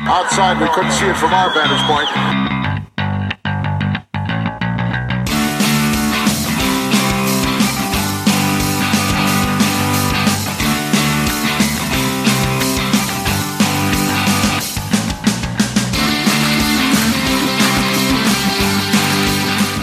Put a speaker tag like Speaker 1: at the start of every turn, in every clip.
Speaker 1: Outside, we couldn't see it from our vantage point.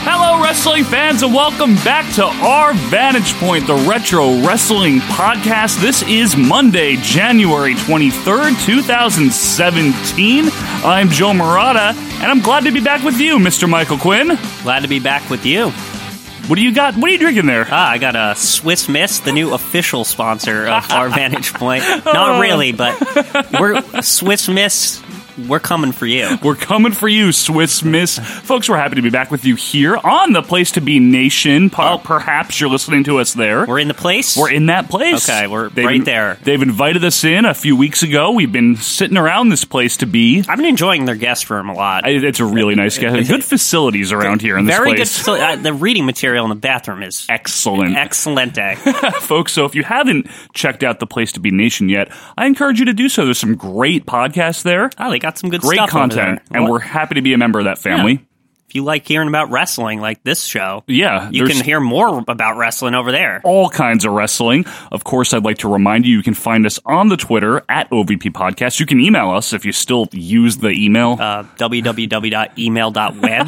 Speaker 2: Hello, wrestling fans, and welcome back to our Vantage Point, the Retro Wrestling Podcast. This is Monday, January 23rd, 2017. I'm Joe Murata, and I'm glad to be back with you, Mr. Michael Quinn.
Speaker 3: Glad to be back with you.
Speaker 2: What do you got? What are you drinking there?
Speaker 3: Ah, I got a Swiss Miss, the new official sponsor of our Vantage Point.
Speaker 2: Oh.
Speaker 3: Not really, but we're Swiss Miss. We're coming for you.
Speaker 2: We're coming for you, Swiss Miss. Folks, we're happy to be back with you here on the Place to Be Nation. Po-
Speaker 3: Oh.
Speaker 2: Perhaps you're listening to us there.
Speaker 3: We're in the place.
Speaker 2: We're in that place.
Speaker 3: Okay, we're right there.
Speaker 2: They've invited us in a few weeks ago. We've been sitting around this place to be.
Speaker 3: I've been enjoying their guest room a lot.
Speaker 2: I- It's a really nice guy. Good facilities around here in this
Speaker 3: Very good.
Speaker 2: place.
Speaker 3: facil- uh, the reading material in the bathroom is
Speaker 2: Excellent.
Speaker 3: excellente.
Speaker 2: folks. So if you haven't checked out the Place to Be Nation yet, I encourage you to do so. There's some great podcasts there,
Speaker 3: oh, they got some good
Speaker 2: great
Speaker 3: stuff. over
Speaker 2: content,
Speaker 3: there.
Speaker 2: and
Speaker 3: Well,
Speaker 2: we're happy to be a member of that family.
Speaker 3: if you like hearing about wrestling, like this show,
Speaker 2: Yeah,
Speaker 3: you
Speaker 2: there's-
Speaker 3: can hear more about wrestling over there.
Speaker 2: all kinds of wrestling. Of course, I'd like to remind you, you can find us on the Twitter at OVP Podcast. You can email us if you still use the email.
Speaker 3: uh, www.email.web.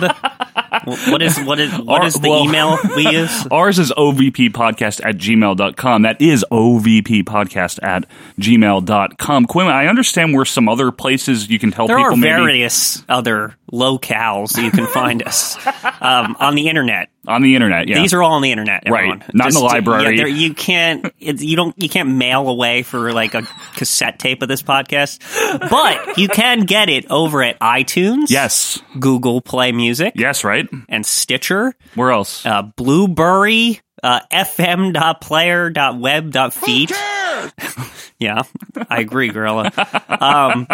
Speaker 3: Wh- what is what is what
Speaker 2: Our-
Speaker 3: is the
Speaker 2: well-
Speaker 3: email we use?
Speaker 2: Ours is ovppodcast at gmail.com. That is ovppodcast at gmail.com. Quinn, I understand where some other places you can tell
Speaker 3: There
Speaker 2: people
Speaker 3: are
Speaker 2: maybe
Speaker 3: various other locales that you can find us um, on the internet.
Speaker 2: on the internet. Yeah.
Speaker 3: These are all on the internet,
Speaker 2: Right.
Speaker 3: everyone.
Speaker 2: Not in the library.
Speaker 3: there- you can't. It's, you don't. You can't mail away for like a cassette tape of this podcast, but you can get it over at iTunes.
Speaker 2: yes.
Speaker 3: Google Play Music
Speaker 2: Yes, right?
Speaker 3: and Stitcher.
Speaker 2: Where else?
Speaker 3: uh, blueberry uh, fm.player.web.feed. yeah, I agree, Gorilla. Um,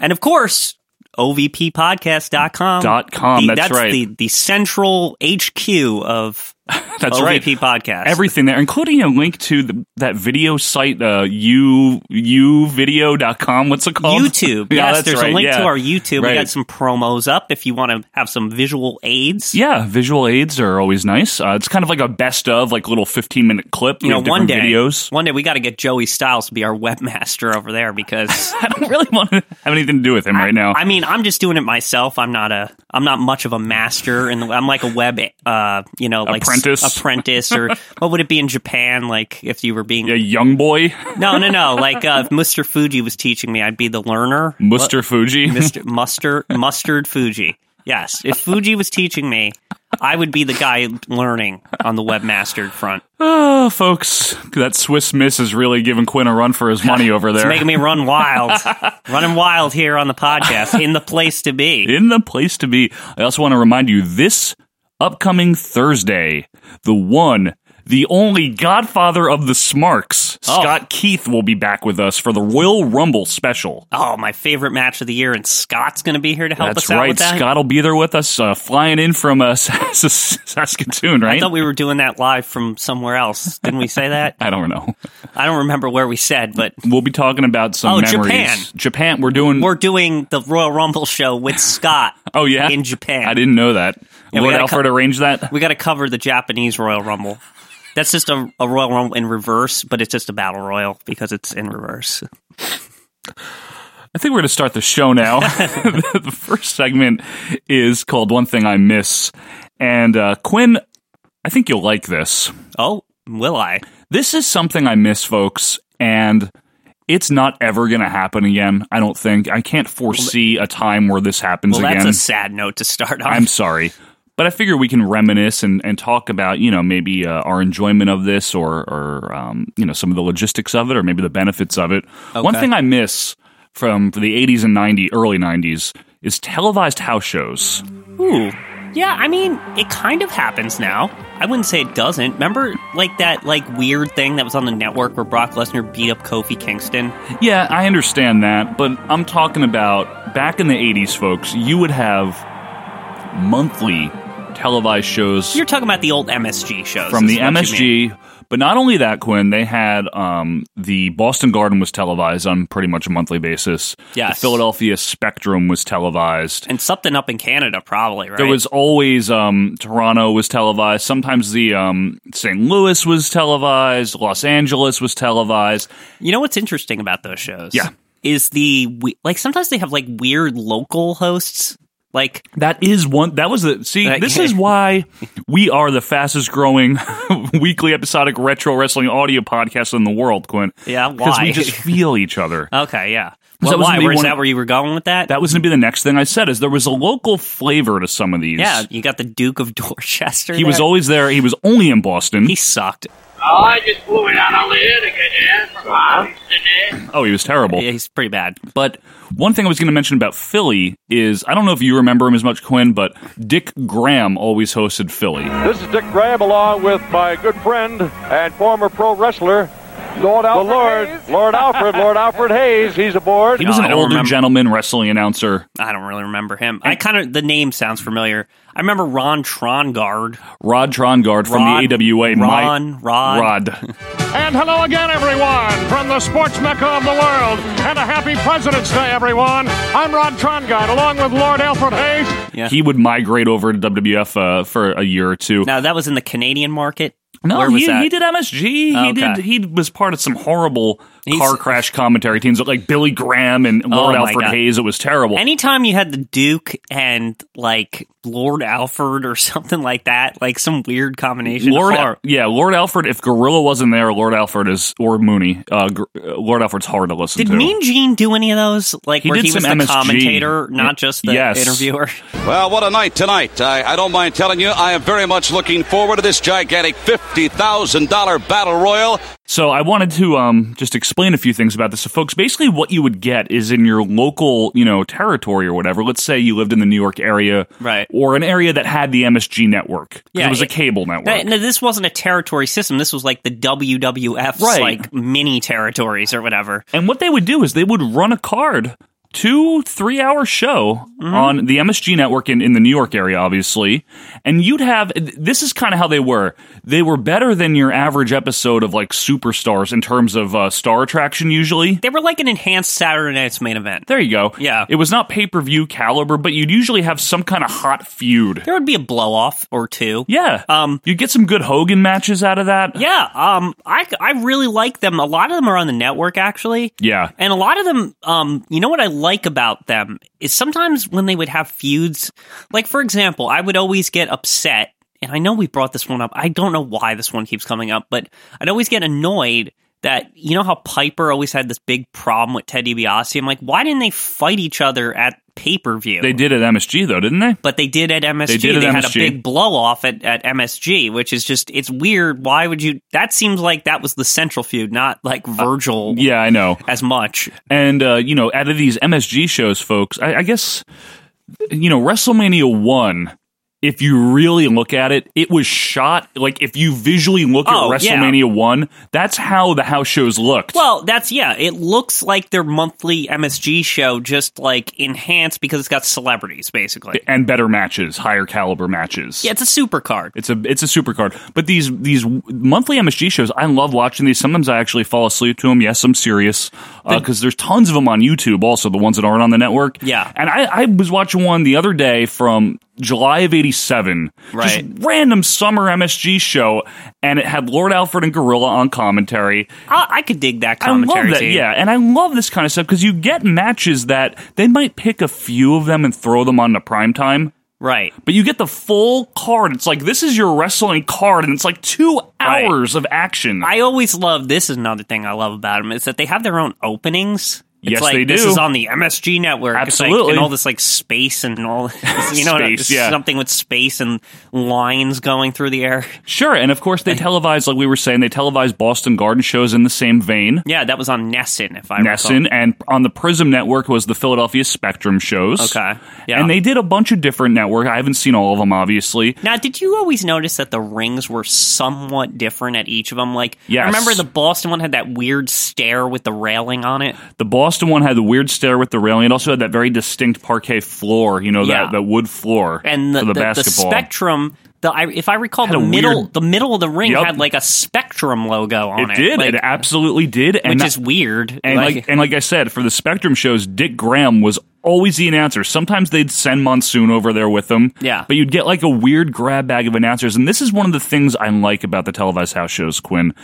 Speaker 3: and of course, ovppodcast.com.
Speaker 2: Dot com,
Speaker 3: The-
Speaker 2: that's right.
Speaker 3: the, the central HQ of
Speaker 2: That's
Speaker 3: OVP
Speaker 2: right.
Speaker 3: Podcast.
Speaker 2: Everything there, including a link to the, that video site, uh, you, youvideo.com. What's it called?
Speaker 3: YouTube.
Speaker 2: Yeah,
Speaker 3: yes,
Speaker 2: that's
Speaker 3: there's
Speaker 2: right,
Speaker 3: a link
Speaker 2: yeah.
Speaker 3: to our YouTube.
Speaker 2: Right.
Speaker 3: We got some promos up if you want to have some visual aids.
Speaker 2: Yeah, visual aids are always nice. Uh, it's kind of like a best of, like little 15 minute clip.
Speaker 3: You
Speaker 2: We
Speaker 3: know,
Speaker 2: have
Speaker 3: one day,
Speaker 2: different videos.
Speaker 3: one day we got to get Joey Styles to be our webmaster over there because
Speaker 2: I don't really want to have anything to do with him right now.
Speaker 3: I mean, I'm just doing it myself. I'm not a, I'm not much of a master, and I'm like a web, uh, you know, like
Speaker 2: Apprentice.
Speaker 3: apprentice, or what would it be in Japan? Like if you were being,
Speaker 2: a young boy,
Speaker 3: no, no, no, like uh, if Mr. Fuji was teaching me, I'd be the learner.
Speaker 2: Mr. Fuji.
Speaker 3: Mr. Mustard, mustard Fuji. Yes, if Fuji was teaching me, I would be the guy learning on the webmastered front.
Speaker 2: Oh, folks, that Swiss miss is really giving Quinn a run for his money over
Speaker 3: It's
Speaker 2: there.
Speaker 3: making me run wild, running wild here on the podcast, in the place to be.
Speaker 2: In the place to be. I also want to remind you this upcoming Thursday, the one. The only godfather of the Smarks,
Speaker 3: Oh.
Speaker 2: Scott Keith, will be back with us for the Royal Rumble special.
Speaker 3: Oh, my favorite match of the year, and Scott's going to be here to help
Speaker 2: That's
Speaker 3: us out
Speaker 2: right.
Speaker 3: with that.
Speaker 2: Scott will be there with us, uh, flying in from uh, Sas- Saskatoon,
Speaker 3: I
Speaker 2: right?
Speaker 3: thought we were doing that live from somewhere else. Didn't we say that?
Speaker 2: I don't know.
Speaker 3: I don't remember where we said, but
Speaker 2: We'll be talking about some
Speaker 3: Oh,
Speaker 2: memories.
Speaker 3: Japan.
Speaker 2: Japan. We're doing.
Speaker 3: we're doing the Royal Rumble show with Scott.
Speaker 2: oh yeah,
Speaker 3: in Japan.
Speaker 2: I didn't know that.
Speaker 3: Yeah, we
Speaker 2: Would
Speaker 3: gotta
Speaker 2: Alfred arrange that?
Speaker 3: We got to cover the Japanese Royal Rumble. That's just a, a Royal Rumble in reverse, but it's just a battle royal because it's in reverse.
Speaker 2: I think we're going to start the show now. the first segment is called "One Thing I Miss," and uh, Quinn, I think you'll like this.
Speaker 3: Oh, will I?
Speaker 2: This is something I miss, folks, and. It's not ever going to happen again. I don't think. I can't foresee a time where this happens
Speaker 3: Well,
Speaker 2: again.
Speaker 3: that's a sad note to start on.
Speaker 2: I'm sorry. But I figure we can reminisce and, and talk about, you know, maybe uh, our enjoyment of this or, or um, you know, some of the logistics of it or maybe the benefits of it. One thing I miss from the 80s and 90s, early 90s, is televised house shows.
Speaker 3: Ooh. Yeah, I mean, it kind of happens now. I wouldn't say it doesn't. Remember, like that, like weird thing that was on the network where Brock Lesnar beat up Kofi Kingston.
Speaker 2: Yeah, I understand that, but I'm talking about back in the 80s, folks, you would have monthly televised shows
Speaker 3: You're talking about the old MSG shows
Speaker 2: from
Speaker 3: is
Speaker 2: the
Speaker 3: what you mean.
Speaker 2: MSG. But not only that, Quinn, they had um, the Boston Garden was televised on pretty much a monthly basis.
Speaker 3: Yes.
Speaker 2: The Philadelphia Spectrum was televised.
Speaker 3: and something up in Canada, probably right.
Speaker 2: There was always um, Toronto was televised. Sometimes the um, St. Louis was televised. Los Angeles was televised.
Speaker 3: You know what's interesting about those shows?
Speaker 2: Yeah.
Speaker 3: Is the we- like sometimes they have like weird local hosts. Like
Speaker 2: That is one. That was the see.
Speaker 3: That-
Speaker 2: This is why we are the fastest growing weekly episodic retro wrestling audio podcast in the world, Quinn.
Speaker 3: Yeah,
Speaker 2: because we
Speaker 3: why?
Speaker 2: just feel each other.
Speaker 3: okay, yeah.
Speaker 2: So that
Speaker 3: Well,
Speaker 2: was
Speaker 3: why?
Speaker 2: gonna be
Speaker 3: Where is
Speaker 2: one-
Speaker 3: that where you were going with that?
Speaker 2: That was going to be the next thing I said. Is there was a local flavor to some of these.
Speaker 3: yeah, you got the Duke of Dorchester.
Speaker 2: he was
Speaker 3: there.
Speaker 2: always there. He was only in Boston.
Speaker 3: he sucked.
Speaker 4: Oh, I just blew it out of lid to get in from my house in there.
Speaker 2: oh, he was terrible.
Speaker 3: Yeah, he's pretty bad.
Speaker 2: But one thing I was going to mention about Philly is I don't know if you remember him as much, Quinn, but Dick Graham always hosted Philly.
Speaker 5: This is Dick Graham along with my good friend and former pro wrestler, Lord Alfred the Lord, Lord Alfred, Lord Alfred Hayes. He's aboard.
Speaker 2: He was
Speaker 3: No, I
Speaker 2: an
Speaker 3: don't
Speaker 2: older
Speaker 3: remember.
Speaker 2: gentleman wrestling announcer.
Speaker 3: I don't really remember him. I kind of the name sounds familiar. I remember Ron Trongard
Speaker 2: Rod Trongard from
Speaker 3: Rod-
Speaker 2: the AWA.
Speaker 3: Ron, Rod.
Speaker 2: Rod.
Speaker 6: And hello again, everyone, from the sports mecca of the world. And a happy President's Day, everyone. I'm Rod Trongard, along with Lord Alfred Hayes.
Speaker 3: Yeah.
Speaker 2: He would migrate over to WWF uh, for a year or two.
Speaker 3: Now that was in the Canadian market.
Speaker 2: no,
Speaker 3: Where was
Speaker 2: he,
Speaker 3: that?
Speaker 2: he did MSG.
Speaker 3: Oh,
Speaker 2: he did.
Speaker 3: okay.
Speaker 2: He was part of some horrible
Speaker 3: He's- Oh
Speaker 2: car crash commentary teams like Billy Graham and Lord
Speaker 3: my
Speaker 2: Alfred
Speaker 3: God.
Speaker 2: Hayes. It was terrible.
Speaker 3: Anytime you had the Duke and like Lord Alfred or something like that, like some weird combination.
Speaker 2: Lord,
Speaker 3: of horror.
Speaker 2: yeah, Lord Alfred. If Gorilla wasn't there, Lord Alfred is or Mooney. Uh, Gr- uh, Lord Alfred's hard to listen
Speaker 3: Did
Speaker 2: to.
Speaker 3: Mean Gene do any of those? Like
Speaker 2: He
Speaker 3: where
Speaker 2: did
Speaker 3: he was
Speaker 2: some
Speaker 3: the
Speaker 2: MSG.
Speaker 3: commentator,
Speaker 2: Yeah.
Speaker 3: not just the
Speaker 2: Yes.
Speaker 3: interviewer.
Speaker 7: Well, what a night tonight. I, I don't mind telling you, I am very much looking forward to this gigantic $50,000 battle royal.
Speaker 2: So I wanted to um, just explain a few things about this. So, folks, basically what you would get is in your local, you know, territory or whatever. Let's say you lived in the New York area,
Speaker 3: Right.
Speaker 2: or an area that had the MSG network. 'cause
Speaker 3: Yeah,
Speaker 2: it was a
Speaker 3: it-
Speaker 2: cable network.
Speaker 3: That- no, this wasn't a territory system. This was like the WWF's
Speaker 2: Right.
Speaker 3: like mini territories or whatever.
Speaker 2: And what they would do is they would run a card, two, three hour show
Speaker 3: Mm-hmm.
Speaker 2: on the MSG network in, in the New York area, obviously. And you'd have this is kind of how they were. They were better than your average episode of like superstars in terms of uh, star attraction, usually.
Speaker 3: They were like an enhanced Saturday Night's main event.
Speaker 2: There you go.
Speaker 3: Yeah.
Speaker 2: It was not pay per view caliber, but you'd usually have some kind of hot feud.
Speaker 3: There would be a blow off or two.
Speaker 2: Yeah.
Speaker 3: Um,
Speaker 2: you'd get some good Hogan matches out of that.
Speaker 3: Yeah, um, I, I really like them. A lot of them are on the network, actually.
Speaker 2: Yeah.
Speaker 3: And a lot of them, um, you know what I like about them is sometimes when they would have feuds, like for example, I would always get upset, and I know we brought this one up. I don't know why this one keeps coming up, but I'd always get annoyed that you know how Piper always had this big problem with Ted DiBiase. I'm like, why didn't they fight each other at pay per view?
Speaker 2: They did at MSG, though, didn't they?
Speaker 3: But they did at MSG. They,
Speaker 2: They did at
Speaker 3: had a
Speaker 2: MSG.
Speaker 3: big blow off at, at MSG, which is just, it's weird. Why would you? That seems like that was the central feud, not like Virgil
Speaker 2: Uh, Yeah, I know.
Speaker 3: as much.
Speaker 2: And uh, you know, out of these MSG shows, folks, I, I guess you know WrestleMania one. If you really look at it, it was shot like if you visually look
Speaker 3: Oh,
Speaker 2: at
Speaker 3: yeah.
Speaker 2: WrestleMania one, that's how the house shows looked.
Speaker 3: Well, that's, yeah, it looks like their monthly MSG show, just like enhanced because it's got celebrities, basically.
Speaker 2: and better matches, higher caliber matches.
Speaker 3: Yeah, it's a super card.
Speaker 2: It's a it's a super card. But these these monthly MSG shows, I love watching these. Sometimes I actually fall asleep to them. Yes, I'm serious because there's tons of them on YouTube. Also, the ones that aren't on the network.
Speaker 3: Yeah.
Speaker 2: and I, I was watching one the other day from July of '87.
Speaker 3: Right.
Speaker 2: just random summer MSG show, and it had Lord Alfred and Gorilla on commentary.
Speaker 3: I, I could dig that
Speaker 2: I love
Speaker 3: commentary.
Speaker 2: that,
Speaker 3: too.
Speaker 2: yeah, and I love this kind of stuff because you get matches that they might pick a few of them and throw them on to prime time
Speaker 3: Right.
Speaker 2: but you get the full card. It's like this is your wrestling card, and it's like two
Speaker 3: Right.
Speaker 2: hours of action.
Speaker 3: I always love this is another thing I love about them is that they have their own openings. It's
Speaker 2: Yes,
Speaker 3: like
Speaker 2: they
Speaker 3: This
Speaker 2: do.
Speaker 3: is on the MSG network. It's like-
Speaker 2: Absolutely.
Speaker 3: and all this like space and all you know
Speaker 2: Space, yeah.
Speaker 3: something with space and lines going through the air.
Speaker 2: sure, and of course they televise, like we were saying, they televise Boston Garden shows in the same vein.
Speaker 3: Yeah, that was on Nessun, if I
Speaker 2: Nesson
Speaker 3: recall.
Speaker 2: and on the Prism Network was the Philadelphia Spectrum shows.
Speaker 3: Okay, yeah.
Speaker 2: and they did a bunch of different network. I haven't seen all of them, obviously.
Speaker 3: Now, did you always notice that the rings were somewhat different at each of them? Like,
Speaker 2: Yes.
Speaker 3: remember the Boston one had that weird stair with the railing on it.
Speaker 2: The Boston Austin one had the weird stair with the railing. It also had that very distinct parquet floor, you know,
Speaker 3: Yeah.
Speaker 2: that, that wood floor
Speaker 3: and the,
Speaker 2: for the,
Speaker 3: the, the
Speaker 2: basketball.
Speaker 3: spectrum. The I, if I recall,
Speaker 2: Had
Speaker 3: the
Speaker 2: a
Speaker 3: middle
Speaker 2: weird-
Speaker 3: the middle of the ring
Speaker 2: Yup.
Speaker 3: had like a spectrum logo on it.
Speaker 2: it did.
Speaker 3: like,
Speaker 2: it absolutely did. And
Speaker 3: which
Speaker 2: that-
Speaker 3: is weird.
Speaker 2: And like, and like I said, for the Spectrum shows, Dick Graham was always the announcer. Sometimes they'd send Monsoon over there with them.
Speaker 3: Yeah.
Speaker 2: But you'd get like a weird grab bag of announcers. And this is one of the things I like about the televised house shows, Quinn.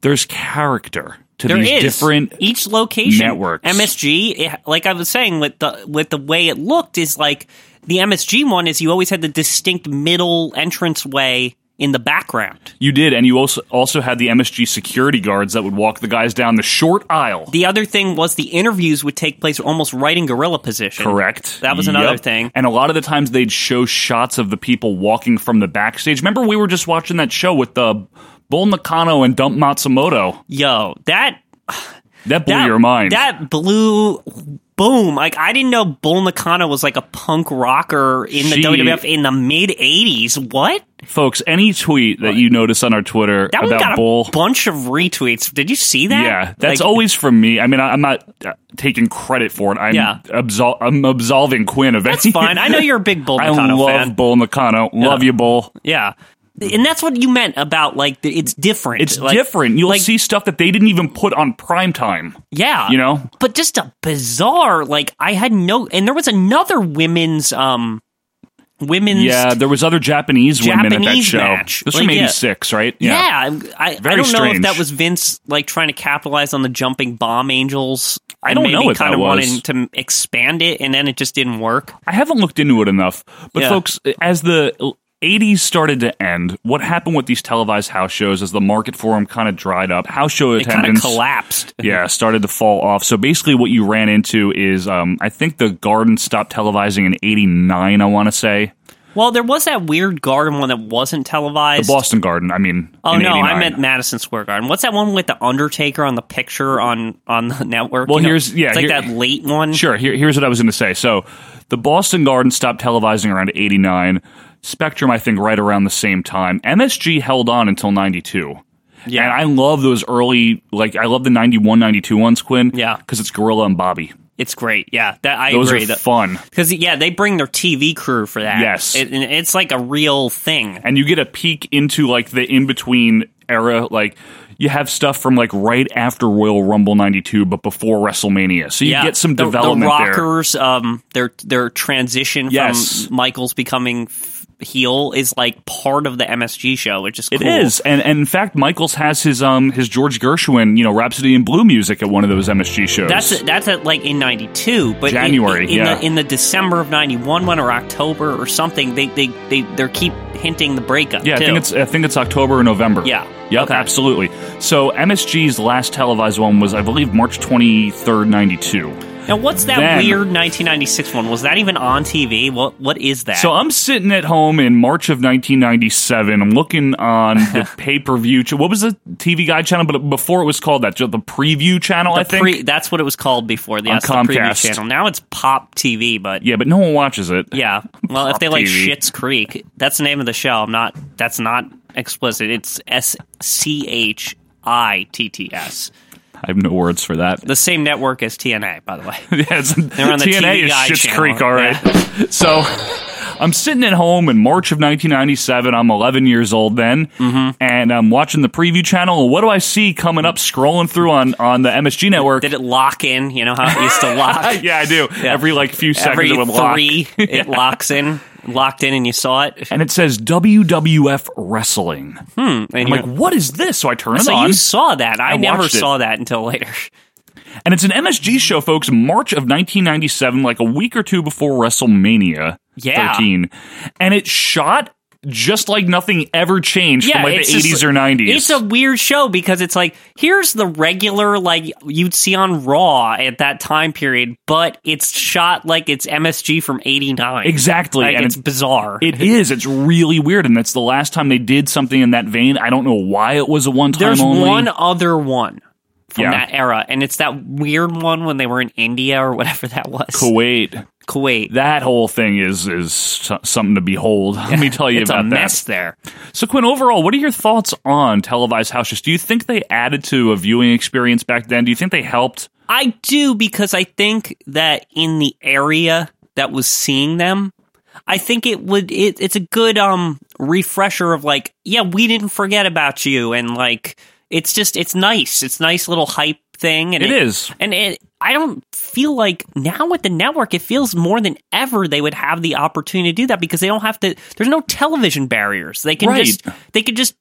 Speaker 2: There's character to
Speaker 3: there
Speaker 2: these
Speaker 3: is
Speaker 2: different
Speaker 3: each location
Speaker 2: networks.
Speaker 3: MSG, it- like I was saying, with the with the way it looked is like the MSG one is you always had the distinct middle entrance way in the background.
Speaker 2: you did, and you also also had the MSG security guards that would walk the guys down the short aisle.
Speaker 3: The other thing was the interviews would take place almost right in gorilla position.
Speaker 2: Correct.
Speaker 3: That was another
Speaker 2: Yep.
Speaker 3: thing.
Speaker 2: And a lot of the times they'd show shots of the people walking from the backstage. Remember, we were just watching that show with the Bull Nakano and Dump Matsumoto.
Speaker 3: Yo, that
Speaker 2: That blew
Speaker 3: that,
Speaker 2: your mind.
Speaker 3: That blew boom. Like I didn't know Bull Nakano was like a punk rocker in the
Speaker 2: She-
Speaker 3: WWF in the mid '80s. What?
Speaker 2: Folks, any tweet that you notice on our Twitter
Speaker 3: That one
Speaker 2: about
Speaker 3: got
Speaker 2: Bull.
Speaker 3: a bunch of retweets. Did you see that?
Speaker 2: yeah, that's
Speaker 3: Like,
Speaker 2: always from me. I mean, I, I'm not uh, taking credit for it. I'm,
Speaker 3: Yeah.
Speaker 2: absol- I'm absolving Quinn of
Speaker 3: That's fine. I know you're a big Bull
Speaker 2: I
Speaker 3: Nakano
Speaker 2: love
Speaker 3: fan.
Speaker 2: Bull Nakano. Love you, Bull.
Speaker 3: yeah, and that's what you meant about like the, it's different.
Speaker 2: It's
Speaker 3: Like-
Speaker 2: different. You'll
Speaker 3: like-
Speaker 2: see stuff that they didn't even put on prime time.
Speaker 3: Yeah,
Speaker 2: You know?
Speaker 3: but just a bizarre. Like I had no, and there was another women's um women's
Speaker 2: Yeah, there was other Japanese, women at that
Speaker 3: Japanese
Speaker 2: show.
Speaker 3: match.
Speaker 2: This was
Speaker 3: Like,
Speaker 2: from
Speaker 3: yeah.
Speaker 2: '86, right?
Speaker 3: Yeah, I, I
Speaker 2: Very
Speaker 3: don't know if
Speaker 2: strange.
Speaker 3: that was Vince like trying to capitalize on the jumping bomb angels. I
Speaker 2: don't
Speaker 3: maybe
Speaker 2: know if
Speaker 3: kind
Speaker 2: that
Speaker 3: of
Speaker 2: was.
Speaker 3: wanted to expand it, and then it just didn't work.
Speaker 2: I haven't looked into it enough, but
Speaker 3: Yeah.
Speaker 2: folks, as the 80s started to end, what happened with these televised house shows is the market for them kind of dried up. House show
Speaker 3: It kind of
Speaker 2: attendance
Speaker 3: collapsed.
Speaker 2: yeah, started to fall off. So basically, what you ran into is um, I think the Garden stopped televising in '89. I want to say
Speaker 3: Well, there was that weird garden one that wasn't
Speaker 2: the
Speaker 3: televised.
Speaker 2: Boston Garden. I mean,
Speaker 3: Oh
Speaker 2: in
Speaker 3: no,
Speaker 2: 89.
Speaker 3: I meant Madison Square Garden. What's that one with the Undertaker on the picture on on the network?
Speaker 2: Well,
Speaker 3: You know,
Speaker 2: here's- yeah,
Speaker 3: it's like
Speaker 2: here-
Speaker 3: that late one.
Speaker 2: Sure. Here, here's what I was going to say. So the Boston Garden stopped televising around 89. Spectrum, I think, right around the same time. MSG held on until 92.
Speaker 3: Yeah.
Speaker 2: And I love those early, like, I love the 91, 92 ones, Quinn.
Speaker 3: Yeah.
Speaker 2: Because it's Gorilla and Bobby.
Speaker 3: it's great. Yeah, that I
Speaker 2: Those
Speaker 3: agree.
Speaker 2: are fun.
Speaker 3: Because yeah, they bring their TV crew for that.
Speaker 2: Yes.
Speaker 3: it, and it's like a real thing.
Speaker 2: And you get a peek into, like, the in between era. Like, you have stuff from, like, right after Royal Rumble 92, but before WrestleMania. So you
Speaker 3: yeah,
Speaker 2: get some
Speaker 3: the,
Speaker 2: development
Speaker 3: The
Speaker 2: there.
Speaker 3: Rockers, um, their their transition
Speaker 2: Yes.
Speaker 3: from Michaels becoming f- heel is like part of the MSG show, which is cool.
Speaker 2: It is, and, and in fact, Michaels has his um his George Gershwin, you know, Rhapsody in Blue music at one of those MSG shows.
Speaker 3: That's it that's at like in '92, but in-
Speaker 2: January,
Speaker 3: in,
Speaker 2: yeah.
Speaker 3: the, in the December of '91 one or October or something, they they they they keep hinting the breakup.
Speaker 2: yeah. I
Speaker 3: too.
Speaker 2: think it's I think it's October or November.
Speaker 3: Yeah.
Speaker 2: Yep.
Speaker 3: Okay.
Speaker 2: Absolutely. So MSG's last televised one was, I believe, March twenty third, ninety two.
Speaker 3: now what's that
Speaker 2: then-
Speaker 3: weird 1996 one? Was that even on TV? What what is that?
Speaker 2: So I'm sitting at home in March of 1997. I'm looking on the pay per view. Ch- what was the TV Guide channel? But before it was called that, just the preview channel.
Speaker 3: The
Speaker 2: I think.
Speaker 3: pre- that's what it was called before. The,
Speaker 2: On
Speaker 3: that's the preview
Speaker 2: Comcast.
Speaker 3: channel. Now it's Pop TV, but
Speaker 2: yeah, but no one watches it.
Speaker 3: Yeah. Well, if they like
Speaker 2: TV.
Speaker 3: Shit's Creek, that's the name of the show. I'm not. That's not explicit. It's S C H I T T S.
Speaker 2: I have no words for that.
Speaker 3: The same network as TNA, by the way.
Speaker 2: Yes,
Speaker 3: on the
Speaker 2: TNA
Speaker 3: TV
Speaker 2: is
Speaker 3: Guide
Speaker 2: Schitt's
Speaker 3: channel.
Speaker 2: Creek, all right. So I'm sitting at home in March of 1997. I'm 11 years old then,
Speaker 3: Mm-hmm.
Speaker 2: and I'm watching the preview channel. And what do I see coming up, scrolling through on on the MSG network?
Speaker 3: Did it lock in? You know how it used to lock.
Speaker 2: yeah, I do. Every like few seconds,
Speaker 3: Every
Speaker 2: it would lock.
Speaker 3: three, it locks in. Locked in, and you saw it.
Speaker 2: and it says WWF Wrestling.
Speaker 3: And
Speaker 2: I'm
Speaker 3: you-
Speaker 2: like, what is this? So I turn it
Speaker 3: so
Speaker 2: on,
Speaker 3: you saw that. I,
Speaker 2: I
Speaker 3: never
Speaker 2: watched it.
Speaker 3: saw that until later.
Speaker 2: and it's an MSG show, folks. March of 1997, like a week or two before WrestleMania.
Speaker 3: Yeah.
Speaker 2: 13. And it shot just like nothing ever changed from like
Speaker 3: it's
Speaker 2: the 80s
Speaker 3: just-
Speaker 2: or 90s.
Speaker 3: It's a weird show because it's like here's the regular like you'd see on Raw at that time period, but it's shot like it's MSG from '89.
Speaker 2: exactly.
Speaker 3: Like,
Speaker 2: and
Speaker 3: it's
Speaker 2: it's,
Speaker 3: bizarre.
Speaker 2: it is. It's really weird. And that's the last time they did something in that vein. I don't know why it was a one time
Speaker 3: There's
Speaker 2: only.
Speaker 3: one other one from
Speaker 2: Yeah.
Speaker 3: that era, and it's that weird one when they were in India or whatever that was.
Speaker 2: Kuwait.
Speaker 3: Kuwait.
Speaker 2: That whole thing is is so- something to behold. Let me tell you
Speaker 3: it's
Speaker 2: about
Speaker 3: a
Speaker 2: that.
Speaker 3: mess there.
Speaker 2: So Quinn, overall, what are your thoughts on televised house shows? Do you think they added to a viewing experience back then? Do you think they helped?
Speaker 3: I do because I think that in the area that was seeing them, I think it would it, it's a good um refresher of like, yeah, we didn't forget about you and like it's just it's nice. It's nice little hype thing and
Speaker 2: It is.
Speaker 3: And it I don't feel like now with the network it feels more than ever they would have the opportunity to do that because they don't have to there's no television barriers. They can
Speaker 2: Right.
Speaker 3: just they could just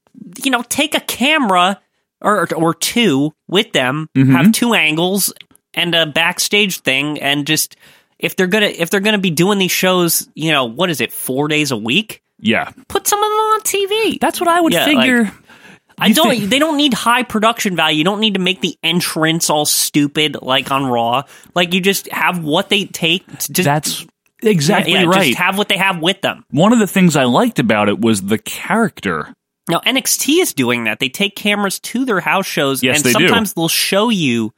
Speaker 3: you know take a camera or or two with them, have two angles and a backstage thing, and just if they're gonna if they're gonna be doing these shows, you know what is it, four days a week?
Speaker 2: Yeah,
Speaker 3: Put some of them on TV.
Speaker 2: that's what I would
Speaker 3: Yeah,
Speaker 2: figure.
Speaker 3: like, I
Speaker 2: you
Speaker 3: don't.
Speaker 2: think-
Speaker 3: They don't need high production value. You don't need to make the entrance all stupid like on Raw. Like you just have what they take. to Just
Speaker 2: that's exactly
Speaker 3: yeah,
Speaker 2: right.
Speaker 3: Just have what they have with them.
Speaker 2: One of the things I liked about it was the character.
Speaker 3: Now NXT is doing that. They take cameras to their house shows,
Speaker 2: Yes,
Speaker 3: and
Speaker 2: they do.
Speaker 3: sometimes they'll show you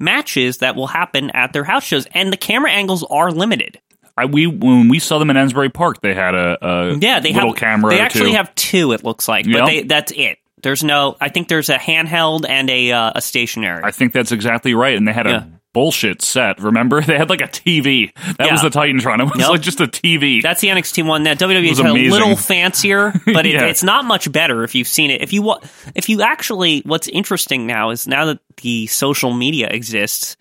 Speaker 3: matches that will happen at their house shows, and the camera angles are limited.
Speaker 2: I, we when we saw them in Ansbury Park, they had a, a
Speaker 3: Yeah, they
Speaker 2: little
Speaker 3: have
Speaker 2: camera.
Speaker 3: They
Speaker 2: or
Speaker 3: actually
Speaker 2: two.
Speaker 3: have two. It looks like,
Speaker 2: Yep.
Speaker 3: but they, that's it. There's no. I think there's a handheld and a uh, a stationary.
Speaker 2: I think that's exactly right. And they had a
Speaker 3: Yeah.
Speaker 2: bullshit set. Remember, they had like a TV. That
Speaker 3: Yeah.
Speaker 2: was the Titantron. It was
Speaker 3: Yep.
Speaker 2: like just a TV.
Speaker 3: That's the NXT one. That WWE
Speaker 2: was
Speaker 3: is a
Speaker 2: amazing.
Speaker 3: little fancier, but it,
Speaker 2: Yeah.
Speaker 3: it's not much better if you've seen it. If you wa- if you actually, what's interesting now is now that the social media exists,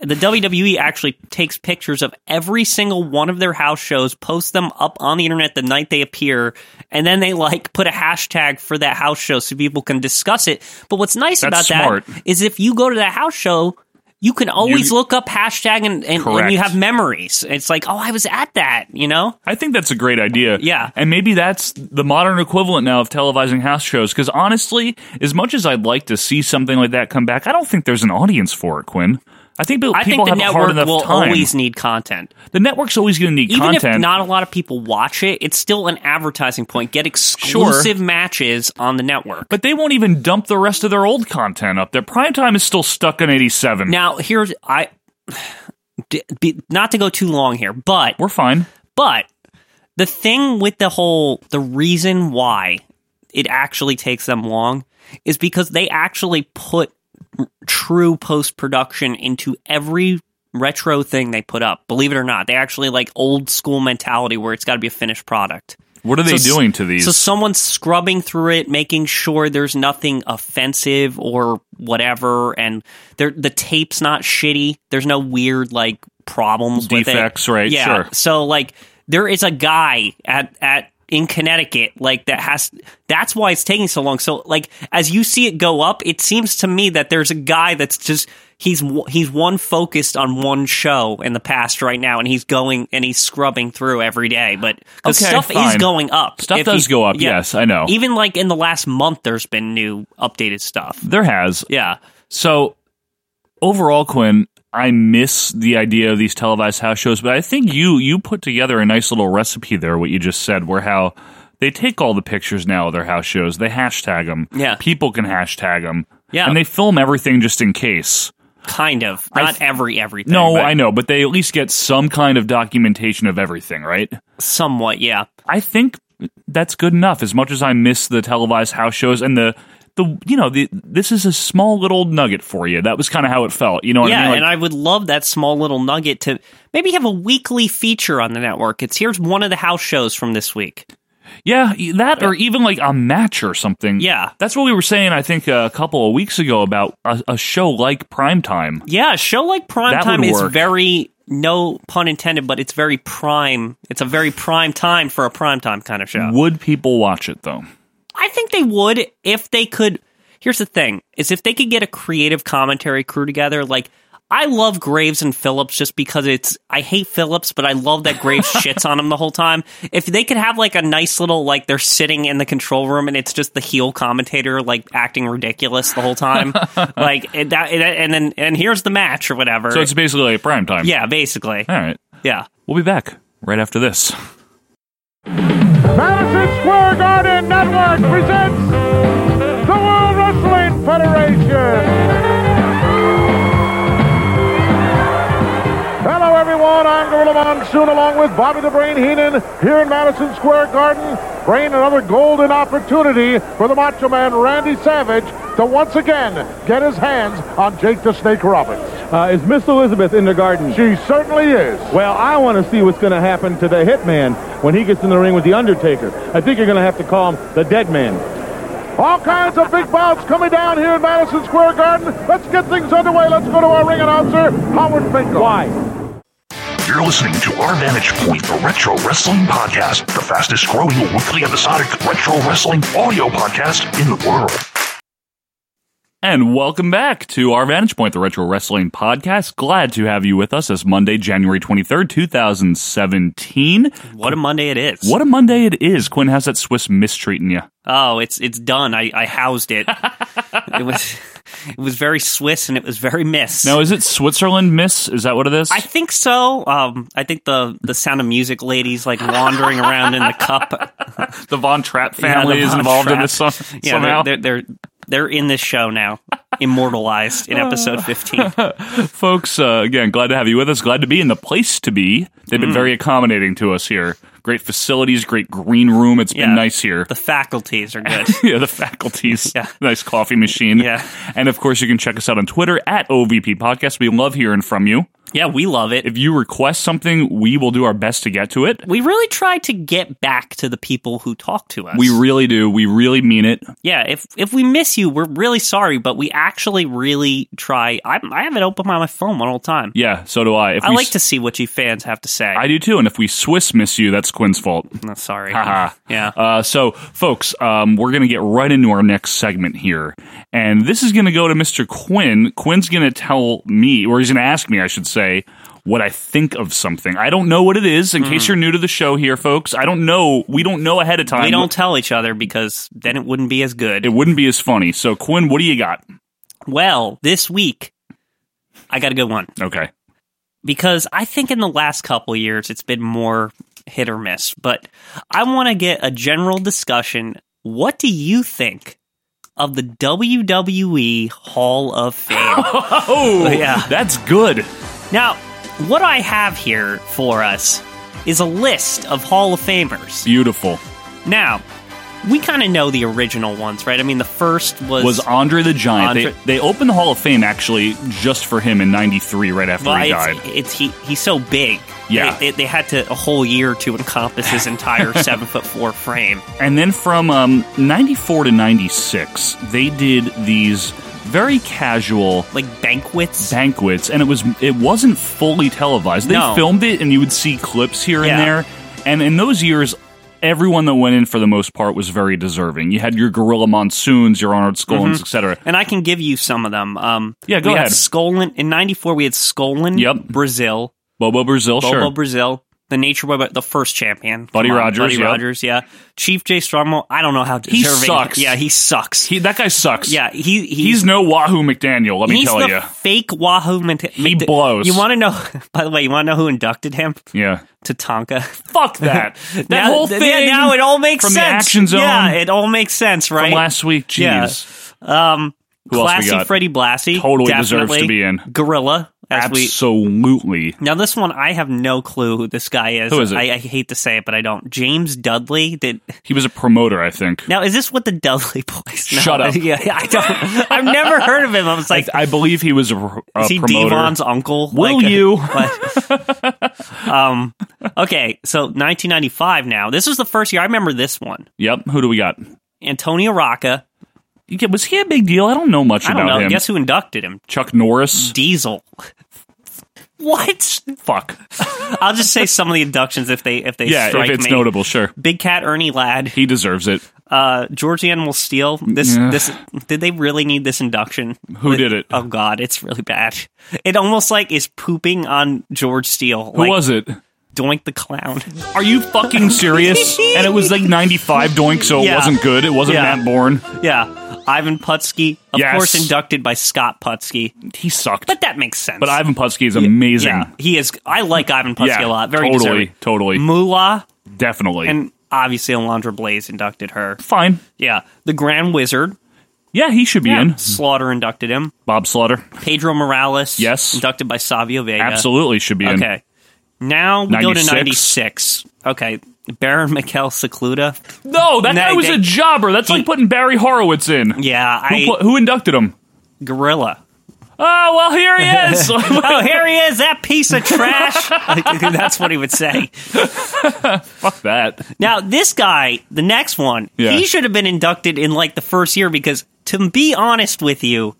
Speaker 3: the WWE actually takes pictures of every single one of their house shows, posts them up on the internet the night they appear, and then they like put a hashtag for that house show so people can discuss it. But what's nice
Speaker 2: That's
Speaker 3: about
Speaker 2: smart.
Speaker 3: that is if you go to that house show. You can always
Speaker 2: You-
Speaker 3: look up hashtag and, and, and
Speaker 2: Correct.
Speaker 3: you have memories. It's like, oh, I was at that, you know?
Speaker 2: I think that's a great idea.
Speaker 3: Yeah.
Speaker 2: And maybe that's the modern equivalent now of televising house shows. Because honestly, as much as I'd like to see something like that come back, I don't think there's an audience for it, Quinn. I think people
Speaker 3: I think the
Speaker 2: have a hard
Speaker 3: network
Speaker 2: enough
Speaker 3: will
Speaker 2: time.
Speaker 3: always need content.
Speaker 2: the network's always going to need
Speaker 3: Even
Speaker 2: content.
Speaker 3: if not a lot of people watch it, it's still an advertising point. Get exclusive matches on the network.
Speaker 2: but they won't even dump the rest of their old content up there. Primetime is still stuck in 87.
Speaker 3: now, here's I d- be- not to go too long here, but
Speaker 2: We're fine.
Speaker 3: but the thing with the whole the reason why it actually takes them long is because they actually put true post production into every retro thing they put up. Believe it or not, they actually like old school mentality where it's got to be a finished product.
Speaker 2: What are they
Speaker 3: So s-
Speaker 2: doing to these?
Speaker 3: So someone's scrubbing through it, making sure there's nothing offensive or whatever, and they're- the tape's not shitty. There's no weird like problems
Speaker 2: Defects,
Speaker 3: with it.
Speaker 2: right,
Speaker 3: Yeah.
Speaker 2: sure.
Speaker 3: So like there is a guy at at in Connecticut like that has that's why it's taking so long. So like as you see it go up, it seems to me that there's a guy that's just he's w- he's one focused on one show in the past right now and he's going and he's scrubbing through every day, but 'cause
Speaker 2: Okay,
Speaker 3: stuff is
Speaker 2: fine.
Speaker 3: going up.
Speaker 2: Stuff
Speaker 3: If
Speaker 2: does
Speaker 3: you-
Speaker 2: go up, yes, I know.
Speaker 3: Even like in the last month there's been new updated stuff.
Speaker 2: there has.
Speaker 3: Yeah.
Speaker 2: So overall, Quinn, I miss the idea of these televised house shows, but I think you you put together a nice little recipe there. What you just said, where how they take all the pictures now of their house shows, they hashtag them.
Speaker 3: Yeah.
Speaker 2: people can hashtag them.
Speaker 3: Yeah.
Speaker 2: and they film everything just in case.
Speaker 3: Kind of.
Speaker 2: I
Speaker 3: Not
Speaker 2: th-
Speaker 3: every everything.
Speaker 2: No,
Speaker 3: but
Speaker 2: I know, but they at least get some kind of documentation of everything, right?
Speaker 3: somewhat, yeah.
Speaker 2: I think that's good enough. As much as I miss the televised house shows and the the you know the this is a small little nugget for you. That was kind of how it felt. You know what
Speaker 3: yeah,
Speaker 2: I mean? Like,
Speaker 3: and I would love that small little nugget to maybe have a weekly feature on the network. It's here's one of the house shows from this week.
Speaker 2: Yeah, e, that or even like a match or something.
Speaker 3: Yeah.
Speaker 2: That's what we were saying, I think, a couple of weeks ago about a, a show like Primetime.
Speaker 3: Yeah, a show like
Speaker 2: That would
Speaker 3: Primetime is
Speaker 2: work.
Speaker 3: very no pun intended, but it's very prime. It's a very prime time for a primetime kind of show.
Speaker 2: Would people watch it though?
Speaker 3: I think they would if they could. Here's the thing: is if they could get a creative commentary crew together. Like, I love Graves and Phillips just because it's. I hate Phillips, but I love that Graves shits on him the whole time. If they could have like a nice little like they're sitting in the control room and it's just the heel commentator like acting ridiculous the whole time, like and that, and then and here's the match or whatever.
Speaker 2: So it's basically like Primetime.
Speaker 3: yeah, basically,
Speaker 2: All right.
Speaker 3: yeah.
Speaker 2: We'll be back right after this.
Speaker 5: Madison Square Garden Network presents the World Wrestling Federation. Hello, everyone. I'm Gorilla on soon along with Bobby the Brain Heenan here in Madison Square Garden. Brain another golden opportunity for the Macho Man Randy Savage to once again get his hands on Jake the Snake Roberts.
Speaker 8: Uh, is Miss Elizabeth in the garden?
Speaker 5: She certainly is.
Speaker 8: Well, I want to see what's going to happen to the hitman when he gets in the ring with The Undertaker. I think you're going to have to call him the dead man.
Speaker 5: All kinds of big bouts coming down here in Madison Square Garden. Let's get things underway. Let's go to our ring announcer, Howard Finkel.
Speaker 8: Why?
Speaker 9: You're listening to Our Vantage Point, the Retro Wrestling Podcast, the fastest growing weekly episodic retro wrestling audio podcast in the world.
Speaker 2: And welcome back to our Vantage Point, the Retro Wrestling Podcast. Glad to have you with us this Monday, January 23rd, 2017.
Speaker 3: What a Monday it is.
Speaker 2: What a Monday it is. Quinn, how's that Swiss mistreating you?
Speaker 3: Oh, it's it's done. I, I housed it. it was it was very Swiss and it was very miss.
Speaker 2: Now, is it Switzerland Miss? Is that what it is?
Speaker 3: I think so. Um, I think the the sound of music ladies like wandering around in the cup.
Speaker 2: the Von Trapp
Speaker 3: Yeah, the
Speaker 2: family is
Speaker 3: Von
Speaker 2: involved in
Speaker 3: Trapp.
Speaker 2: this some,
Speaker 3: Yeah, they're-
Speaker 2: somehow.
Speaker 3: They're, they're they're in this show now, immortalized in
Speaker 2: Oh.
Speaker 3: episode fifteen.
Speaker 2: Folks, uh, again, glad to have you with us. Glad to be in the place to be. They've
Speaker 3: Mm-hmm.
Speaker 2: been very accommodating to us here. Great facilities, great green room. It's
Speaker 3: Yeah.
Speaker 2: been nice here.
Speaker 3: The faculties are good.
Speaker 2: yeah, the faculties.
Speaker 3: Yeah.
Speaker 2: Nice coffee machine.
Speaker 3: Yeah.
Speaker 2: And of course, you can check us out on Twitter at OVP Podcast. We love hearing from you.
Speaker 3: Yeah, we love it.
Speaker 2: If you request something, we will do our best to get to it.
Speaker 3: we really try to get back to the people who talk to us.
Speaker 2: We really do. We really mean it.
Speaker 3: yeah, if if we miss you, we're really sorry, but we actually really try. I, I have it open on my phone all the time.
Speaker 2: Yeah, so do I. If
Speaker 3: I
Speaker 2: we
Speaker 3: like
Speaker 2: s-
Speaker 3: to see what you fans have to say.
Speaker 2: I do too. And if we Swiss miss you, that's Quinn's fault.
Speaker 3: No, sorry.
Speaker 2: Haha.
Speaker 3: yeah.
Speaker 2: Uh, so, folks, um, we're going to get right into our next segment here. And this is going to go to Mr. Quinn. Quinn's going to tell me, or he's going to ask me, I should say, what I think of something. I don't know what it is, in
Speaker 3: Mm-hmm.
Speaker 2: case you're new to the show here, folks. I don't know. We don't know ahead of time.
Speaker 3: we don't tell each other because then it wouldn't be as good.
Speaker 2: It wouldn't be as funny. So, Quinn, what do you got?
Speaker 3: well, this week I got a good one
Speaker 2: Okay.
Speaker 3: because I think in the last couple years it's been more hit or miss, but I want to get a general discussion. What do you think of the WWE Hall of Fame?
Speaker 2: Oh,
Speaker 3: yeah.
Speaker 2: That's good.
Speaker 3: Now, what I have here for us is a list of Hall of Famers.
Speaker 2: Beautiful.
Speaker 3: Now, we kind of know the original ones, right? I mean, the first was,
Speaker 2: Was Andre the Giant.
Speaker 3: Andre-
Speaker 2: They, they opened the Hall of Fame actually just for him in 93, right after
Speaker 3: well,
Speaker 2: he
Speaker 3: it's-
Speaker 2: died.
Speaker 3: It's, he, he's so big.
Speaker 2: Yeah.
Speaker 3: they, they, they had to a whole year to encompass his entire seven foot four frame.
Speaker 2: And then from um, 94 to 96, they did these very casual
Speaker 3: Like banquets.
Speaker 2: banquets and it was it wasn't fully televised. They
Speaker 3: No.
Speaker 2: filmed it and you would see clips here and
Speaker 3: Yeah.
Speaker 2: there. And in those years everyone that went in for the most part was very deserving. You had your Gorilla Monsoons, your Arnold Skolins,
Speaker 3: Mm-hmm.
Speaker 2: etc.
Speaker 3: and I can give you some of them. Um,
Speaker 2: Yeah, go
Speaker 3: we
Speaker 2: ahead.
Speaker 3: Had Skolin in '94. We had Skolin.
Speaker 2: Yep.
Speaker 3: Brazil.
Speaker 2: Bobo Brazil,
Speaker 3: Bobo
Speaker 2: sure.
Speaker 3: Brazil, the Nature Boy, but the first champion,
Speaker 2: Buddy
Speaker 3: Come on,
Speaker 2: Rogers,
Speaker 3: Buddy
Speaker 2: yeah.
Speaker 3: Rogers, yeah. Chief J. Strummo, I don't know how deserving.
Speaker 2: sucks.
Speaker 3: Yeah, he sucks.
Speaker 2: he, that guy sucks.
Speaker 3: yeah, he
Speaker 2: He's no Wahoo McDaniel, let me
Speaker 3: he's
Speaker 2: tell
Speaker 3: the
Speaker 2: you.
Speaker 3: fake Wahoo. Menta-
Speaker 2: He blows.
Speaker 3: You want to know? By the way, you want to know who inducted him?
Speaker 2: Yeah.
Speaker 3: Tatanka.
Speaker 2: Fuck that. That
Speaker 3: Now-
Speaker 2: whole
Speaker 3: th-
Speaker 2: thing
Speaker 3: Yeah, now it all makes
Speaker 2: from the
Speaker 3: sense.
Speaker 2: Action Zone
Speaker 3: Yeah, it all makes sense, right?
Speaker 2: from last week, jeez.
Speaker 3: Yeah. um,
Speaker 2: Who else we
Speaker 3: classy
Speaker 2: got?
Speaker 3: Freddie Blassie
Speaker 2: Totally deserves to
Speaker 3: definitely.
Speaker 2: be in.
Speaker 3: Gorilla. As we
Speaker 2: Absolutely.
Speaker 3: Now, this one, I have no clue who this guy is.
Speaker 2: Who is it?
Speaker 3: I, I hate to say it, but I don't. James Dudley. Did
Speaker 2: He was a promoter, I think.
Speaker 3: now is this what the Dudley boys? No.
Speaker 2: Shut up.
Speaker 3: Yeah, I don't. I've never heard of him. I was like,
Speaker 2: I believe he was a, pro- a
Speaker 3: is he
Speaker 2: promoter.
Speaker 3: Devon's uncle?
Speaker 2: Will
Speaker 3: Like,
Speaker 2: you?
Speaker 3: what? um. Okay, so 1995. Now, this was the first year I remember this one.
Speaker 2: yep. Who do we got?
Speaker 3: Antonio Rocca.
Speaker 2: Yeah, Was he a big deal? I don't know much
Speaker 3: I
Speaker 2: about
Speaker 3: don't know.
Speaker 2: him.
Speaker 3: Guess who inducted him?
Speaker 2: Chuck Norris.
Speaker 3: Diesel. What?
Speaker 2: Fuck.
Speaker 3: I'll just say some of the inductions if they if they
Speaker 2: yeah,
Speaker 3: strike
Speaker 2: if it's
Speaker 3: me.
Speaker 2: notable, sure.
Speaker 3: Big Cat Ernie Ladd.
Speaker 2: He deserves it.
Speaker 3: uh George Animal Steel. This
Speaker 2: Yeah.
Speaker 3: this did they really need this induction?
Speaker 2: Who did it?
Speaker 3: Oh god, it's really bad. It almost like is pooping on George Steele.
Speaker 2: Who was it?
Speaker 3: Doink the clown.
Speaker 2: Are you fucking serious? and it was like 95 doink, so it
Speaker 3: Yeah.
Speaker 2: wasn't good. It wasn't
Speaker 3: Yeah.
Speaker 2: Matt Bourne.
Speaker 3: yeah. Ivan Putski, of
Speaker 2: Yes.
Speaker 3: course inducted by Scott Putski.
Speaker 2: He sucked.
Speaker 3: But that makes sense.
Speaker 2: But Ivan Putski is amazing.
Speaker 3: Yeah, he is I like Ivan Putski
Speaker 2: Yeah,
Speaker 3: a lot. Very
Speaker 2: totally,
Speaker 3: deserving.
Speaker 2: totally.
Speaker 3: Moolah
Speaker 2: Definitely.
Speaker 3: and obviously Alondra Blaze inducted her.
Speaker 2: Fine.
Speaker 3: Yeah. The Grand Wizard.
Speaker 2: Yeah, he should be in.
Speaker 3: Slaughter inducted him.
Speaker 2: Bob Slaughter.
Speaker 3: Pedro Morales.
Speaker 2: Yes.
Speaker 3: Inducted by Savio Vega.
Speaker 2: Absolutely should be in.
Speaker 3: Okay. Now we go to
Speaker 2: 96.
Speaker 3: 96. Okay. Baron Mikel Secluda.
Speaker 2: No, that
Speaker 3: No,
Speaker 2: guy was
Speaker 3: they-
Speaker 2: a jobber. That's like putting Barry Horowitz in.
Speaker 3: Yeah,
Speaker 2: Who,
Speaker 3: I
Speaker 2: put- who inducted him?
Speaker 3: gorilla.
Speaker 2: Oh, well, here he is.
Speaker 3: Oh, here he is, that piece of trash. Like, that's what he would say.
Speaker 2: Fuck that.
Speaker 3: Now, this guy, the next one,
Speaker 2: Yeah.
Speaker 3: he should have been inducted in like the first year because, to be honest with you,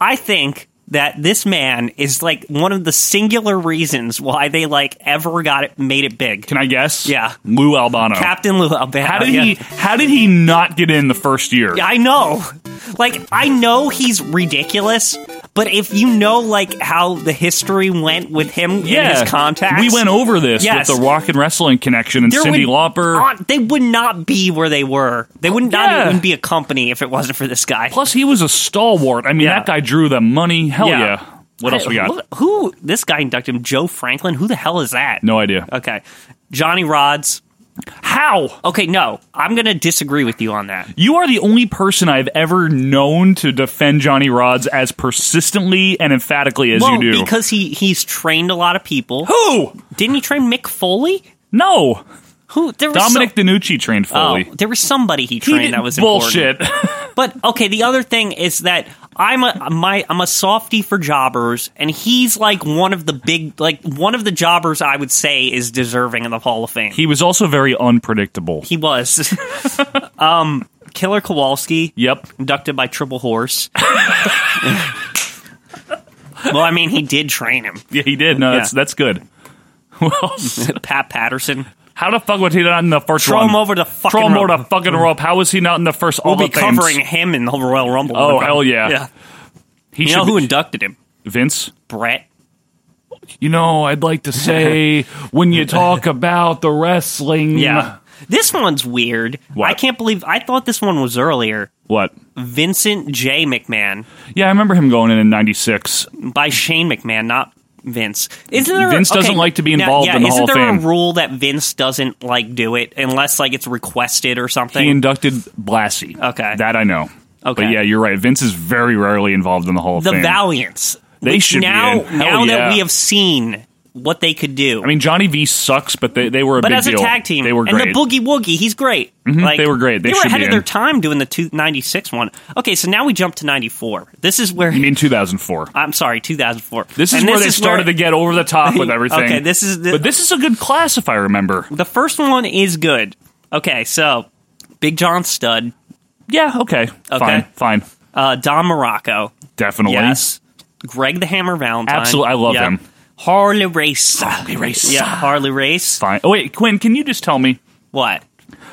Speaker 3: I think that this man is like one of the singular reasons why they like ever got it, made it big.
Speaker 2: Can I guess?
Speaker 3: Yeah.
Speaker 2: Lou Albano.
Speaker 3: Captain Lou Albano.
Speaker 2: how did
Speaker 3: yeah.
Speaker 2: he? How did he not get in the first year?
Speaker 3: I know. Like, I know he's ridiculous, but if you know, like, how the history went with him and his contacts.
Speaker 2: We went over this
Speaker 3: Yes.
Speaker 2: with the rock and wrestling connection and
Speaker 3: there
Speaker 2: Cindy
Speaker 3: would-
Speaker 2: Lauper.
Speaker 3: uh, they would not be where they were. They would not
Speaker 2: Yeah.
Speaker 3: even be a company if it wasn't for this guy.
Speaker 2: Plus, he was a stalwart. I mean,
Speaker 3: Yeah.
Speaker 2: that guy drew them money. Hell yeah.
Speaker 3: Yeah.
Speaker 2: What else we got?
Speaker 3: Who, who- this guy inducted him? Joe Franklin. Who the hell is that?
Speaker 2: No idea.
Speaker 3: Okay, Johnny Rods.
Speaker 2: How?
Speaker 3: Okay, no, I'm gonna disagree with you on that.
Speaker 2: You are the only person I've ever known to defend Johnny Rods as persistently and emphatically as
Speaker 3: well,
Speaker 2: you do.
Speaker 3: because he he's trained a lot of people.
Speaker 2: who?
Speaker 3: Didn't he train Mick Foley?
Speaker 2: No.
Speaker 3: Who there was
Speaker 2: Dominic
Speaker 3: some-
Speaker 2: DiNucci trained Foley.
Speaker 3: Oh, there was somebody he
Speaker 2: He
Speaker 3: trained
Speaker 2: did-
Speaker 3: that was important.
Speaker 2: bullshit.
Speaker 3: But okay, the other thing is that I'm a my I'm a softie for jobbers, and he's like one of the big like one of the jobbers I would say is deserving of the Hall of Fame. He,
Speaker 2: he was also very unpredictable.
Speaker 3: was. um Killer Kowalski,
Speaker 2: Yep.
Speaker 3: inducted by Triple Horse. well, I mean, he did train him.
Speaker 2: Yeah, he did. No, that's that's good. Well,
Speaker 3: Pat Patterson.
Speaker 2: how the fuck was he not in the first
Speaker 3: Throw
Speaker 2: run?
Speaker 3: him over the fucking
Speaker 2: Throw him
Speaker 3: rope.
Speaker 2: over the fucking rope. How was he not in the first
Speaker 3: We'll
Speaker 2: All
Speaker 3: be
Speaker 2: the Fames?
Speaker 3: covering him in the Royal Rumble.
Speaker 2: Oh,
Speaker 3: We're
Speaker 2: hell
Speaker 3: gonna-
Speaker 2: yeah.
Speaker 3: yeah.
Speaker 2: He
Speaker 3: You
Speaker 2: should
Speaker 3: know who
Speaker 2: be-
Speaker 3: inducted him?
Speaker 2: Vince.
Speaker 3: Brett.
Speaker 2: You know, I'd like to say when you talk about the wrestling.
Speaker 3: Yeah. This one's weird.
Speaker 2: What?
Speaker 3: I can't believe I thought this one was earlier.
Speaker 2: What?
Speaker 3: Vincent J. McMahon
Speaker 2: Yeah, I remember him going in in '96.
Speaker 3: by Shane McMahon, not Vince. Isn't there
Speaker 2: Vince
Speaker 3: okay,
Speaker 2: doesn't like to be
Speaker 3: now-
Speaker 2: involved
Speaker 3: yeah,
Speaker 2: in the
Speaker 3: isn't
Speaker 2: Hall of
Speaker 3: there
Speaker 2: Fame.
Speaker 3: a rule that Vince doesn't like do it unless like it's requested or something?
Speaker 2: He inducted Blassie.
Speaker 3: Okay.
Speaker 2: that I know.
Speaker 3: Okay.
Speaker 2: but yeah, you're right. Vince is very rarely involved in the Hall of
Speaker 3: the
Speaker 2: Fame.
Speaker 3: Valiants.
Speaker 2: They
Speaker 3: which
Speaker 2: should be
Speaker 3: now
Speaker 2: in. Hell
Speaker 3: now
Speaker 2: yeah.
Speaker 3: that we have seen what they could do.
Speaker 2: I mean, Johnny V sucks, but they, they were a
Speaker 3: but
Speaker 2: big
Speaker 3: as a
Speaker 2: deal.
Speaker 3: tag team,
Speaker 2: they were great. Mm-hmm.
Speaker 3: and the Boogie Woogie, he's great. Like,
Speaker 2: they were great. They
Speaker 3: were
Speaker 2: should
Speaker 3: ahead
Speaker 2: be
Speaker 3: of their
Speaker 2: in.
Speaker 3: time doing the two, 96 one. Okay, so now we jump to 94. This is where
Speaker 2: I mean, 2004.
Speaker 3: I'm sorry, 2004.
Speaker 2: This is
Speaker 3: Uh, And
Speaker 2: where they started
Speaker 3: where-
Speaker 2: to get over the top with everything.
Speaker 3: Okay, this is the-
Speaker 2: but this is a good class if I remember.
Speaker 3: The first one is good. Okay, so Big John Stud,
Speaker 2: Yeah, okay, fine, fine,
Speaker 3: uh, Don Morocco,
Speaker 2: definitely.
Speaker 3: yes, Greg the Hammer Valentine,
Speaker 2: Absolutely, I love him.
Speaker 3: Harley Race, Harley
Speaker 2: Race.
Speaker 3: yeah, Harley Race.
Speaker 2: fine. Oh wait, Quinn, can you just tell me,
Speaker 3: What?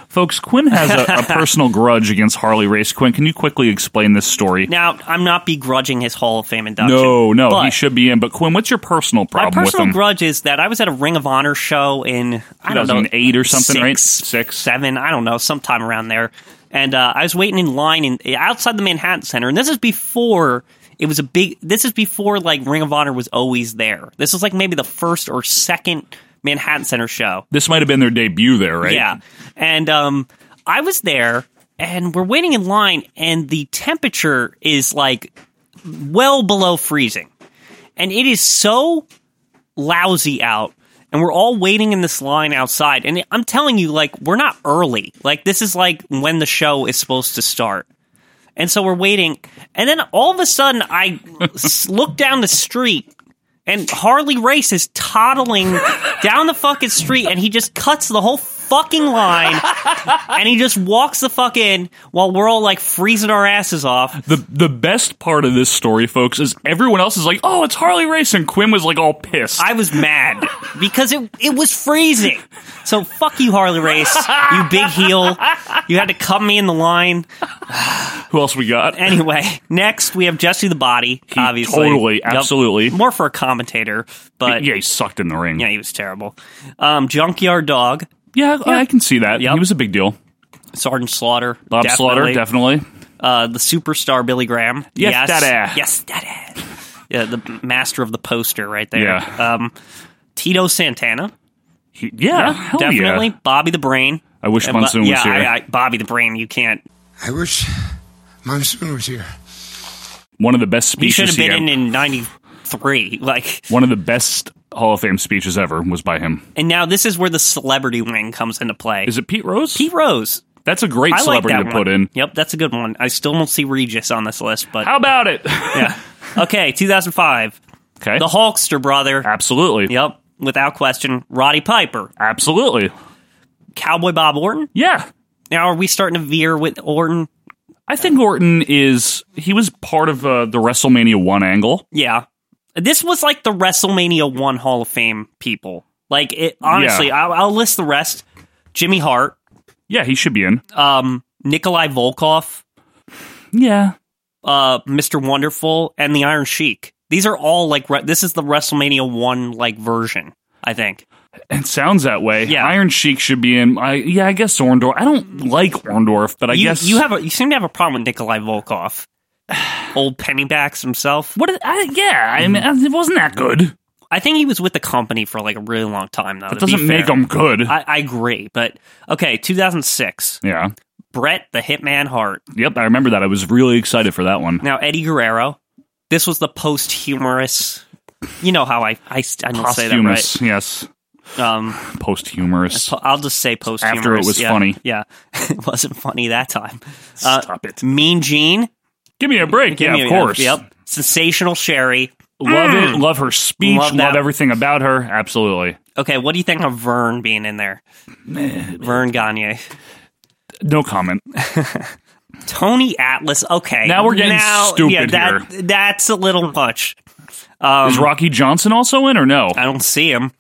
Speaker 2: folks? Quinn has a, a personal grudge against Harley Race. Quinn, can you quickly explain this story?
Speaker 3: Now, I'm not begrudging his Hall of Fame induction.
Speaker 2: no, no,
Speaker 3: but
Speaker 2: he should be in. But Quinn, what's your personal
Speaker 3: My
Speaker 2: problem
Speaker 3: personal
Speaker 2: with him?
Speaker 3: grudge is that I was at a Ring of Honor show in I don't know
Speaker 2: 2008 or something, right?
Speaker 3: six,
Speaker 2: Six.
Speaker 3: seven, I don't know, sometime around there. And uh, I was waiting in line in outside the Manhattan Center, and this is before it was a big. This is before like Ring of Honor was always there. This was like maybe the first or second Manhattan Center show.
Speaker 2: this might have been their debut there, right?
Speaker 3: Yeah, and um, I was there, and we're waiting in line, and the temperature is like well below freezing, and it is so lousy out. And we're all waiting in this line outside. And I'm telling you, like, we're not early. Like, this is like when the show is supposed to start. And so we're waiting. And then all of a sudden, I s- look down the street and Harley Race is toddling down the fucking street and he just cuts the whole fucking line and he just walks the fuck in while we're all like freezing our asses off.
Speaker 2: The the best part of this story, folks, is everyone else is like, "Oh, it's Harley Race," and Quinn was like all pissed.
Speaker 3: I was mad because it it was freezing. So fuck you, Harley Race. You big heel. You had to cut me in the line.
Speaker 2: Who else we got?
Speaker 3: Anyway, next we have Jesse the Body. obviously,
Speaker 2: totally,
Speaker 3: Yup.
Speaker 2: absolutely.
Speaker 3: more for a commentator, but
Speaker 2: yeah, he sucked in the ring.
Speaker 3: yeah, he was terrible. Um, Junkyard Dog,
Speaker 2: Yeah, I can see that.
Speaker 3: Yep.
Speaker 2: He was a big deal.
Speaker 3: Sergeant Slaughter,
Speaker 2: Bob Slaughter, definitely.
Speaker 3: uh, the superstar Billy Graham.
Speaker 2: Yes, daddy.
Speaker 3: Yes, daddy. Yeah, the master of the poster right there.
Speaker 2: Yeah.
Speaker 3: Um, Tito Santana,
Speaker 2: He- yeah, hell yeah.
Speaker 3: definitely. Bobby the Brain.
Speaker 2: I wish
Speaker 3: And Bo-
Speaker 2: Monsoon was
Speaker 3: yeah,
Speaker 2: here.
Speaker 3: I, I, Bobby the Brain, you can't.
Speaker 10: I wish Monsoon was here.
Speaker 2: One of the best
Speaker 3: He should
Speaker 2: speeches
Speaker 3: have
Speaker 2: he
Speaker 3: been in
Speaker 2: had-
Speaker 3: in '93. Like,
Speaker 2: One of the best Hall of Fame speeches ever was by him.
Speaker 3: And now this is where the celebrity wing comes into play.
Speaker 2: Is it Pete Rose?
Speaker 3: Pete Rose.
Speaker 2: That's a great
Speaker 3: I like
Speaker 2: celebrity
Speaker 3: that
Speaker 2: to put
Speaker 3: one.
Speaker 2: in.
Speaker 3: Yep, that's a good one. I still don't see Regis on this list, but
Speaker 2: How about it?
Speaker 3: yeah. Okay, 2005.
Speaker 2: Okay.
Speaker 3: The Hulkster
Speaker 2: Ah.
Speaker 3: brother.
Speaker 2: Absolutely.
Speaker 3: Yep, without question. Roddy Piper.
Speaker 2: Absolutely.
Speaker 3: Cowboy Bob Orton.
Speaker 2: Yeah.
Speaker 3: Now are we starting to veer with Orton?
Speaker 2: I think Orton is he was part of uh, the WrestleMania one angle.
Speaker 3: Yeah. This was like the WrestleMania 1 Hall of Fame people. Like, it, honestly, I'll, I'll list the rest Jimmy Hart,
Speaker 2: Yeah, he should be in.
Speaker 3: um, Nikolai Volkoff,
Speaker 2: yeah.
Speaker 3: uh, Mr. Wonderful, and the Iron Sheik. These are all like, re- this is the WrestleMania 1 like version, I think.
Speaker 2: It sounds that way.
Speaker 3: Yeah.
Speaker 2: Iron Sheik should be in. I yeah, I guess Orndorff. I don't like Orndorff, but I
Speaker 3: you,
Speaker 2: guess
Speaker 3: you have a, you seem to have a problem with Nikolai Volkoff. Old Pennybacks himself.
Speaker 2: what? I, yeah, I mean, it wasn't Mm-hmm. that good.
Speaker 3: I think he was with the company for like a really long time, though.
Speaker 2: That doesn't make him good.
Speaker 3: I, I agree, but okay, 2006.
Speaker 2: yeah.
Speaker 3: Brett the Hitman Hart.
Speaker 2: Yep, I remember that. I was really excited for that one.
Speaker 3: Now, Eddie Guerrero, this was the posthumous. You know how I I, I don't say that
Speaker 2: Posthumous,
Speaker 3: right.
Speaker 2: yes.
Speaker 3: Um,
Speaker 2: Posthumous.
Speaker 3: po- I'll just say posthumous.
Speaker 2: After it was
Speaker 3: yeah,
Speaker 2: funny.
Speaker 3: yeah, it wasn't funny that time. Uh,
Speaker 2: Stop it.
Speaker 3: Mean Gene,
Speaker 2: Give me a break.
Speaker 3: Give
Speaker 2: Yeah,
Speaker 3: me
Speaker 2: of
Speaker 3: a-
Speaker 2: course.
Speaker 3: Yep, sensational Sherry.
Speaker 2: Love it. Love her speech.
Speaker 3: Love
Speaker 2: Love,
Speaker 3: that.
Speaker 2: everything about her. Absolutely.
Speaker 3: Okay, what do you think of Vern being in there? Vern Gagne,
Speaker 2: No comment.
Speaker 3: Tony Atlas. Okay,
Speaker 2: Now we're getting
Speaker 3: now-
Speaker 2: stupid
Speaker 3: yeah, that, That's a little much. Um, uh,
Speaker 2: Is Rocky Johnson also in or no?
Speaker 3: I don't see him.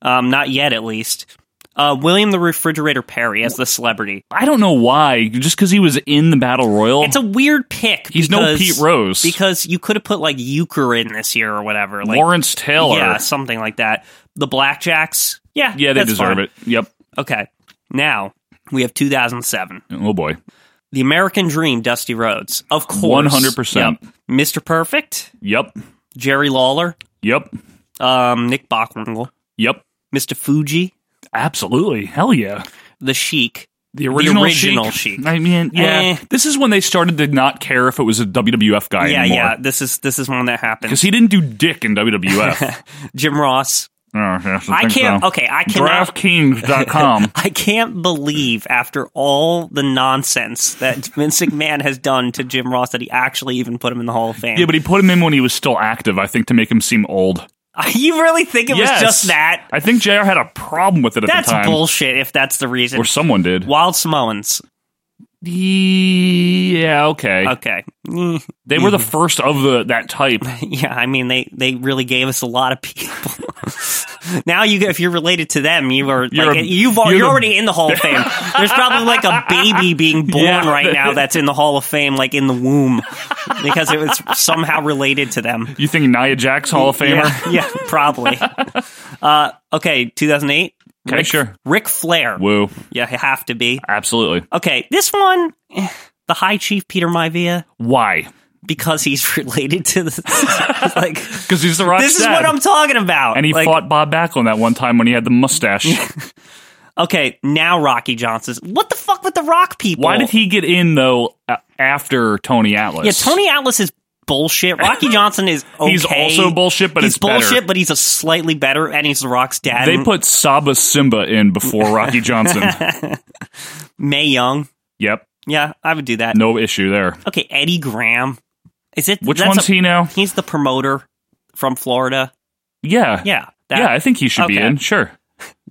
Speaker 3: Um, not yet, at least. Uh, William the Refrigerator Perry as the celebrity.
Speaker 2: I don't know why. Just because he was in the Battle Royal.
Speaker 3: It's a weird pick.
Speaker 2: Oh. He's no
Speaker 3: because-
Speaker 2: Pete Rose.
Speaker 3: because you could have put like Euchre in this year or whatever. Like,
Speaker 2: Lawrence Taylor.
Speaker 3: yeah, something like that. The Blackjacks, yeah,
Speaker 2: Yeah, they
Speaker 3: that's
Speaker 2: deserve
Speaker 3: fine.
Speaker 2: it. Yep.
Speaker 3: Okay, now we have 2007,
Speaker 2: Oh boy.
Speaker 3: the American Dream, Dusty Rhodes, of course,
Speaker 2: 100%.
Speaker 3: Yep. Mr. Perfect,
Speaker 2: Yep.
Speaker 3: Jerry Lawler,
Speaker 2: Yep.
Speaker 3: um, Nick Bockwinkel,
Speaker 2: Yep.
Speaker 3: Mr. Fuji,
Speaker 2: Absolutely. Hell yeah.
Speaker 3: the Sheik,
Speaker 2: The original,
Speaker 3: original
Speaker 2: Sheik.
Speaker 3: Sheik.
Speaker 2: I mean, yeah.
Speaker 3: Eh.
Speaker 2: This is when they started to not care if it was a WWF guy
Speaker 3: yeah,
Speaker 2: anymore.
Speaker 3: yeah. This is this is one that happened.
Speaker 2: Because he didn't do dick in WWF.
Speaker 3: Jim Ross.
Speaker 2: Oh, yes,
Speaker 3: I
Speaker 2: think
Speaker 3: can't.
Speaker 2: so.
Speaker 3: Okay, I cannot.
Speaker 2: DraftKings.com.
Speaker 3: I can't believe after all the nonsense that Vince McMahon has done to Jim Ross that he actually even put him in the Hall of Fame.
Speaker 2: yeah, but he put him in when he was still active, I think, to make him seem old.
Speaker 3: you really think it was
Speaker 2: Yes.
Speaker 3: just that?
Speaker 2: I think JR had a problem with it at
Speaker 3: That's
Speaker 2: the time.
Speaker 3: bullshit. If that's the reason,
Speaker 2: Or someone did.
Speaker 3: Wild Samoans.
Speaker 2: Yeah, okay.
Speaker 3: Okay, Mm,
Speaker 2: They were the first of the that type.
Speaker 3: yeah. I mean, they they really gave us a lot of people. Now you, get- if you're related to them, you are
Speaker 2: You're
Speaker 3: like
Speaker 2: a-
Speaker 3: you've al-
Speaker 2: you're
Speaker 3: you're,
Speaker 2: the-
Speaker 3: already in the Hall of Fame. There's probably like a baby being born
Speaker 2: Yeah.
Speaker 3: right now that's in the Hall of Fame, like in the womb, because it was somehow related to them.
Speaker 2: You think Nia Jax Hall of Famer?
Speaker 3: Yeah, yeah, probably. uh, okay, 2008.
Speaker 2: Okay, sure.
Speaker 3: Ric Flair.
Speaker 2: Woo.
Speaker 3: Yeah, you have to be.
Speaker 2: Absolutely.
Speaker 3: Okay, this one, eh, the High Chief Peter Maivia,
Speaker 2: Why?
Speaker 3: because he's related to the like.
Speaker 2: Because he's the rock
Speaker 3: This is what I'm talking about.
Speaker 2: And he
Speaker 3: Like,
Speaker 2: fought Bob Backlund that one time when he had the mustache.
Speaker 3: Okay, now Rocky Johnson. What the fuck with the Rock people?
Speaker 2: Why did he get in though a- after Tony Atlas?
Speaker 3: Yeah, Tony Atlas is bullshit. Rocky Johnson is okay.
Speaker 2: He's also bullshit, but
Speaker 3: he's
Speaker 2: it's better.
Speaker 3: bullshit, but he's a slightly better, and he's the Rock's dad.
Speaker 2: They
Speaker 3: And
Speaker 2: put Saba Simba in before Rocky Johnson.
Speaker 3: May Young.
Speaker 2: yep,
Speaker 3: Yeah, I would do that.
Speaker 2: no issue there.
Speaker 3: Okay, Eddie Graham. Is it
Speaker 2: Which
Speaker 3: that's
Speaker 2: one's
Speaker 3: a-
Speaker 2: he now?
Speaker 3: He's the promoter from Florida.
Speaker 2: Yeah,
Speaker 3: Yeah,
Speaker 2: yeah. I think he should be
Speaker 3: Okay.
Speaker 2: in. Sure.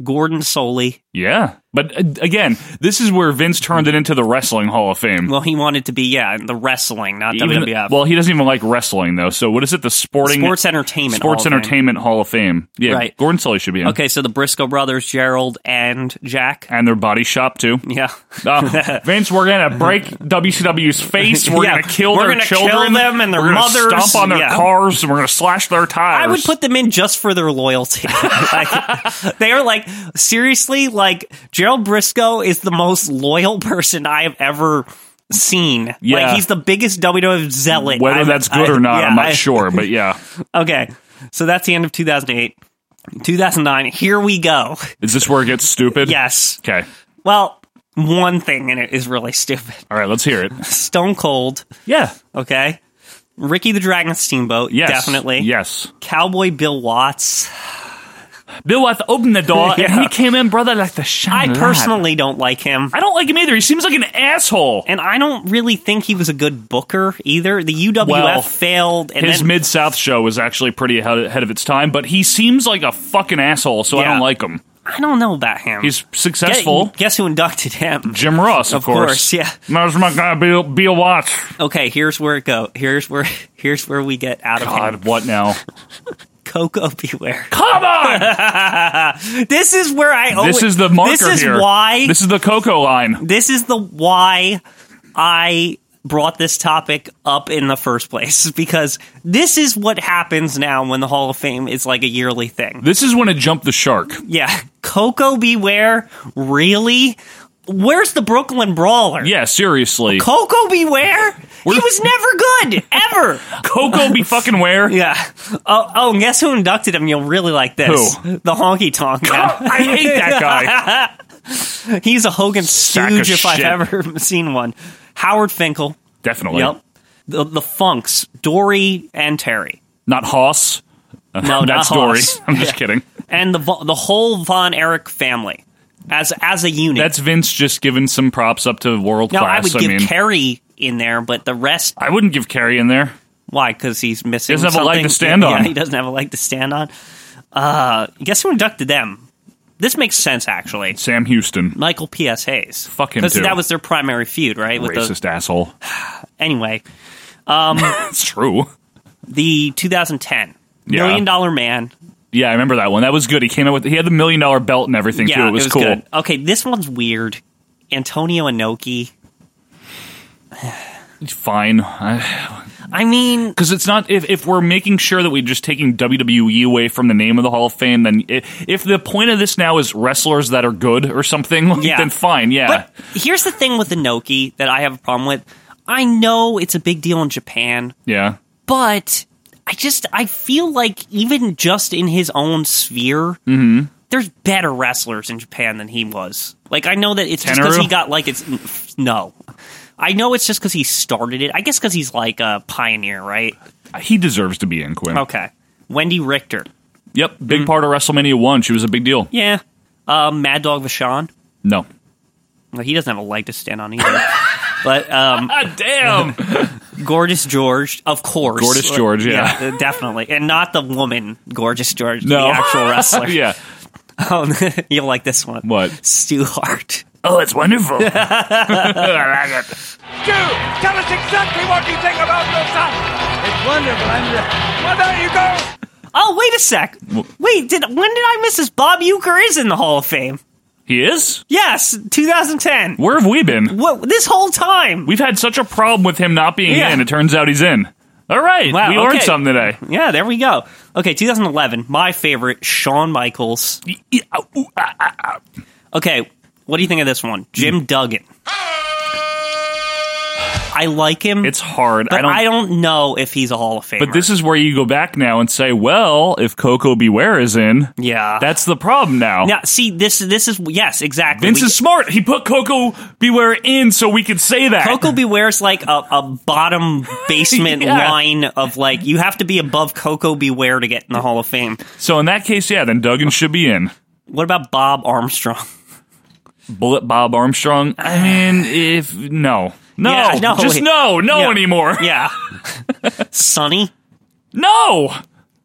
Speaker 3: Gordon Soley.
Speaker 2: Yeah, but uh, again, this is where Vince turned it into the Wrestling Hall of Fame.
Speaker 3: Well, he wanted to be yeah in the wrestling, not
Speaker 2: Even-
Speaker 3: WWF.
Speaker 2: well, he doesn't even like wrestling though. So what is it? The sporting
Speaker 3: sports entertainment.
Speaker 2: sports
Speaker 3: Hall of Fame.
Speaker 2: entertainment Hall of Fame. Yeah,
Speaker 3: Right.
Speaker 2: Gordon Sully should be in.
Speaker 3: Okay, so the Briscoe brothers, Gerald and Jack.
Speaker 2: and their body shop too.
Speaker 3: Yeah.
Speaker 2: Uh, Vince, we're gonna break WCW's face. We're
Speaker 3: Yeah,
Speaker 2: gonna kill
Speaker 3: we're
Speaker 2: their
Speaker 3: gonna kill
Speaker 2: children,
Speaker 3: them and their
Speaker 2: we're gonna
Speaker 3: mothers,
Speaker 2: stomp on their
Speaker 3: yeah.
Speaker 2: cars, and we're gonna slash their tires.
Speaker 3: I would put them in just for their loyalty. Like, they are like seriously, like Gerald Briscoe is the most loyal person I have ever seen.
Speaker 2: Yeah.
Speaker 3: Like he's the biggest WWF zealot.
Speaker 2: whether
Speaker 3: I've-
Speaker 2: that's good
Speaker 3: I-
Speaker 2: or not.
Speaker 3: yeah,
Speaker 2: I'm not
Speaker 3: I-
Speaker 2: sure, but yeah,
Speaker 3: Okay. So that's the end of 2008. 2009, here we go.
Speaker 2: is this where it gets stupid?
Speaker 3: Yes.
Speaker 2: Okay.
Speaker 3: Well, one thing in it is really stupid.
Speaker 2: All right. Let's hear it.
Speaker 3: Stone Cold,
Speaker 2: Yeah.
Speaker 3: okay? Ricky the Dragon Steamboat,
Speaker 2: Yes.
Speaker 3: definitely.
Speaker 2: Yes.
Speaker 3: Cowboy Bill Watts.
Speaker 2: Bill Watts opened the door and he came in, brother, like the
Speaker 3: I
Speaker 2: shine.
Speaker 3: personally don't like him.
Speaker 2: I don't like him either. He seems like an asshole.
Speaker 3: And I don't really think he was a good booker either. The UWF
Speaker 2: Well,
Speaker 3: failed. And
Speaker 2: His
Speaker 3: then,
Speaker 2: Mid South show was actually pretty ahead ahead of its time, but he seems like a fucking asshole, so I
Speaker 3: Yeah.
Speaker 2: don't like him.
Speaker 3: I don't know about him.
Speaker 2: He's
Speaker 3: Guess-
Speaker 2: successful.
Speaker 3: guess who inducted him?
Speaker 2: Jim Ross, of,
Speaker 3: Of course, yeah.
Speaker 2: That's my guy, Bill, Bill Watts.
Speaker 3: Okay, here's where it go. Here's where here's where we get out of hand.
Speaker 2: God, what now?
Speaker 3: Coco beware.
Speaker 2: Come on!
Speaker 3: This is where I owe
Speaker 2: this
Speaker 3: it-
Speaker 2: is the marker
Speaker 3: Oh, This is
Speaker 2: here.
Speaker 3: why
Speaker 2: This is the Coco line.
Speaker 3: this is the why I brought this topic up in the first place because this is what happens now when the Hall of Fame is like a yearly thing.
Speaker 2: This is when it jumped the shark.
Speaker 3: Yeah, Coco Beware, really? Where's the Brooklyn Brawler?
Speaker 2: Yeah, seriously.
Speaker 3: Coco Beware? he was never good ever.
Speaker 2: Coco be fucking where?
Speaker 3: Yeah. Oh, oh, and guess who inducted him? You'll really like this.
Speaker 2: Who? Oh,
Speaker 3: The Honky Tonk. Man.
Speaker 2: I hate that guy.
Speaker 3: He's a Hogan
Speaker 2: Sack
Speaker 3: stooge
Speaker 2: of
Speaker 3: if I've
Speaker 2: shit. Oh,
Speaker 3: ever seen one. Howard Finkel.
Speaker 2: Definitely.
Speaker 3: Yep. The, the Funks, Dory and Terry,
Speaker 2: Not Hoss.
Speaker 3: No,
Speaker 2: That's
Speaker 3: not
Speaker 2: Dory.
Speaker 3: Hoss.
Speaker 2: I'm just kidding.
Speaker 3: and the Vo- the whole Von Erich family as as a unit.
Speaker 2: That's Vince just giving some props up to world
Speaker 3: now I
Speaker 2: class.
Speaker 3: would
Speaker 2: I,
Speaker 3: give
Speaker 2: mean,
Speaker 3: Terry in there, but the rest
Speaker 2: I wouldn't give Carrie in there.
Speaker 3: why? Because he's missing.
Speaker 2: He doesn't have a leg
Speaker 3: something.
Speaker 2: to stand
Speaker 3: Yeah,
Speaker 2: on.
Speaker 3: he doesn't have a leg to stand on. Uh, guess who inducted them? This makes sense actually.
Speaker 2: Sam Houston.
Speaker 3: Michael P.S. Hayes.
Speaker 2: Fuck him,
Speaker 3: Because
Speaker 2: too.
Speaker 3: that was their primary feud, right? With the-
Speaker 2: Racist asshole.
Speaker 3: anyway,
Speaker 2: That's true.
Speaker 3: the 2010
Speaker 2: Yeah.
Speaker 3: Million Dollar Man.
Speaker 2: Yeah, I remember that one. That was good. He came out with he had the million dollar belt and everything
Speaker 3: Yeah,
Speaker 2: too. It was, cool.
Speaker 3: good. Okay, this one's weird. Antonio Inoki.
Speaker 2: Fine.
Speaker 3: I mean,
Speaker 2: Because it's not if, if we're making sure that we're just taking WWE away from the name of the Hall of Fame, then i if the point of this now is wrestlers that are good or something,
Speaker 3: Yeah.
Speaker 2: then fine, yeah.
Speaker 3: but here's the thing with Inoki that I have a problem with. I know it's a big deal in Japan,
Speaker 2: yeah.
Speaker 3: but I just I feel like even just in his own sphere,
Speaker 2: Mm-hmm.
Speaker 3: there's better wrestlers in Japan than he was. Like I know that it's just because
Speaker 2: Tenru?
Speaker 3: he got like it's no. I know it's just because he started it. I guess because he's like a pioneer, right?
Speaker 2: He deserves to be in Quinn.
Speaker 3: Okay. Wendy Richter,
Speaker 2: Yep.
Speaker 3: Mm-hmm.
Speaker 2: Big part of WrestleMania one. She was a big deal.
Speaker 3: yeah. Um, Mad Dog Vachon,
Speaker 2: No.
Speaker 3: well, he doesn't have a leg to stand on either. but um,
Speaker 2: Ah damn.
Speaker 3: Gorgeous George, of course.
Speaker 2: Gorgeous George, yeah.
Speaker 3: definitely. And not the woman, Gorgeous George,
Speaker 2: No.
Speaker 3: the actual wrestler.
Speaker 2: yeah.
Speaker 3: Um, you'll like this one.
Speaker 2: What?
Speaker 3: Stu Hart.
Speaker 2: Oh, it's wonderful. I like it.
Speaker 4: Tell us exactly what you think about your son. It's wonderful. I'm Well, there you go.
Speaker 3: Oh, wait a sec. Wait, did when did I miss this? Bob Euchre is in the Hall of Fame.
Speaker 2: He is?
Speaker 3: Yes, 2010.
Speaker 2: Where have we been?
Speaker 3: What this whole time?
Speaker 2: We've had such a problem with him not being
Speaker 3: Yeah.
Speaker 2: in. It turns out he's in. All right.
Speaker 3: Wow,
Speaker 2: we learned
Speaker 3: okay.
Speaker 2: something today.
Speaker 3: Yeah, there we go. Okay, 2011. My favorite, Shawn Michaels. Okay, what do you think of this one?
Speaker 2: Mm.
Speaker 3: Jim Duggan. I like him.
Speaker 2: It's hard.
Speaker 3: But
Speaker 2: I don't
Speaker 3: know if he's a Hall of Famer.
Speaker 2: But this is where you go back now and say, well, if Coco Beware is in,
Speaker 3: yeah.
Speaker 2: that's the problem now.
Speaker 3: now, see, this this is yes, exactly.
Speaker 2: Vince
Speaker 3: We-
Speaker 2: is smart. He put Coco Beware in so we could say that.
Speaker 3: Coco Beware's like a, a bottom basement
Speaker 2: Yeah.
Speaker 3: line of like you have to be above Coco Beware to get in the Hall of Fame.
Speaker 2: so in that case, yeah, then Duggan should be in.
Speaker 3: What about Bob Armstrong?
Speaker 2: Bullet Bob Armstrong. I mean, if no, no,
Speaker 3: Yeah, no.
Speaker 2: just no, no
Speaker 3: Yeah.
Speaker 2: anymore.
Speaker 3: Yeah, Sonny.
Speaker 2: No,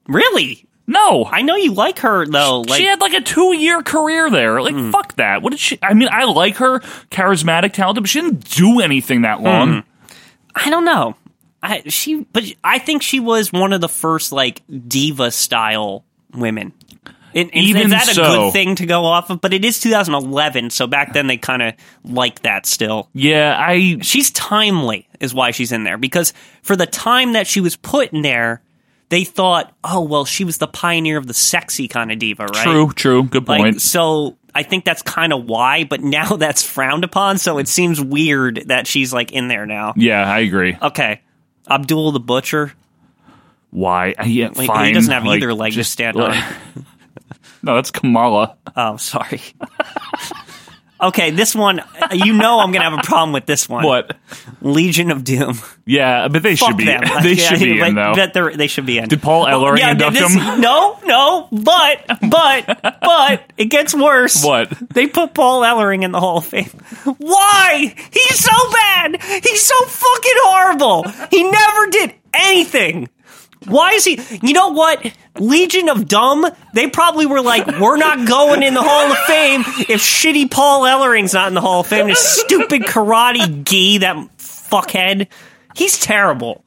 Speaker 3: Really?
Speaker 2: no.
Speaker 3: I know you like her though. Like Hmm.
Speaker 2: she had like a two-year career there. Like, fuck that. What did she? I mean, I like her, charismatic, talented, but she didn't do anything
Speaker 3: Hmm.
Speaker 2: that long.
Speaker 3: I don't know. I she but I think she was one of the first like diva style women. And- and
Speaker 2: Even
Speaker 3: is that a
Speaker 2: so.
Speaker 3: good thing to go off of? But it is 2011, so back then they kind of liked that still.
Speaker 2: Yeah, I
Speaker 3: She's timely, is why she's in there because for the time that she was put in there, they thought, oh well, she was the pioneer of the sexy kind of diva, right?
Speaker 2: true, true. Good
Speaker 3: Like
Speaker 2: point.
Speaker 3: so, I think that's kind of why. But now that's frowned upon, so it seems weird that she's like in there now.
Speaker 2: yeah, I agree.
Speaker 3: Okay. Abdul the Butcher.
Speaker 2: Why? Uh, Yeah,
Speaker 3: Like,
Speaker 2: fine.
Speaker 3: he doesn't have either leg to stand on.
Speaker 2: No, that's Kamala.
Speaker 3: Oh, sorry. Okay, this one, you know I'm going to have a problem with this one.
Speaker 2: What?
Speaker 3: Legion of Doom.
Speaker 2: Yeah, but they
Speaker 3: Fuck
Speaker 2: should be.
Speaker 3: them.
Speaker 2: They
Speaker 3: Yeah,
Speaker 2: should be
Speaker 3: like,
Speaker 2: in though.
Speaker 3: that they're- they should be in.
Speaker 2: Did Paul Eller induct
Speaker 3: this-
Speaker 2: him?
Speaker 3: No, no, but, but, but, it gets worse.
Speaker 2: What?
Speaker 3: They put Paul Ellering in the Hall of Fame. Why? He's so bad. He's so fucking horrible. He never did anything. Why is he? You know what? Legion of Dumb, they probably were like, we're not going in the Hall of Fame if shitty Paul Ellering's not in the Hall of Fame. This stupid karate gi, that fuckhead. He's terrible.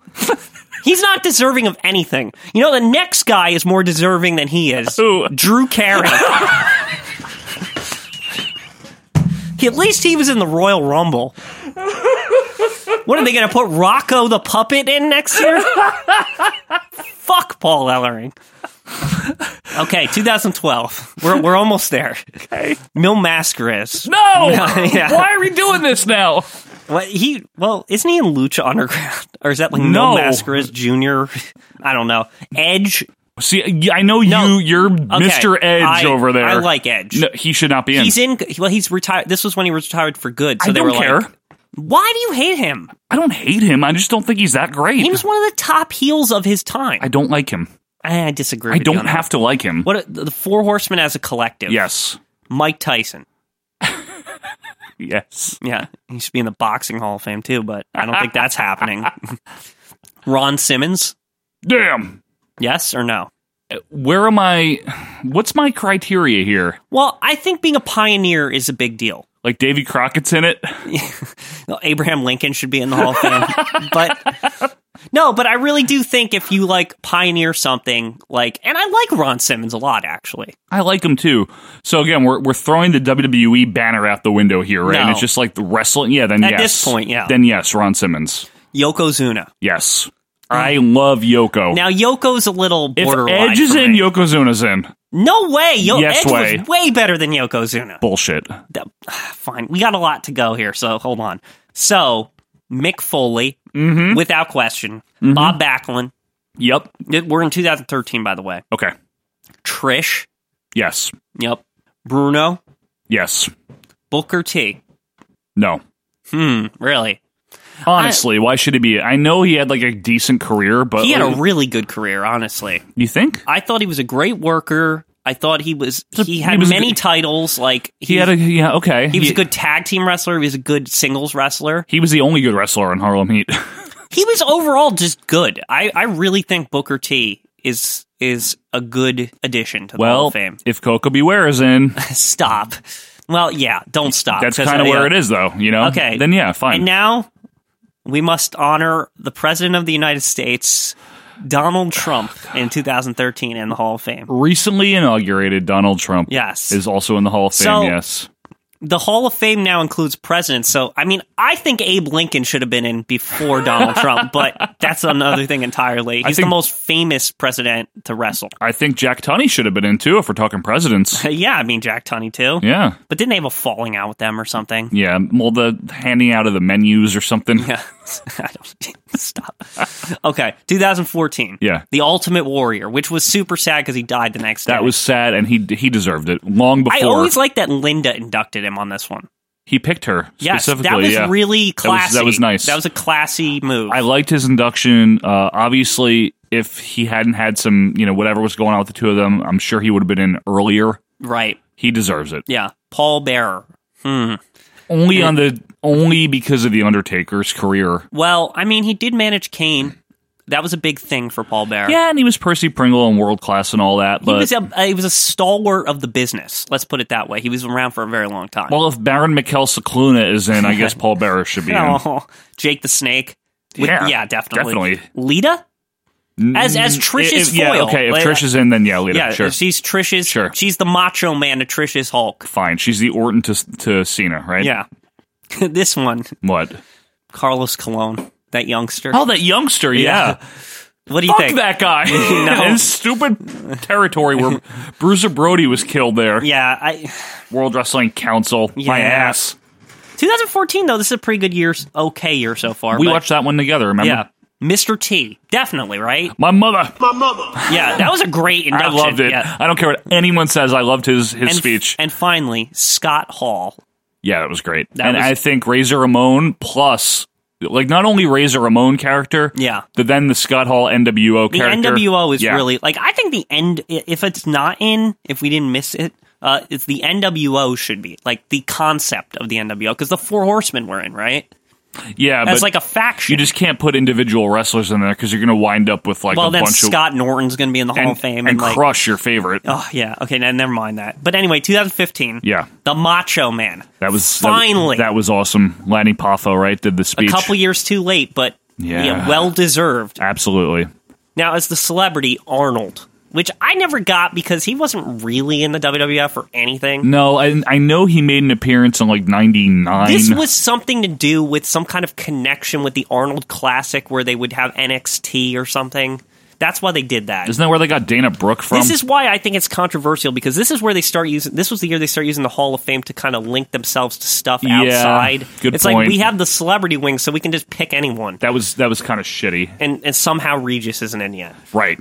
Speaker 3: He's not deserving of anything. You know, the next guy is more deserving than he is. Drew Carey. He- at least he was in the Royal Rumble. What are they going to put Rocco the puppet in next year? Fuck Paul Ellering. Okay, 2012. We're, we're almost there. Okay. Mil Mascaris.
Speaker 2: No!
Speaker 3: Yeah.
Speaker 2: Why are we doing this now?
Speaker 3: What he? Well, isn't he in Lucha Underground, or is that like
Speaker 2: No.
Speaker 3: Mil Mascaris Junior? I don't know. Edge.
Speaker 2: See, I know you. You're Mr. Edge
Speaker 3: I-
Speaker 2: over there.
Speaker 3: I like Edge.
Speaker 2: No, he should not be in.
Speaker 3: He's in. Well, he's retired. This was when he was retired for good. So
Speaker 2: I
Speaker 3: they
Speaker 2: don't
Speaker 3: were
Speaker 2: care.
Speaker 3: like, "Why do you hate him?
Speaker 2: I don't hate him. I just don't think he's that great.
Speaker 3: He was one of the top heels of his time."
Speaker 2: I don't like him.
Speaker 3: I, I disagree.
Speaker 2: I
Speaker 3: with you on
Speaker 2: don't
Speaker 3: that.
Speaker 2: have to like him.
Speaker 3: What the the Four Horsemen as a collective?
Speaker 2: Yes.
Speaker 3: Mike Tyson.
Speaker 2: Yes.
Speaker 3: Yeah, he should be in the boxing Hall of Fame too, but I don't think that's happening. Ron Simmons.
Speaker 2: Damn.
Speaker 3: Yes or no?
Speaker 2: Where am I? What's my criteria here?
Speaker 3: Well, I think being a pioneer is a big deal.
Speaker 2: Like Davy Crockett's in it.
Speaker 3: Well, Abraham Lincoln should be in the Hall of Fame. but no, but I really do think if you like pioneer something, like, and I like Ron Simmons a lot, actually.
Speaker 2: I like him too. So again, we're we're throwing the WWE banner out the window here, right? And
Speaker 3: No.
Speaker 2: it's just like the wrestling. Yeah. Then
Speaker 3: At
Speaker 2: yes.
Speaker 3: this point, yeah.
Speaker 2: Then yes, Ron Simmons.
Speaker 3: Yokozuna.
Speaker 2: Yes. I love Yoko.
Speaker 3: Mm. Now Yoko's a little
Speaker 2: if
Speaker 3: borderline.
Speaker 2: Edge is
Speaker 3: for
Speaker 2: in,
Speaker 3: me.
Speaker 2: Yokozuna's in.
Speaker 3: no way. Yo-
Speaker 2: Yes
Speaker 3: Edge
Speaker 2: way.
Speaker 3: was way better than Yokozuna.
Speaker 2: Bullshit.
Speaker 3: That- fine, we got a lot to go here, so hold on. So Mick Foley,
Speaker 2: Hmm?
Speaker 3: without question,
Speaker 2: Mm-hmm.
Speaker 3: Bob Backlund.
Speaker 2: Yep.
Speaker 3: It- We're in 2013, by the way.
Speaker 2: Okay.
Speaker 3: Trish.
Speaker 2: Yes.
Speaker 3: Yep. Bruno.
Speaker 2: Yes.
Speaker 3: Booker T.
Speaker 2: No.
Speaker 3: Hmm. Really.
Speaker 2: Honestly, why should he be? I know he had like a decent career, but
Speaker 3: He had a really good career, honestly.
Speaker 2: you think
Speaker 3: I thought he was a great worker. I thought he was he had
Speaker 2: was a
Speaker 3: many
Speaker 2: good-
Speaker 3: titles. Like
Speaker 2: he had a yeah okay
Speaker 3: he was a good tag team wrestler. He was a good singles wrestler.
Speaker 2: he was the only good wrestler in Harlem Heat.
Speaker 3: He was overall just good. I I really think Booker T is is a good addition to the Hall
Speaker 2: well,
Speaker 3: of Fame.
Speaker 2: if Coco Beware is in,
Speaker 3: Stop. Well, yeah, don't stop.
Speaker 2: that's
Speaker 3: 'cause,
Speaker 2: kind of
Speaker 3: uh,
Speaker 2: where it is, though. You know.
Speaker 3: Okay.
Speaker 2: Then yeah, fine.
Speaker 3: And now we must honor the president of the United States, Donald Trump, in 2013 in the Hall of Fame.
Speaker 2: Recently inaugurated Donald Trump.
Speaker 3: Yes.
Speaker 2: Is also in the Hall of Fame.
Speaker 3: So-
Speaker 2: yes.
Speaker 3: the Hall of Fame now includes presidents. So, I mean, I think Abe Lincoln should have been in before Donald Trump, but that's another thing entirely. He's
Speaker 2: think-
Speaker 3: the most famous president to wrestle. Uh,
Speaker 2: I think Jack Tunney should have been in too if we're talking presidents.
Speaker 3: Yeah, I mean, Jack Tunney, too.
Speaker 2: yeah.
Speaker 3: But didn't they have a falling out with them or something?
Speaker 2: Yeah. Well, the handing out of the menus or something.
Speaker 3: Yeah. I don't stop. Okay, 2014.
Speaker 2: Yeah.
Speaker 3: The Ultimate Warrior, which was super sad because he died the next day.
Speaker 2: That was sad, and he he deserved it long before
Speaker 3: I always like that Linda inducted him on this one.
Speaker 2: he picked her
Speaker 3: Yes,
Speaker 2: specifically.
Speaker 3: that was
Speaker 2: yeah.
Speaker 3: really
Speaker 2: That was-
Speaker 3: classy.
Speaker 2: that was nice.
Speaker 3: That was a classy move.
Speaker 2: I liked his induction. Uh, obviously, if he hadn't had some, you know, whatever was going on with the two of them, I'm sure he would have been in earlier.
Speaker 3: right.
Speaker 2: He deserves it.
Speaker 3: Yeah. Paul Bearer. Hmm.
Speaker 2: Only on the only because of the Undertaker's career.
Speaker 3: Well, I mean, he did manage Kane. That was a big thing for Paul Bearer.
Speaker 2: Yeah, and he was Percy Pringle and world class and all that.
Speaker 3: He
Speaker 2: But
Speaker 3: was a uh, he was a stalwart of the business. Let's put it that way. He was around for a very long time.
Speaker 2: well, if Baron Mikhail Cicluna is in, I guess Paul Bearer should be in.
Speaker 3: Oh, Jake the Snake. With-
Speaker 2: Yeah,
Speaker 3: definitely. Mm,
Speaker 2: definitely. Mm,
Speaker 3: Lita as as Trish's
Speaker 2: If- yeah,
Speaker 3: foil.
Speaker 2: okay. If
Speaker 3: Like, uh,
Speaker 2: Trish is in, then yeah, Lita,
Speaker 3: yeah,
Speaker 2: sure,
Speaker 3: she's Trish's.
Speaker 2: Sure.
Speaker 3: she's the Macho Man to Trish's Hulk.
Speaker 2: fine. She's the Orton to to Cena, right?
Speaker 3: Yeah, this one,
Speaker 2: What?
Speaker 3: Carlos Colon, that youngster.
Speaker 2: Oh, that youngster.
Speaker 3: Yeah.
Speaker 2: Yeah.
Speaker 3: what do you
Speaker 2: Fuck
Speaker 3: think?
Speaker 2: that guy
Speaker 3: No.
Speaker 2: in stupid territory where Bruiser Brody was killed there.
Speaker 3: Yeah, I.
Speaker 2: World Wrestling Council. My
Speaker 3: Yeah.
Speaker 2: ass.
Speaker 3: 2014 though, this is a pretty good year, okay year so far.
Speaker 2: We
Speaker 3: but-
Speaker 2: watched that one together. Remember?
Speaker 3: Yeah. Mr. T, definitely, right?
Speaker 2: My mother.
Speaker 3: Yeah, that was a great
Speaker 2: I
Speaker 3: induction.
Speaker 2: loved it.
Speaker 3: Yeah.
Speaker 2: I don't care what anyone says. I loved his his
Speaker 3: And,
Speaker 2: speech.
Speaker 3: and finally, Scott Hall,
Speaker 2: Yeah, that was great.
Speaker 3: That
Speaker 2: and
Speaker 3: was-
Speaker 2: I think Razor Ramon plus like not only Razor Ramon character,
Speaker 3: Yeah.
Speaker 2: but then the Scott Hall NWO
Speaker 3: The
Speaker 2: character.
Speaker 3: NWO is
Speaker 2: Yeah.
Speaker 3: really like I think the end if it's not in if we didn't miss it uh it's the NWO should be like the concept of the NWO because the four horsemen were in right
Speaker 2: yeah,
Speaker 3: that's
Speaker 2: but
Speaker 3: like a faction
Speaker 2: you just can't put individual wrestlers in there because you're going to wind up with like
Speaker 3: well
Speaker 2: a
Speaker 3: then
Speaker 2: bunch
Speaker 3: Scott Norton's gonna be in the
Speaker 2: of
Speaker 3: Hall
Speaker 2: and,
Speaker 3: of Fame
Speaker 2: and,
Speaker 3: and, like
Speaker 2: crush your favorite.
Speaker 3: oh yeah okay now, never mind that but anyway 2015
Speaker 2: yeah,
Speaker 3: the Macho Man
Speaker 2: that was that-
Speaker 3: finally
Speaker 2: that, was awesome. Lanny Poffo right did the
Speaker 3: a
Speaker 2: speech.
Speaker 3: couple years too late but
Speaker 2: Yeah.
Speaker 3: well deserved
Speaker 2: Absolutely.
Speaker 3: Now, as the celebrity Arnold, which I never got because he wasn't really in the WWF or anything.
Speaker 2: No, I, I know he made an appearance in like '99.
Speaker 3: This was something to do with some kind of connection with the Arnold Classic where they would have NXT or something. That's why they did that.
Speaker 2: Isn't that where they got Dana Brooke from?
Speaker 3: This is why I think it's controversial because this is where they start using. This was the year they start using the Hall of Fame to kind of link themselves to stuff
Speaker 2: Yeah,
Speaker 3: outside.
Speaker 2: good
Speaker 3: it's like
Speaker 2: point.
Speaker 3: we have the celebrity wing, so we can just pick anyone.
Speaker 2: that was that was kind of shitty.
Speaker 3: and and somehow Regis isn't in yet.
Speaker 2: Right.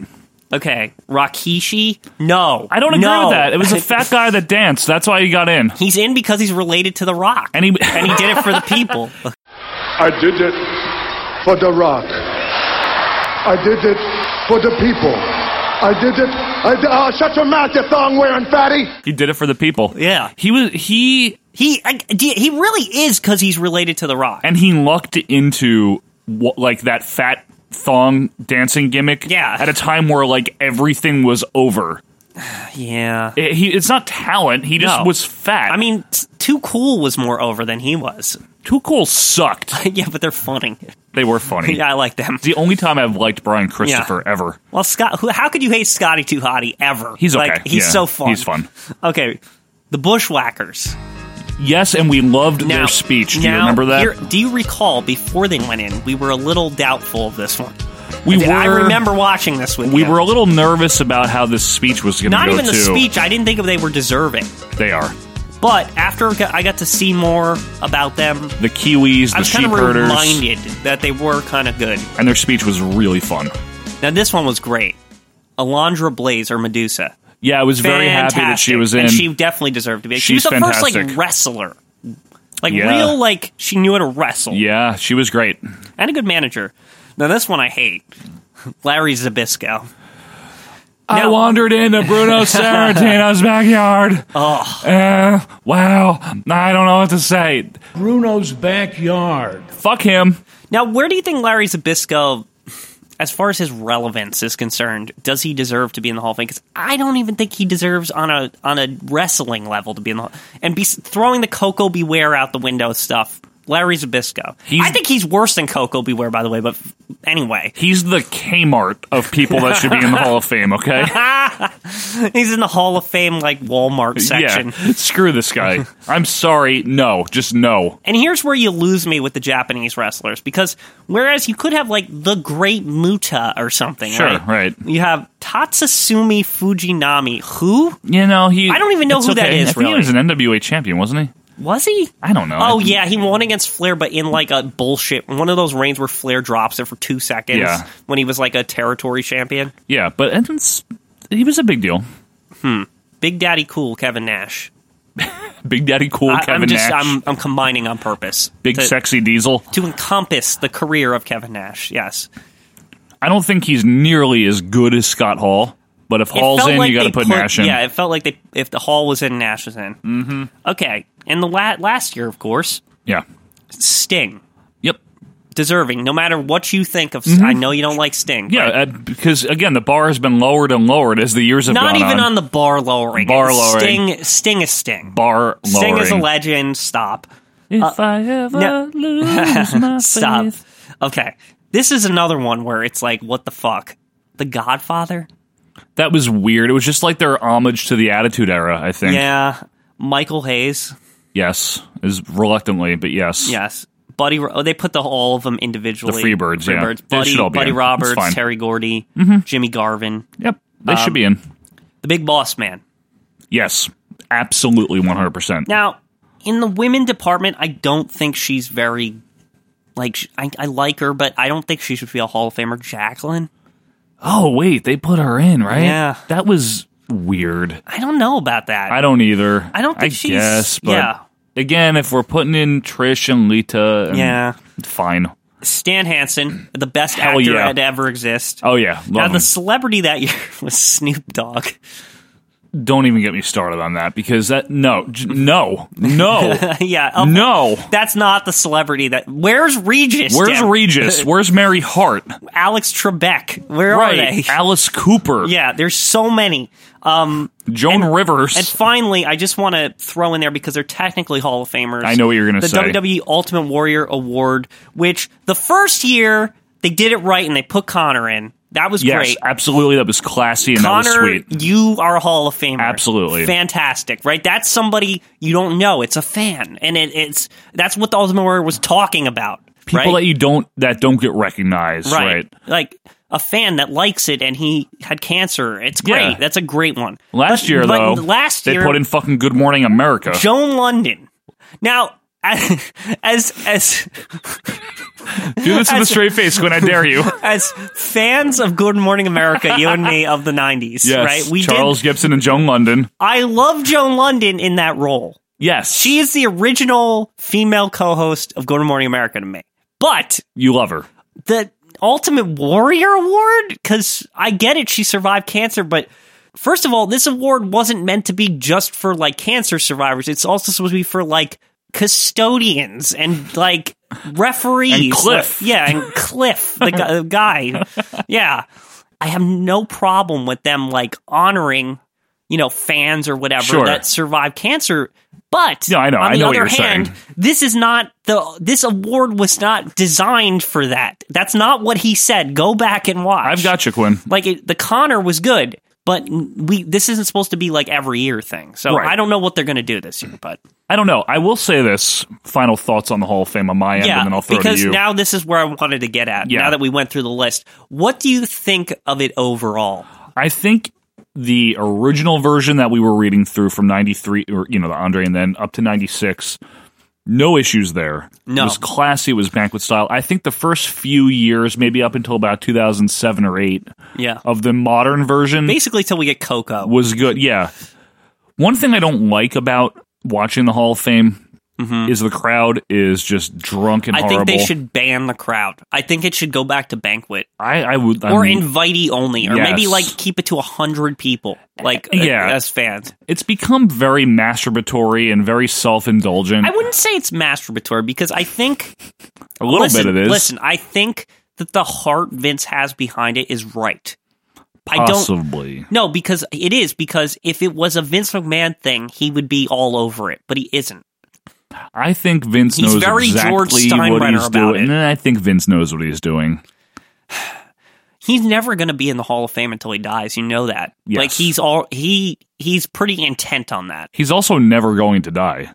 Speaker 3: Okay, Rakishi. No,
Speaker 2: I don't agree
Speaker 3: No.
Speaker 2: with that. It was a fat guy that danced. That's why he got in.
Speaker 3: He's in because he's related to The Rock.
Speaker 2: And he,
Speaker 3: and he did it for the people.
Speaker 11: I did it for The Rock. I did it for the people. I did it. I d- oh, shut your mouth, you thong wearing fatty.
Speaker 2: he did it for the people.
Speaker 3: Yeah.
Speaker 2: He was he
Speaker 3: He I, d- he really is because he's related to The Rock.
Speaker 2: and he lucked into wha- like that fat thong dancing gimmick.
Speaker 3: Yeah.
Speaker 2: At a time where like everything was over.
Speaker 3: Yeah.
Speaker 2: It- he it's not talent. He just
Speaker 3: No.
Speaker 2: was fat.
Speaker 3: I mean, s- Too Cool was more over than he was.
Speaker 2: Too Cool sucked.
Speaker 3: yeah, but they're funny.
Speaker 2: They were funny.
Speaker 3: Yeah, I like them.
Speaker 2: It's the only time I've liked Brian Christopher ever.
Speaker 3: Well, Scott, who, how could you hate Scotty Too Hottie ever?
Speaker 2: He's okay.
Speaker 3: Like, he's
Speaker 2: Yeah,
Speaker 3: so fun.
Speaker 2: He's fun.
Speaker 3: Okay, the Bushwhackers.
Speaker 2: Yes, and we loved
Speaker 3: Now,
Speaker 2: their speech. Do you
Speaker 3: now,
Speaker 2: remember that?
Speaker 3: here- do you recall before they went in, we were a little doubtful of this one.
Speaker 2: We
Speaker 3: I
Speaker 2: were-
Speaker 3: remember watching this with
Speaker 2: we
Speaker 3: you.
Speaker 2: were a little nervous about how this speech was going to go.
Speaker 3: Not even the
Speaker 2: too.
Speaker 3: speech. I didn't think they were deserving.
Speaker 2: They are
Speaker 3: But after I got to see more about them,
Speaker 2: the Kiwis, the
Speaker 3: I was kind
Speaker 2: sheep
Speaker 3: of
Speaker 2: herders,
Speaker 3: reminded that they were kind of good.
Speaker 2: and their speech was really fun.
Speaker 3: Now this one was great. Alondra Blaze or Medusa.
Speaker 2: Yeah, I was very happy that she
Speaker 3: Fantastic.
Speaker 2: was in.
Speaker 3: And she definitely deserved to be. she
Speaker 2: She's
Speaker 3: was the first like
Speaker 2: fantastic.
Speaker 3: wrestler. Like
Speaker 2: Yeah.
Speaker 3: real like she knew how to wrestle.
Speaker 2: yeah, she was great.
Speaker 3: And a good manager. Now this one I hate. Larry Zabisco.
Speaker 2: I
Speaker 3: No.
Speaker 2: wandered into Bruno Sarantino's backyard.
Speaker 3: Oh.
Speaker 2: Uh, wow, I don't know what to say.
Speaker 12: Bruno's backyard.
Speaker 2: Fuck him.
Speaker 3: Now where do you think Larry Zabisco as far as his relevance is concerned, does he deserve to be in the Hall of Fame? Because I don't even think he deserves on a on a wrestling level to be in the and be throwing the Coco Beware out the window stuff. Larry Zabisco. I think he's worse than Coco Beware, by the way. But f- anyway,
Speaker 2: He's the Kmart of people that should be in the Hall of Fame. Okay,
Speaker 3: he's in the Hall of Fame like Walmart section.
Speaker 2: yeah. Screw this guy. I'm sorry. No, just no.
Speaker 3: And here's where you lose me with the Japanese wrestlers because whereas you could have like the Great Muta or something,
Speaker 2: Sure,
Speaker 3: right?
Speaker 2: right.
Speaker 3: You have Tatsusumi Fujinami, who
Speaker 2: You know he.
Speaker 3: I don't even know
Speaker 2: it's
Speaker 3: who that
Speaker 2: okay.
Speaker 3: is,
Speaker 2: I think
Speaker 3: really.
Speaker 2: he was an NWA champion, wasn't he?
Speaker 3: was he?
Speaker 2: I don't know.
Speaker 3: Oh
Speaker 2: I-
Speaker 3: yeah, he won against Flair, but in like a bullshit one of those reigns where Flair drops it for two seconds
Speaker 2: Yeah.
Speaker 3: when he was like a territory champion.
Speaker 2: yeah. But it's, he was a big deal.
Speaker 3: Big Daddy Cool, Kevin Nash.
Speaker 2: Big Daddy Cool,
Speaker 3: I,
Speaker 2: Kevin
Speaker 3: I'm just
Speaker 2: Nash,
Speaker 3: I'm I'm combining on purpose.
Speaker 2: Big
Speaker 3: to,
Speaker 2: Sexy Diesel.
Speaker 3: to encompass the career of Kevin Nash. Yes,
Speaker 2: I don't think he's nearly as good as Scott Hall, but if
Speaker 3: It
Speaker 2: Hall's
Speaker 3: felt
Speaker 2: in,
Speaker 3: like
Speaker 2: you got to
Speaker 3: they
Speaker 2: put, Nash in.
Speaker 3: Yeah, it felt like they if the Hall was in, Nash was in. Mm-hmm. Okay, and the la- last year, of course,
Speaker 2: Yeah.
Speaker 3: Sting
Speaker 2: Yep.
Speaker 3: deserving. No matter what you think of, I know you don't like Sting.
Speaker 2: Mm-hmm. Yeah,
Speaker 3: but
Speaker 2: uh, because again, the bar has been lowered and lowered as the years have
Speaker 3: not
Speaker 2: gone
Speaker 3: even on.
Speaker 2: on
Speaker 3: the bar lowering.
Speaker 2: Bar lowering.
Speaker 3: Sting, Sting is Sting.
Speaker 2: bar lowering.
Speaker 3: Sting is a legend. Stop.
Speaker 2: If I ever
Speaker 3: no.
Speaker 2: lose my
Speaker 3: Stop.
Speaker 2: faith.
Speaker 3: Okay, this is another one where it's like, what the fuck? The Godfather.
Speaker 2: That was weird. It was just like their homage to the Attitude Era, I think.
Speaker 3: Yeah, Michael Hayes.
Speaker 2: Yes, is reluctantly, but yes.
Speaker 3: Yes. Buddy, Ro- oh, they put the all of them individually.
Speaker 2: The Freebirds, yeah. They
Speaker 3: Buddy,
Speaker 2: should all be
Speaker 3: Buddy
Speaker 2: in. It's
Speaker 3: Roberts,
Speaker 2: fine. Mm-hmm.
Speaker 3: Terry Gordy, Jimmy Garvin,
Speaker 2: Yep. They
Speaker 3: Um,
Speaker 2: should be in.
Speaker 3: the Big Boss Man.
Speaker 2: Yes, absolutely, one hundred percent.
Speaker 3: Now, in the women department, I don't think she's very like sh- I, I like her, but I don't think she should be a Hall of Famer. Jacqueline,
Speaker 2: Oh wait, they put her in, right?
Speaker 3: Yeah.
Speaker 2: that was weird.
Speaker 3: I don't know about that.
Speaker 2: I don't either.
Speaker 3: I don't think she's
Speaker 2: guess, but
Speaker 3: yeah.
Speaker 2: again, if we're putting in Trish and Lita, and
Speaker 3: Yeah.
Speaker 2: fine.
Speaker 3: Stan Hansen, the best
Speaker 2: Hell
Speaker 3: actor
Speaker 2: yeah.
Speaker 3: to ever exist.
Speaker 2: Oh yeah,
Speaker 3: now,
Speaker 2: love
Speaker 3: the
Speaker 2: him.
Speaker 3: celebrity that year was Snoop Dogg.
Speaker 2: Don't even get me started on that because that no, j- no, no.
Speaker 3: yeah. oh,
Speaker 2: No.
Speaker 3: That's not the celebrity that. Where's Regis?
Speaker 2: Where's
Speaker 3: Deb?
Speaker 2: Regis? Where's Mary Hart?
Speaker 3: Alex Trebek? Where are they?
Speaker 2: Right, Alice Cooper,
Speaker 3: Yeah, there's so many. Um,
Speaker 2: Joan Rivers.
Speaker 3: and finally, I just want to throw in there because they're technically Hall of Famers.
Speaker 2: I know what you're gonna
Speaker 3: the
Speaker 2: say.
Speaker 3: WWE Ultimate Warrior Award, which the first year they did it right and they put Connor in. That was
Speaker 2: yes,
Speaker 3: great.
Speaker 2: absolutely. That was classy and that was
Speaker 3: Connor,
Speaker 2: sweet.
Speaker 3: you are a Hall of Famer.
Speaker 2: Absolutely.
Speaker 3: fantastic, right? That's somebody you don't know. It's a fan, and it, it's that's what the Ultimate Warrior was talking about.
Speaker 2: People
Speaker 3: right?
Speaker 2: that you don't that don't get recognized, right?
Speaker 3: Like a fan that likes it, and he had cancer. It's great.
Speaker 2: Yeah.
Speaker 3: That's a great one.
Speaker 2: Last year
Speaker 3: but
Speaker 2: though,
Speaker 3: last
Speaker 2: they
Speaker 3: year-
Speaker 2: put in fucking Good Morning America.
Speaker 3: Joan London. Now, as as as,
Speaker 2: Do this with a
Speaker 3: as-
Speaker 2: straight face, Quinn. I dare you.
Speaker 3: as fans of Good Morning America, you and me of the '90s,
Speaker 2: Yes,
Speaker 3: right? We
Speaker 2: Charles
Speaker 3: did.
Speaker 2: Gibson and Joan London.
Speaker 3: I love Joan London in that role.
Speaker 2: Yes,
Speaker 3: She is the original female co-host of Good Morning America to me. But
Speaker 2: you love her.
Speaker 3: the Ultimate Warrior Award? Because I get it, she survived cancer, but first of all, this award wasn't meant to be just for like cancer survivors. It's also supposed to be for like custodians and like referees.
Speaker 2: And Cliff.
Speaker 3: Like, yeah, and Cliff, the gu- the guy. Yeah. I have no problem with them like honoring, you know, fans or whatever
Speaker 2: Sure.
Speaker 3: that survived cancer. But
Speaker 2: No, I know.
Speaker 3: on
Speaker 2: I
Speaker 3: the
Speaker 2: know what you're
Speaker 3: other hand,
Speaker 2: saying.
Speaker 3: this is not the this award was not designed for that. That's not what he said. Go back and watch.
Speaker 2: I've got you, Quinn.
Speaker 3: like it, the Connor was good, but we this isn't supposed to be like every year thing. So
Speaker 2: Right.
Speaker 3: I don't know what they're going to do this year, but
Speaker 2: I don't know. I will say this. Final thoughts on the Hall of Fame on my end,
Speaker 3: yeah,
Speaker 2: and then I'll throw it to
Speaker 3: because
Speaker 2: you.
Speaker 3: now this is where I wanted to get at.
Speaker 2: Yeah.
Speaker 3: Now that we went through the list, what do you think of it overall?
Speaker 2: I think the original version that we were reading through from 93 or you know the andre and then up to 96 no issues there
Speaker 3: No.
Speaker 2: it was classy it was banquet style i think the first few years maybe up until about 2007 or 8
Speaker 3: Yeah,
Speaker 2: of the modern version
Speaker 3: basically till we get Coco.
Speaker 2: was good yeah one thing i don't like about watching the hall of fame is the crowd is just drunk and
Speaker 3: Mm-hmm. I
Speaker 2: horrible
Speaker 3: think they should ban the crowd. I think it should go back to banquet
Speaker 2: i, I would I
Speaker 3: or
Speaker 2: mean,
Speaker 3: invitee only, or maybe
Speaker 2: Um, Yes. Uh,
Speaker 3: like keep it to hundred people, like
Speaker 2: Yeah.
Speaker 3: as fans.
Speaker 2: it's become very masturbatory and very self-indulgent
Speaker 3: I wouldn't say it's masturbatory because I think
Speaker 2: a little
Speaker 3: listen,
Speaker 2: bit it is
Speaker 3: Listen, I think that the heart Vince has behind it is right. I don't
Speaker 2: possibly
Speaker 3: no because it is because if it was a Vince McMahon thing, he would be all over it, but he isn't.
Speaker 2: I think Vince
Speaker 3: He's
Speaker 2: knows
Speaker 3: very
Speaker 2: exactly
Speaker 3: George
Speaker 2: what
Speaker 3: Steinbrenner
Speaker 2: he's
Speaker 3: about
Speaker 2: doing.
Speaker 3: it.
Speaker 2: And I think Vince knows what he's doing.
Speaker 3: He's never going to be in the Hall of Fame until he dies. You know that.
Speaker 2: Yes.
Speaker 3: Like he's all he he's pretty intent on that.
Speaker 2: He's also never going to die.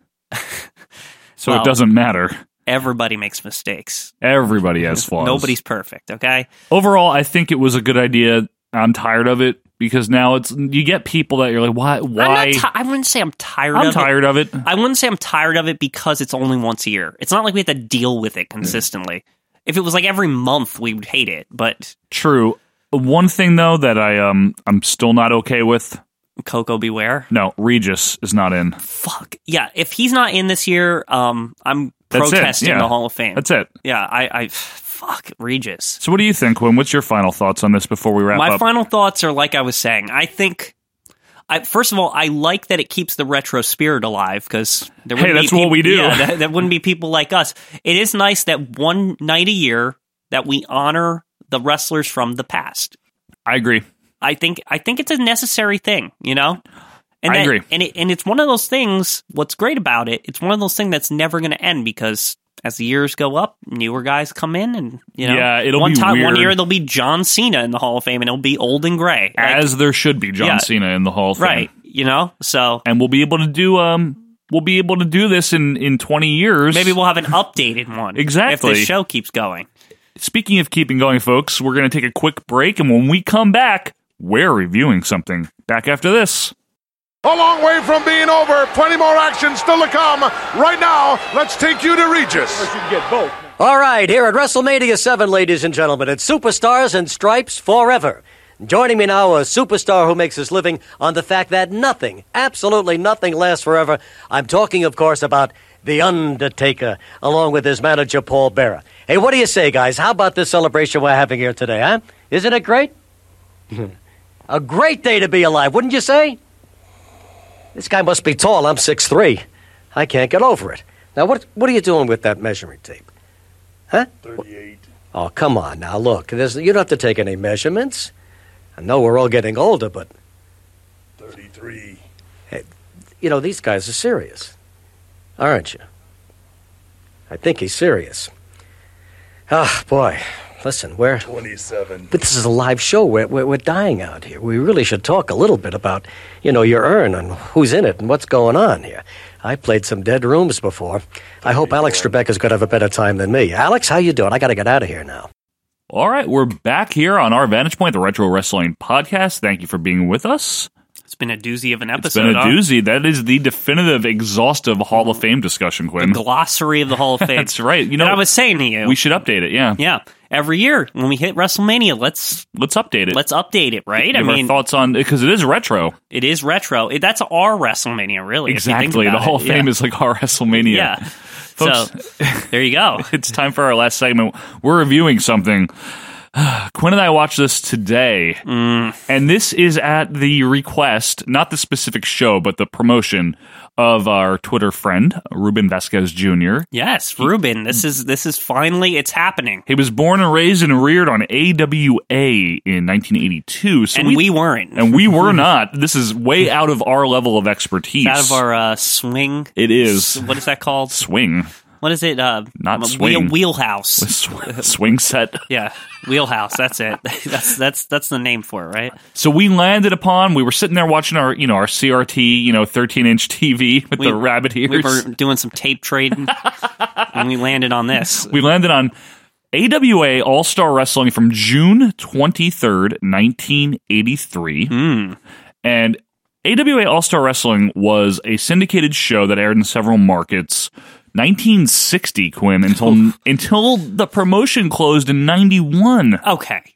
Speaker 2: So
Speaker 3: Well-
Speaker 2: it doesn't matter.
Speaker 3: Everybody makes mistakes.
Speaker 2: Everybody has flaws.
Speaker 3: Nobody's perfect. Okay.
Speaker 2: Overall, I think it was a good idea. I'm tired of it because now it's you get people that you're like, why why
Speaker 3: I'm not ti- I wouldn't say I'm tired.
Speaker 2: I'm
Speaker 3: of It.
Speaker 2: tired of it.
Speaker 3: I wouldn't say I'm tired of it because it's only once a year. It's not like we have to deal with
Speaker 2: Hmm.
Speaker 3: it consistently. if it was like every month, we would hate it. But
Speaker 2: True. One thing though that I um I'm still not okay with.
Speaker 3: Coco Beware,
Speaker 2: No, Regis is not in.
Speaker 3: fuck yeah. If he's not in this year, um, I'm
Speaker 2: That's it,
Speaker 3: protesting
Speaker 2: yeah.
Speaker 3: the Hall of Fame.
Speaker 2: That's it.
Speaker 3: Yeah, I, I fuck Regis.
Speaker 2: So what do you think, Quinn? What's your final thoughts on this before we wrap
Speaker 3: My
Speaker 2: up?
Speaker 3: final thoughts are like I was saying. I think. I, first of all, I like that it keeps the retro spirit alive because there
Speaker 2: Hey,
Speaker 3: wouldn't
Speaker 2: that's
Speaker 3: be
Speaker 2: what
Speaker 3: peop-
Speaker 2: we do.
Speaker 3: Yeah, that, that wouldn't be people like us. It is nice that one night a year that we honor the wrestlers from the past.
Speaker 2: I agree.
Speaker 3: I think I think it's a necessary thing, you know. And
Speaker 2: I
Speaker 3: that-
Speaker 2: agree.
Speaker 3: And it, and it's one of those things. What's great about it? It's one of those things that's never going to end because as the years go up, newer guys come in, and you know,
Speaker 2: Yeah, it'll
Speaker 3: one
Speaker 2: be
Speaker 3: time one
Speaker 2: weird.
Speaker 3: year there'll be John Cena in the Hall of Fame, and it'll be old and gray, Like,
Speaker 2: As there should be John
Speaker 3: Yeah.
Speaker 2: Cena in the Hall of Fame.
Speaker 3: right? You know, so
Speaker 2: and we'll be able to do um we'll be able to do this in in 20 years
Speaker 3: maybe we'll have an updated one if
Speaker 2: Exactly.
Speaker 3: this show keeps going.
Speaker 2: speaking of keeping going folks we're going to take a quick break and when we come back we're reviewing something back after this
Speaker 5: A long way from being over. Plenty more action still to come. Right now, let's take you to Regis.
Speaker 13: All right, here at WrestleMania 7, ladies and gentlemen, it's Superstars and Stripes Forever. Joining me now, a superstar who makes his living on the fact that nothing, absolutely nothing, lasts forever. I'm talking, of course, about The Undertaker, along with his manager, Paul Bearer. Hey, what do you say, guys? How about this celebration we're having here today, huh? Isn't it great? a great day to be alive, wouldn't you say? This guy must be tall. I'm 6'3. I can't get over it. Now, what, what are you doing with that measuring tape? Huh?
Speaker 12: 38.
Speaker 13: Oh, come on now. Look, there's, you don't have to take any measurements. I know we're all getting older, but
Speaker 12: 33.
Speaker 13: you know, these guys are serious. Aren't you? I think he's serious. Ah, boy. Listen, we're.
Speaker 12: 27.
Speaker 13: But this is a live show. We're, we're, we're dying out here. We really should talk a little bit about, you know, your urn and who's in it and what's going on here. I played some dead rooms before. I hope Alex Trebek is going to have a better time than me. Alex, how you doing? I got to get out of here now.
Speaker 2: All right, we're back here on our Vantage Point, the Retro Wrestling Podcast. Thank you for being with us.
Speaker 3: It's been a doozy of an
Speaker 2: It's
Speaker 3: episode. uh,
Speaker 2: been a
Speaker 3: huh?
Speaker 2: doozy. That is the definitive, exhaustive Hall of Fame discussion, Quinn.
Speaker 3: glossary of the Hall of Fame.
Speaker 2: That's right. You know,
Speaker 3: And I was saying to you,
Speaker 2: we should update it. Yeah,
Speaker 3: yeah, every year when we hit WrestleMania, let's
Speaker 2: let's update it.
Speaker 3: Let's update it, right?
Speaker 2: Give
Speaker 3: I mean,
Speaker 2: our thoughts on because it is retro.
Speaker 3: it is retro. It, that's our WrestleMania, really. if you think
Speaker 2: Exactly. The
Speaker 3: about
Speaker 2: Hall
Speaker 3: it.
Speaker 2: of Fame
Speaker 3: Yeah.
Speaker 2: is like our WrestleMania.
Speaker 3: Yeah.
Speaker 2: Folks-
Speaker 3: so there you go.
Speaker 2: It's time for our last segment. We're reviewing something. Quinn and I watched this today,
Speaker 3: Mm.
Speaker 2: and this is at the request, not the specific show, but the promotion of our Twitter friend, Ruben Vasquez Jr.
Speaker 3: Yes, Ruben. This is this is finally it's happening,
Speaker 2: He was born and raised and reared on AWA in 1982. So
Speaker 3: and we, weren't.
Speaker 2: And we were not. This is way out of our level of expertise.
Speaker 3: It's out of our uh, swing.
Speaker 2: It is.
Speaker 3: S- What is that called?
Speaker 2: swing,
Speaker 3: What is it? Uh,
Speaker 2: Not
Speaker 3: wheel-
Speaker 2: swing.
Speaker 3: wheelhouse.
Speaker 2: Sw- swing set.
Speaker 3: Yeah, wheelhouse. That's it. that's that's that's the name for it, right?
Speaker 2: So we landed upon. We were sitting there watching our, you know, our CRT, you know, 13 inch TV with
Speaker 3: We-
Speaker 2: the rabbit ears.
Speaker 3: We were doing some tape trading, and we landed on this.
Speaker 2: we landed on AWA All Star Wrestling from June 23rd, 1983.
Speaker 3: Hmm.
Speaker 2: And AWA All Star Wrestling was a syndicated show that aired in several markets. 1960, Quinn,
Speaker 3: Oh.
Speaker 2: until until the promotion closed in 91.
Speaker 3: Okay,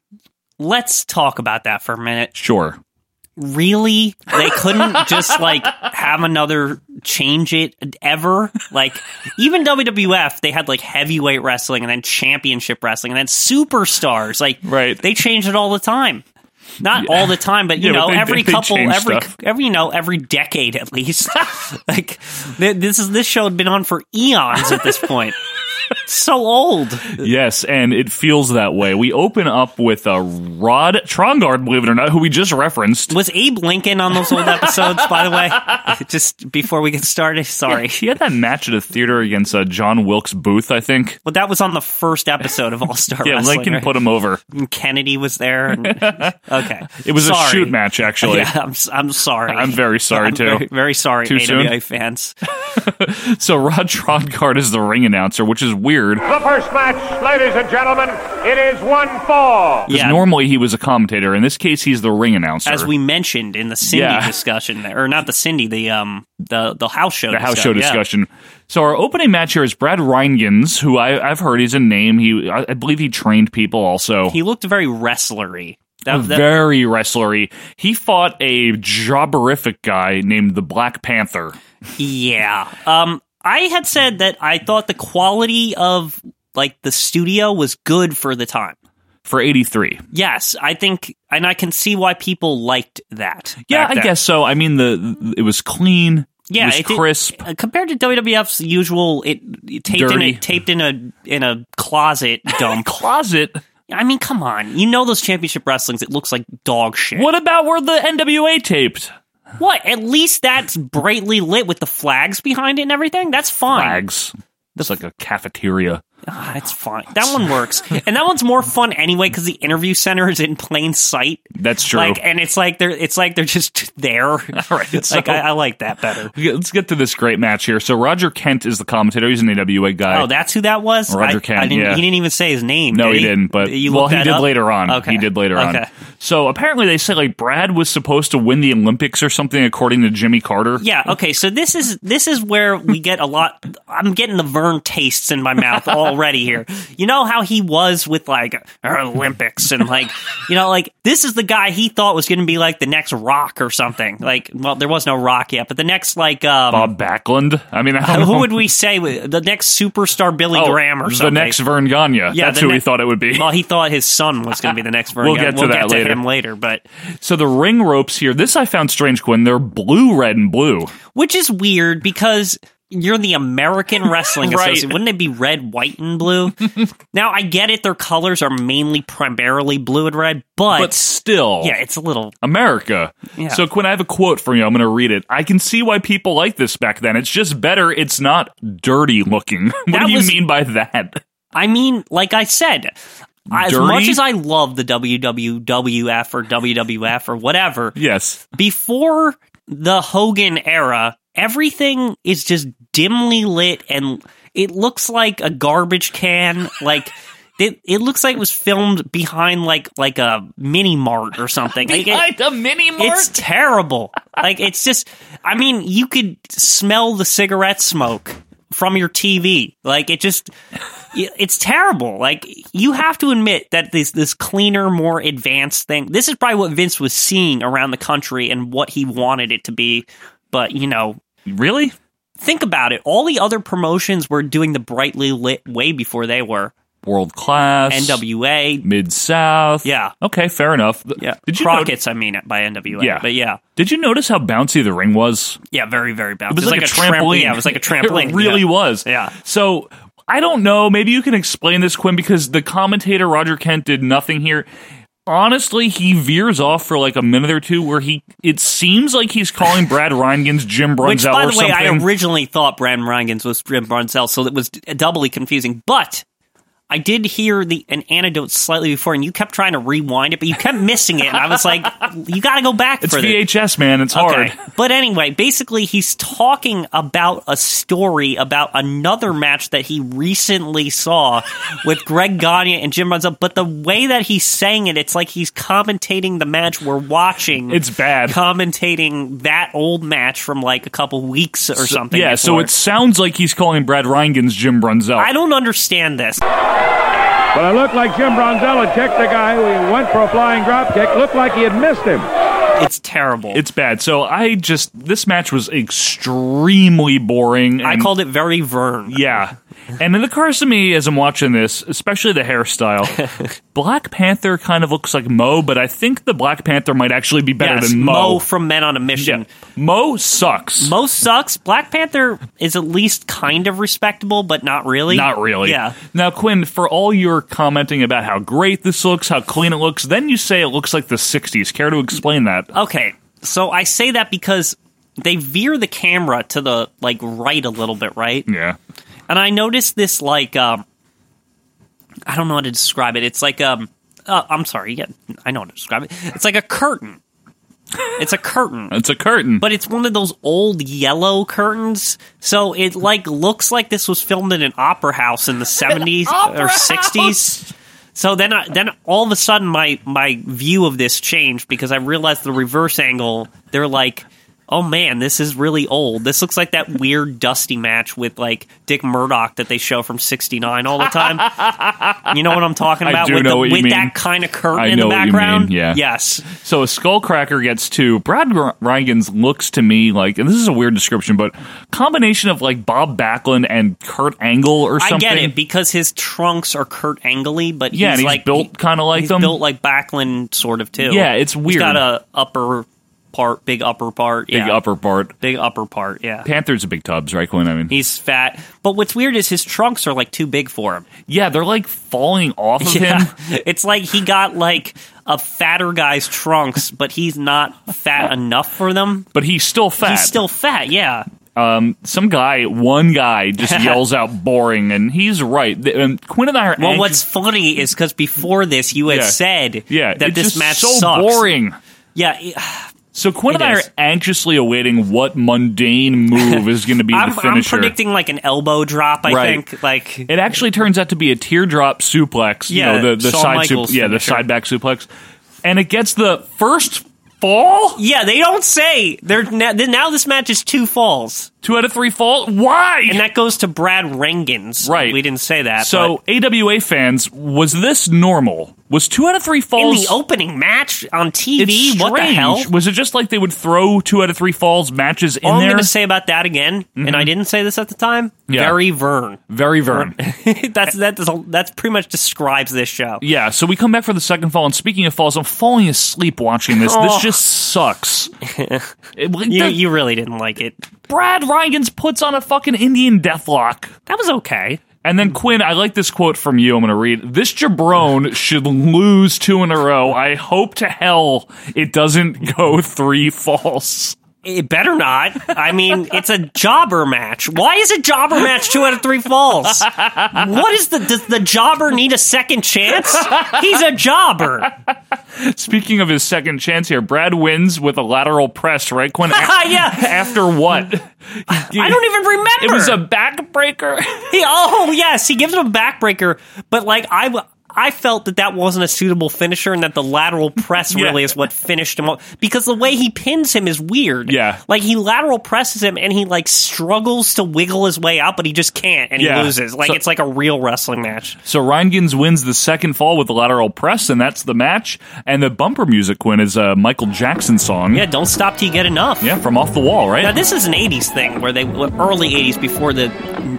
Speaker 3: let's talk about that for a minute.
Speaker 2: Sure.
Speaker 3: Really, they couldn't just like have another change it ever. Like even WWF, they had like heavyweight wrestling and then championship wrestling and then superstars. Like
Speaker 2: Right.
Speaker 3: they changed it all the time. Not all the time, but
Speaker 2: Yeah,
Speaker 3: you
Speaker 2: but
Speaker 3: know,
Speaker 2: they-
Speaker 3: every
Speaker 2: they
Speaker 3: couple,
Speaker 2: change
Speaker 3: every
Speaker 2: stuff.
Speaker 3: every you know, every decade at least. like th- this is this show had been on for eons at this point. so old.
Speaker 2: Yes, and it feels that way. We open up with uh, Rod Trongard, believe it or not, who we just referenced.
Speaker 3: Was Abe Lincoln on those old episodes? by the way, just before we get started, sorry.
Speaker 2: He had that match at a theater against uh, John Wilkes Booth, I think.
Speaker 3: Well, that was on the first episode of All Star
Speaker 2: Yeah,
Speaker 3: Wrestling.
Speaker 2: Lincoln
Speaker 3: right?
Speaker 2: put him over.
Speaker 3: And Kennedy was there. and- okay,
Speaker 2: It was a
Speaker 3: Sorry.
Speaker 2: shoot match, actually.
Speaker 3: Yeah, I'm, s- I'm sorry.
Speaker 2: I'm very sorry,
Speaker 3: I'm
Speaker 2: too.
Speaker 3: Very, very sorry,
Speaker 2: Too soon?
Speaker 3: AWA fans.
Speaker 2: So Rod Trongard is the ring announcer, which is weird.
Speaker 6: The first match, ladies and gentlemen, it is one fall.
Speaker 2: Because
Speaker 3: Yeah.
Speaker 2: normally he was a commentator. In this case, he's the ring announcer.
Speaker 3: As we mentioned in the Cindy
Speaker 2: Yeah.
Speaker 3: discussion, or not the Cindy, the um, the the house show,
Speaker 2: the house
Speaker 3: discuss-
Speaker 2: show
Speaker 3: yeah.
Speaker 2: discussion. So our opening match here is Brad Reingans, who I, I've heard he's a name. He, I, I believe he trained people also.
Speaker 3: He looked very wrestlery. That, that,
Speaker 2: Oh, very wrestlery. He fought a jobberific guy named the Black Panther.
Speaker 3: Yeah. Um, I had said that I thought the quality of like the studio was good for the time.
Speaker 2: for 83.
Speaker 3: Yes, I think, and I can see why people liked that.
Speaker 2: Yeah,
Speaker 3: back
Speaker 2: I
Speaker 3: then.
Speaker 2: guess so. I mean the it was clean.
Speaker 3: Yeah,
Speaker 2: it was
Speaker 3: it did-
Speaker 2: crisp.
Speaker 3: Uh, Compared to WWF's usual, it, it taped
Speaker 2: Dirty.
Speaker 3: in a taped in a in a closet dump.
Speaker 2: Closet.
Speaker 3: I mean, come on, you know those championship wrestlings. It looks like dog shit.
Speaker 2: What about where the NWA taped?
Speaker 3: What? At least that's brightly lit with the flags behind it and everything. That's fine.
Speaker 2: Flags. It's like a cafeteria.
Speaker 3: Ah, it's fine. That one works, and that one's more fun anyway because the interview center is in plain sight.
Speaker 2: That's true.
Speaker 3: Like, and it's like they're it's like they're just there.
Speaker 2: right, so-
Speaker 3: like I, I like that better.
Speaker 2: Okay, Let's get to this great match here. So Roger Kent is the commentator. He's an NWA guy.
Speaker 3: Oh, that's who that was.
Speaker 2: Roger
Speaker 3: I,
Speaker 2: Kent,
Speaker 3: I didn't,
Speaker 2: yeah.
Speaker 3: He didn't even say his name.
Speaker 2: no,
Speaker 3: did
Speaker 2: he didn't. But
Speaker 3: you
Speaker 2: well,
Speaker 3: looked
Speaker 2: he
Speaker 3: that
Speaker 2: did
Speaker 3: up?
Speaker 2: later on.
Speaker 3: Okay.
Speaker 2: He did later on.
Speaker 3: Okay.
Speaker 2: So apparently they say like Brad was supposed to win the Olympics or something, according to Jimmy Carter.
Speaker 3: Yeah. Okay. So this is this is where we get a lot. I'm getting the Vern tastes in my mouth all already here. You know how he was with like our Olympics and like, you know, like this is the guy he thought was going to be like the next Rock or something. Like, well, there was no Rock yet, but the next like um,
Speaker 2: Bob Backlund. I mean, I don't
Speaker 3: Oh, who
Speaker 2: know.
Speaker 3: would we say was- the next superstar Billy
Speaker 2: Oh,
Speaker 3: Graham or
Speaker 2: the
Speaker 3: something?
Speaker 2: next Vern Gagne?
Speaker 3: Yeah,
Speaker 2: that's
Speaker 3: the
Speaker 2: who we
Speaker 3: ne-
Speaker 2: thought it would be.
Speaker 3: Well, he thought his son was going to be the next Vern.
Speaker 2: We'll
Speaker 3: Gagne.
Speaker 2: get to
Speaker 3: we'll
Speaker 2: that
Speaker 3: get to
Speaker 2: later.
Speaker 3: him later, but
Speaker 2: So the ring ropes here. This I found strange, Quinn. They're blue, red, and blue.
Speaker 3: which is weird because you're the American Wrestling
Speaker 2: Right.
Speaker 3: Association. Wouldn't it be red, white, and blue? now I get it; their colors are mainly primarily blue and red, but,
Speaker 2: But still.
Speaker 3: yeah, it's a little.
Speaker 2: America.
Speaker 3: Yeah.
Speaker 2: So, Quinn, I have a quote from you. I'm going to read it. I can see why people like this back then. It's just better. It's not dirty looking. what
Speaker 3: That
Speaker 2: do you
Speaker 3: was-
Speaker 2: mean by that?
Speaker 3: I mean, like I said. As
Speaker 2: Dirty?
Speaker 3: much as I love the WWWF or WWF or whatever,
Speaker 2: Yes.
Speaker 3: before the Hogan era, everything is just dimly lit and it looks like a garbage can. Like it, it looks like it was filmed behind like like a mini mart or something. Like, it-
Speaker 2: a mini
Speaker 3: it's terrible. Like it's just I mean, you could smell the cigarette smoke from your TV. Like it just it's terrible. Like you have to admit that this this cleaner, more advanced thing. This is probably what Vince was seeing around the country and what he wanted it to be, but you know,
Speaker 2: really?
Speaker 3: Think about it. All the other promotions were doing the brightly lit way before they were.
Speaker 2: World class.
Speaker 3: NWA,
Speaker 2: Mid South.
Speaker 3: Yeah.
Speaker 2: Okay, fair enough. Yeah. Did you know-
Speaker 3: Crockett's, I mean, by NWA.
Speaker 2: Yeah.
Speaker 3: But yeah.
Speaker 2: Did you notice how bouncy the ring was?
Speaker 3: Yeah, very, very bouncy.
Speaker 2: It was, like, a trampoline.
Speaker 3: tramp- yeah, it was like a trampoline.
Speaker 2: it really
Speaker 3: yeah.
Speaker 2: was.
Speaker 3: Yeah.
Speaker 2: So I don't know. Maybe you can explain this, Quinn, because the commentator Roger Kent did nothing here. Honestly, he veers off for like a minute or two, where he it seems like he's calling Brad Reingens Jim Brunzel
Speaker 3: Which, by
Speaker 2: or
Speaker 3: the way, I
Speaker 2: something.
Speaker 3: originally thought Bram Rangans was Jim Brunzel, so it was d- doubly confusing. But I did hear the an anecdote slightly before, and you kept trying to rewind it, but you kept missing it. And I was like, you got to go back
Speaker 2: it's
Speaker 3: for this.
Speaker 2: VHS, man. It's hard.
Speaker 3: But anyway, basically, he's talking about a story about another match that he recently saw with Greg Gagne and Jim Brunzel. But the way that he's saying it, it's like he's commentating the match we're watching.
Speaker 2: It's bad.
Speaker 3: Commentating that old match from like a couple weeks or something.
Speaker 2: yeah. So
Speaker 3: before.
Speaker 2: it sounds like he's calling Brad Reingens Jim Brunzel.
Speaker 3: I don't understand this.
Speaker 8: But it looked like Jim Bronzel had kicked the guy. We went for a flying drop kick. Looked like he had missed him.
Speaker 3: It's terrible.
Speaker 2: It's bad. So I just this match was extremely boring.
Speaker 3: I
Speaker 2: and-
Speaker 3: called it very Vern.
Speaker 2: Yeah. And in the cars to me, as I'm watching this, especially the hairstyle, Black Panther kind of looks like Mo, but I think the Black Panther might actually be better
Speaker 3: Yes,
Speaker 2: than Mo.
Speaker 3: Mo from Men on a Mission.
Speaker 2: Mo sucks.
Speaker 3: Mo sucks. Black Panther is at least kind of respectable, but not really.
Speaker 2: Not really.
Speaker 3: Yeah.
Speaker 2: Now, Quinn, for all your commenting about how great this looks, how clean it looks, then you say it looks like the 60s. Care to explain that?
Speaker 3: Okay. So I say that because they veer the camera to the like right a little bit, right?
Speaker 2: Yeah.
Speaker 3: And I noticed this like um I don't know how to describe it. It's like um uh, I'm sorry. Yeah, I know how to describe it. It's like a curtain. It's a curtain.
Speaker 2: It's a curtain.
Speaker 3: but it's one of those old yellow curtains. So it like looks like this was filmed in an opera house in the seventies or sixties. So then, I, then all of a sudden, my my view of this changed because I realized the reverse angle. They're like, oh man, this is really old. This looks like that weird dusty match with like Dick Murdoch that they show from '69 all the time. you know what I'm talking
Speaker 2: I
Speaker 3: about?
Speaker 2: do
Speaker 3: with
Speaker 2: know
Speaker 3: the,
Speaker 2: what you
Speaker 3: with
Speaker 2: mean.
Speaker 3: that kind of curtain
Speaker 2: I
Speaker 3: in
Speaker 2: know
Speaker 3: the
Speaker 2: what you mean,
Speaker 3: background.
Speaker 2: yeah.
Speaker 3: Yes.
Speaker 2: So a skullcracker gets two. Brad R- Reingens looks to me like, and this is a weird description, but combination of like Bob Backlund and Kurt Angle or something.
Speaker 3: I get it because his trunks are Kurt Angley, but
Speaker 2: Yeah,
Speaker 3: he's
Speaker 2: and he's
Speaker 3: like
Speaker 2: built
Speaker 3: he-
Speaker 2: kinda like
Speaker 3: he's
Speaker 2: them.
Speaker 3: built like Backlund sort of too.
Speaker 2: Yeah, it's
Speaker 3: He's
Speaker 2: weird.
Speaker 3: got a upper part, big upper part,
Speaker 2: Big
Speaker 3: yeah.
Speaker 2: upper part.
Speaker 3: big upper part. Yeah,
Speaker 2: Panther's a big tubs, right, Quinn? I mean,
Speaker 3: he's fat. But what's weird is his trunks are like too big for him.
Speaker 2: yeah, they're like falling off of
Speaker 3: Yeah.
Speaker 2: him.
Speaker 3: it's like he got like a fatter guy's trunks, but he's not fat enough for them.
Speaker 2: But he's still fat.
Speaker 3: He's still fat. Yeah,
Speaker 2: um, some guy, one guy, just yells out "boring," and he's right. Th- And Quinn and I are
Speaker 3: Well,
Speaker 2: anxious-
Speaker 3: what's funny is because before this, you had
Speaker 2: Yeah.
Speaker 3: said
Speaker 2: yeah,
Speaker 3: that
Speaker 2: it's
Speaker 3: this
Speaker 2: just
Speaker 3: match
Speaker 2: so
Speaker 3: sucks.
Speaker 2: boring.
Speaker 3: Yeah, it-
Speaker 2: So Quinn
Speaker 3: It
Speaker 2: and I
Speaker 3: is.
Speaker 2: are anxiously awaiting what mundane move is going to be
Speaker 3: I'm,
Speaker 2: the
Speaker 3: I'm
Speaker 2: finisher.
Speaker 3: predicting like an elbow drop. I
Speaker 2: Right.
Speaker 3: think like
Speaker 2: it actually turns out to be a teardrop suplex.
Speaker 3: Yeah,
Speaker 2: you know, the, the
Speaker 3: Shawn
Speaker 2: side
Speaker 3: Michaels
Speaker 2: yeah, the
Speaker 3: finisher.
Speaker 2: side back suplex, and it gets the first fall?
Speaker 3: Yeah, they don't say. They're now, now this match is two falls.
Speaker 2: Two out of three fall? Why?
Speaker 3: And that goes to Brad Rangens.
Speaker 2: Right.
Speaker 3: We didn't say that.
Speaker 2: So, AWA fans, was this normal? Was two out of three
Speaker 3: but in
Speaker 2: falls
Speaker 3: the opening match on TV,
Speaker 2: It's strange.
Speaker 3: what the hell?
Speaker 2: Was it just like they would throw two out of three falls matches in
Speaker 3: All I'm
Speaker 2: there?
Speaker 3: going to say about that again, and I didn't say this at the time.
Speaker 2: Mm-hmm. Yeah.
Speaker 3: Very Vern.
Speaker 2: Very Vern.
Speaker 3: that's that. Does, that's pretty much describes this show.
Speaker 2: yeah, so we come back for the second fall, and speaking of falls, I'm falling asleep watching this.
Speaker 3: Oh.
Speaker 2: This just sucks. It-
Speaker 3: You,
Speaker 2: that-
Speaker 3: you really didn't like it.
Speaker 2: Brad Rygans puts on a fucking Indian deathlock.
Speaker 3: That was okay.
Speaker 2: And then Quinn, I like this quote from you. I'm going to read. This jabron should lose two in a row. I hope to hell it doesn't go three false.
Speaker 3: It better not. I mean, it's a jobber match. Why is a jobber match two out of three falls? What is the does the jobber need a second chance? He's a jobber.
Speaker 2: Speaking of his second chance here, Brad wins with a lateral press, right, Quinn? A-
Speaker 3: Yeah.
Speaker 2: After what?
Speaker 3: I don't even remember.
Speaker 2: It was a backbreaker.
Speaker 3: He, oh yes, he gives him a backbreaker, but like I, w- I felt that that wasn't a suitable finisher, and that the lateral press
Speaker 2: Yeah.
Speaker 3: really is what finished him off because the way he pins him is weird.
Speaker 2: Yeah.
Speaker 3: like he lateral presses him, and he like struggles to wiggle his way out, but he just can't, and
Speaker 2: Yeah.
Speaker 3: he loses. Like
Speaker 2: So-
Speaker 3: it's like a real wrestling match.
Speaker 2: So Reingans wins the second fall with the lateral press, and that's the match. And the bumper music, Quinn, is a Michael Jackson song.
Speaker 3: Yeah, don't stop till you get enough.
Speaker 2: Yeah, from Off the Wall, right?
Speaker 3: Now this is an '80s thing where they well, early '80s before the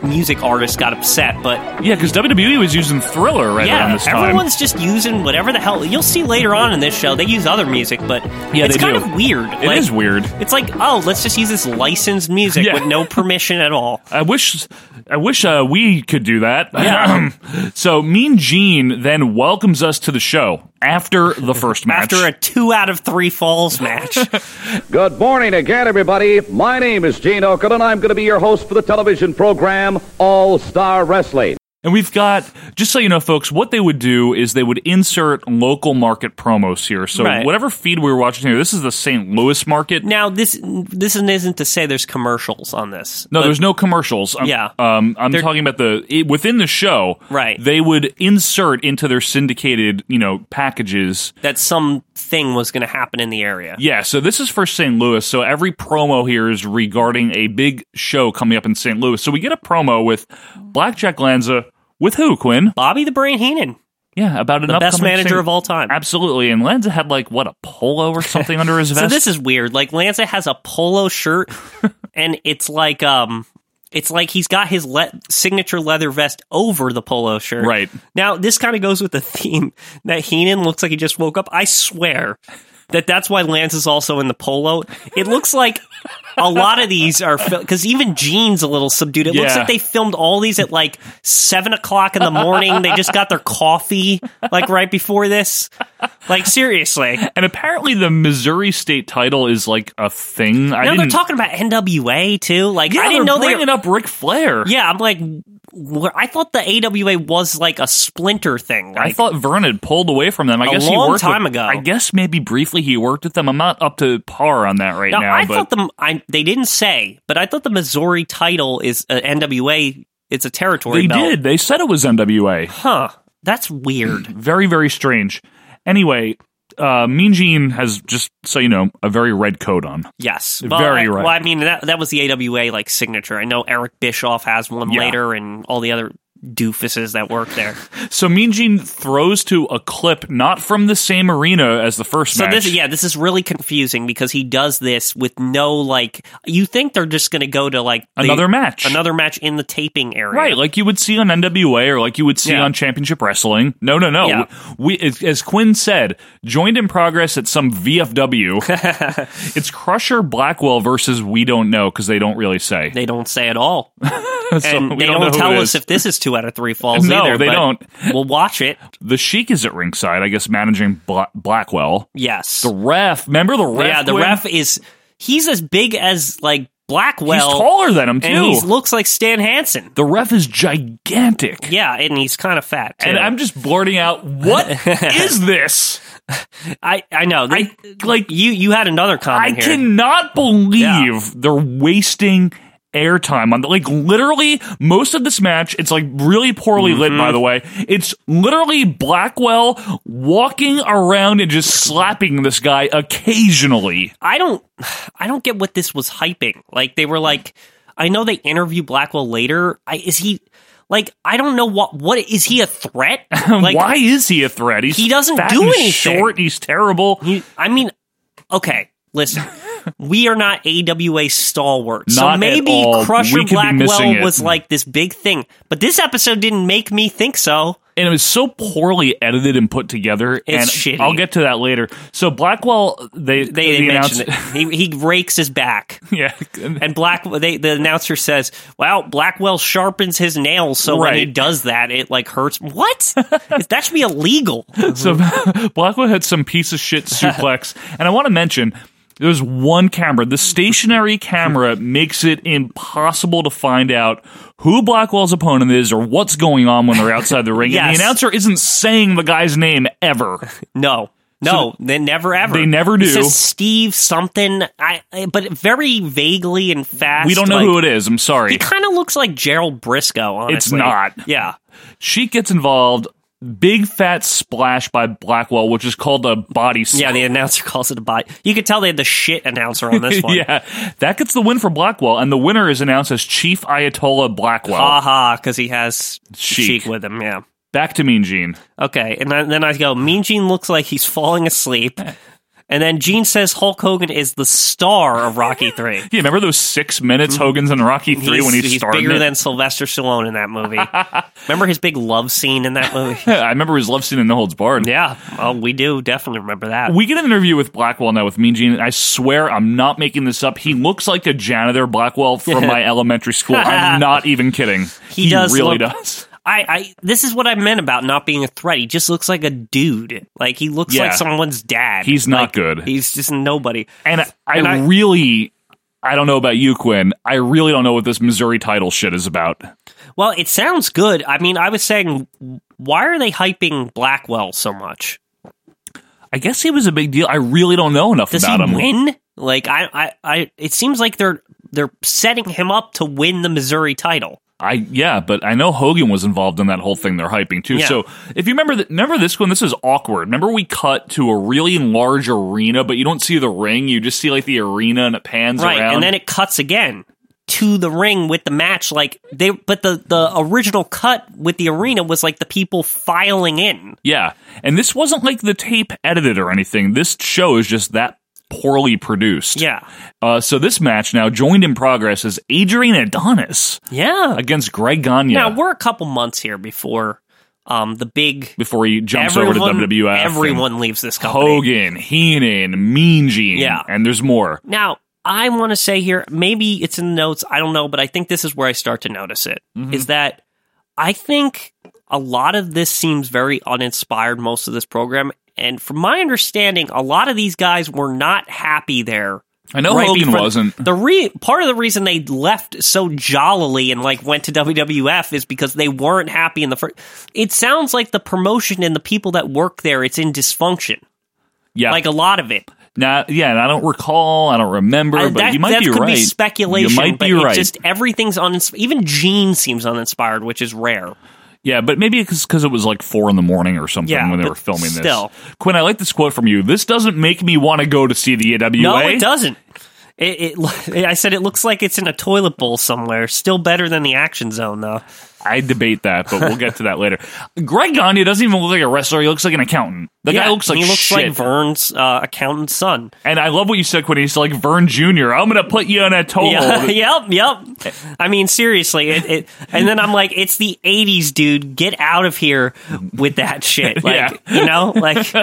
Speaker 3: music artists got upset, but
Speaker 2: Yeah, because WWE E was using Thriller right around this time.
Speaker 3: everyone's just using whatever the hell. You'll see later on in this show they use other music, but
Speaker 2: Yeah,
Speaker 3: it's
Speaker 2: they
Speaker 3: kind
Speaker 2: do.
Speaker 3: of weird.
Speaker 2: It is weird.
Speaker 3: It's like, oh, let's just use this licensed music
Speaker 2: Yeah.
Speaker 3: with no permission at all.
Speaker 2: I wish, I wish uh, we could do that.
Speaker 3: Yeah.
Speaker 2: so Mean Gene then welcomes us to the show after the first match.
Speaker 3: After a two out of three falls match,
Speaker 14: Good morning again, everybody. My name is Gene Okerlund, and I'm going to be your host for the television program All Star Wrestling.
Speaker 2: And we've got, just so you know, folks, what they would do is they would insert local market promos here. So
Speaker 3: Right.
Speaker 2: whatever feed we were watching here, this is the St. Louis market.
Speaker 3: now this this isn't to say there's commercials on this.
Speaker 2: No,
Speaker 3: but-
Speaker 2: there's no commercials. I'm,
Speaker 3: Yeah.
Speaker 2: um, I'm talking about the it, within the show.
Speaker 3: Right.
Speaker 2: they would insert into their syndicated, you know, packages.
Speaker 3: that something was going to happen in the area.
Speaker 2: Yeah, so this is for St. Louis. So every promo here is regarding a big show coming up in St. Louis. So we get a promo with Blackjack Lanza with who Quinn?
Speaker 3: Bobby the Brain Heenan,
Speaker 2: Yeah, about an
Speaker 3: the best
Speaker 2: upcoming
Speaker 3: manager
Speaker 2: St.
Speaker 3: of all time.
Speaker 2: Absolutely, and Lanza had like what a polo or something under his vest.
Speaker 3: So this is weird. Like Lanza has a polo shirt, and it's like um, it's like he's got his le- signature leather vest over the polo shirt.
Speaker 2: Right.
Speaker 3: now, this kind of goes with the theme that Heenan looks like he just woke up. I swear that that's why Lance is also in the polo. It looks like. A lot of these are because even Gene's a little subdued. It looks
Speaker 2: Yeah.
Speaker 3: like they filmed all these at like seven o'clock in the morning. They just got their coffee like right before this. Like seriously,
Speaker 2: and apparently the Missouri state title is like a thing. I
Speaker 3: no, they're
Speaker 2: didn't.
Speaker 3: talking about NWA too. Like
Speaker 2: yeah,
Speaker 3: I
Speaker 2: they're
Speaker 3: didn't know they.
Speaker 2: bringing up Ric Flair.
Speaker 3: yeah, I'm like, where, I thought the AWA was like a splinter thing. Like,
Speaker 2: I thought Vern had pulled away from them. I
Speaker 3: A
Speaker 2: guess he
Speaker 3: long
Speaker 2: worked
Speaker 3: time
Speaker 2: with-
Speaker 3: ago.
Speaker 2: I guess maybe briefly he worked with them. I'm not up to par on that right now.
Speaker 3: now, I
Speaker 2: but
Speaker 3: thought the I, they didn't say, but I thought the Missouri title is uh, NWA. It's a territory.
Speaker 2: they
Speaker 3: belt.
Speaker 2: did. They said it was NWA.
Speaker 3: huh? That's weird.
Speaker 2: Very very strange. Anyway, uh, Mean Gene has just so you know a very red coat on.
Speaker 3: Yes,
Speaker 2: Very
Speaker 3: I,
Speaker 2: right.
Speaker 3: Well, I mean that that was the AWA like signature. I know Eric Bischoff has one
Speaker 2: Yeah.
Speaker 3: later, and all the other doofuses that work there.
Speaker 2: So Mean Gene throws to a clip not from the same arena as the first
Speaker 3: So
Speaker 2: match.
Speaker 3: this, yeah, this is really confusing because he does this with no like. You think they're just going to go to like the-
Speaker 2: Another match.
Speaker 3: another match in the taping area,
Speaker 2: Right, like you would see on NWA or like you would see
Speaker 3: Yeah.
Speaker 2: on Championship Wrestling. No, no, no.
Speaker 3: Yeah.
Speaker 2: We, as, as Quinn said, joined in progress at some VFW. it's Crusher Blackwell versus we don't know because they don't really say.
Speaker 3: They don't say at all,
Speaker 2: So
Speaker 3: and
Speaker 2: we
Speaker 3: they
Speaker 2: don't
Speaker 3: don't,
Speaker 2: know who
Speaker 3: tell
Speaker 2: it
Speaker 3: us
Speaker 2: is.
Speaker 3: if this is two out of three falls.
Speaker 2: No,
Speaker 3: either,
Speaker 2: they
Speaker 3: but
Speaker 2: don't.
Speaker 3: We'll watch it.
Speaker 2: The Sheik is at ringside, I guess, managing Bla- Blackwell.
Speaker 3: Yes,
Speaker 2: The ref, remember the ref?
Speaker 3: yeah, the
Speaker 2: Quinn?
Speaker 3: ref is he's as big as like Blackwell.
Speaker 2: He's taller than him too.
Speaker 3: and he looks like Stan Hansen.
Speaker 2: the ref is gigantic.
Speaker 3: Yeah, and he's kind of fat. Too.
Speaker 2: And I'm just blurting out, what is this?
Speaker 3: I I know. They-
Speaker 2: like-
Speaker 3: you you had another
Speaker 2: I
Speaker 3: comment here.
Speaker 2: cannot believe
Speaker 3: Yeah.
Speaker 2: they're wasting airtime on the like literally most of this match it's like really poorly lit
Speaker 3: Mm-hmm.
Speaker 2: by the way it's literally blackwell walking around and just slapping this guy occasionally
Speaker 3: I don't I don't get what this was hyping. Like they
Speaker 2: Hmm.
Speaker 3: were like I know they interview Blackwell later. I is he like I don't know what what is he a threat? Like
Speaker 2: why is he a threat he's
Speaker 3: he doesn't
Speaker 2: fat
Speaker 3: do
Speaker 2: and
Speaker 3: anything.
Speaker 2: short he's terrible
Speaker 3: I mean okay, listen. we are not AWA stalwarts.
Speaker 2: Not
Speaker 3: so
Speaker 2: at
Speaker 3: maybe
Speaker 2: all. We
Speaker 3: Crusher
Speaker 2: could be missing it.
Speaker 3: Blackwell was like this big thing. But this episode didn't make me think so.
Speaker 2: and it was so poorly edited and put together and
Speaker 3: It's shitty.
Speaker 2: I'll get to that later so Blackwell they
Speaker 3: They,
Speaker 2: the
Speaker 3: they
Speaker 2: announce-
Speaker 3: mentioned it. He, he rakes his back.
Speaker 2: Yeah.
Speaker 3: And Black they, the announcer says, Well, Blackwell sharpens his nails, so when he
Speaker 2: Right.
Speaker 3: does that, it like hurts. What? that should be illegal.
Speaker 2: so Blackwell had some piece of shit suplex, and I want to mention there was one camera. The stationary camera makes it impossible to find out who Blackwell's opponent is or what's going on when they're outside the ring. And
Speaker 3: Yes.
Speaker 2: the announcer isn't saying the guy's name ever.
Speaker 3: No. No, they never ever.
Speaker 2: They never do.
Speaker 3: It says Steve something, I, I- but very vaguely and fast.
Speaker 2: We don't know
Speaker 3: like-
Speaker 2: who it is. I'm sorry.
Speaker 3: He kind of looks like Gerald Briscoe. Honestly,
Speaker 2: It's not.
Speaker 3: Yeah,
Speaker 2: She gets involved. Big fat splash by Blackwell, which is called a body slam.
Speaker 3: yeah. The announcer calls it a bot. You could tell they had the shit announcer on this one.
Speaker 2: yeah, that gets the win for Blackwell, and the winner is announced as Chief Ayatollah Blackwell.
Speaker 3: Ha ha, because he has
Speaker 2: Sheik.
Speaker 3: Sheik. with him. Yeah.
Speaker 2: Back to Mean Gene.
Speaker 3: Okay, and then, then I go. Mean Gene looks like he's falling asleep, and then Gene says Hulk Hogan is the star of Rocky Three.
Speaker 2: Yeah, remember those six minutes Hogan's in Rocky Three
Speaker 3: Mm-hmm. He's,
Speaker 2: when he
Speaker 3: he's
Speaker 2: started?
Speaker 3: bigger
Speaker 2: it?
Speaker 3: than Sylvester Stallone in that movie. remember his big love scene in that movie?
Speaker 2: I remember his love scene in No Holds Barred.
Speaker 3: yeah, well, we do definitely remember that.
Speaker 2: We get an interview with Blackwell now with Mean Gene. and I swear I'm not making this up. He looks like a janitor Blackwell from my elementary school. I'm not even kidding.
Speaker 3: He does
Speaker 2: really
Speaker 3: look-
Speaker 2: does.
Speaker 3: I, I this is what I meant about not being a threat. He just looks like a dude. Like he looks
Speaker 2: Yeah.
Speaker 3: like someone's dad.
Speaker 2: He's not
Speaker 3: Like,
Speaker 2: good.
Speaker 3: He's just nobody.
Speaker 2: And I,
Speaker 3: And
Speaker 2: I
Speaker 3: I-
Speaker 2: really, I don't know about you, Quinn. I really don't know what this Missouri title shit is about.
Speaker 3: Well, it sounds good. I mean, I was saying, why are they hyping Blackwell so much?
Speaker 2: I guess he was a big deal. I really don't know enough
Speaker 3: Does
Speaker 2: about
Speaker 3: he
Speaker 2: him.
Speaker 3: win? Like I, I, I, it seems like they're they're setting him up to win the Missouri title.
Speaker 2: I yeah, but I know Hogan was involved in that whole thing they're hyping too.
Speaker 3: Yeah.
Speaker 2: So if you remember that, remember this one. This is awkward. Remember we cut to a really large arena, but you don't see the ring. You just see like the arena and it pans
Speaker 3: right
Speaker 2: around.
Speaker 3: and then it cuts again to the ring with the match like they but the the original cut with the arena was like the people filing in
Speaker 2: yeah, and this wasn't like the tape edited or anything. This show is just that poorly produced.
Speaker 3: yeah
Speaker 2: Uh, so this match now joined in progress is Adrian Adonis
Speaker 3: yeah
Speaker 2: against Greg Gagne
Speaker 3: now we're a couple months here before um the big
Speaker 2: before he jumps
Speaker 3: everyone,
Speaker 2: over to WWF. and
Speaker 3: everyone leaves this company
Speaker 2: Hogan, Heenan, Mean Gene,
Speaker 3: Yeah.
Speaker 2: and there's more.
Speaker 3: now i want to say here maybe it's in the notes i don't know but i think this is where i start to notice it is
Speaker 2: Mm-hmm.
Speaker 3: that i think a lot of this seems very uninspired most of this program and from my understanding a lot of these guys were not happy there
Speaker 2: I know
Speaker 3: right
Speaker 2: Oh, Hogan
Speaker 3: before-
Speaker 2: wasn't.
Speaker 3: The re- part of the reason they left so jollily and like went to WWF is because they weren't happy in the first. It sounds like the promotion and the people that work there, it's in dysfunction.
Speaker 2: Yeah,
Speaker 3: Like a lot of it.
Speaker 2: Now, yeah, and I don't recall, I don't remember,
Speaker 3: I-
Speaker 2: but
Speaker 3: that
Speaker 2: you might
Speaker 3: that
Speaker 2: be
Speaker 3: could
Speaker 2: right.
Speaker 3: be speculation.
Speaker 2: You might
Speaker 3: but
Speaker 2: be
Speaker 3: it
Speaker 2: right.
Speaker 3: Just everything's uninspired. Even Gene seems uninspired, which is rare.
Speaker 2: yeah, but maybe it's because it was like four in the morning or something
Speaker 3: Yeah,
Speaker 2: when they
Speaker 3: but
Speaker 2: were filming
Speaker 3: still.
Speaker 2: this. Quinn, I like this quote from you. This doesn't make me want to go to see the AWA.
Speaker 3: No, it doesn't. It, it, I said it looks like it's in a toilet bowl somewhere. Still better than the action zone, though.
Speaker 2: I debate that, but we'll get to that later. Greg Gagne doesn't even look like a wrestler. He looks like an accountant. The guy
Speaker 3: Yeah,
Speaker 2: looks like
Speaker 3: he looks
Speaker 2: shit.
Speaker 3: like Vern's uh, accountant's son.
Speaker 2: and I love what you said, Quinn. He's like Vern Jr. I'm going to put you in a toll.
Speaker 3: Yeah, yep, yep. I mean, seriously, it, it. And then I'm like, it's the '80s, dude. Get out of here with that shit. Like,
Speaker 2: Yeah.
Speaker 3: you know, like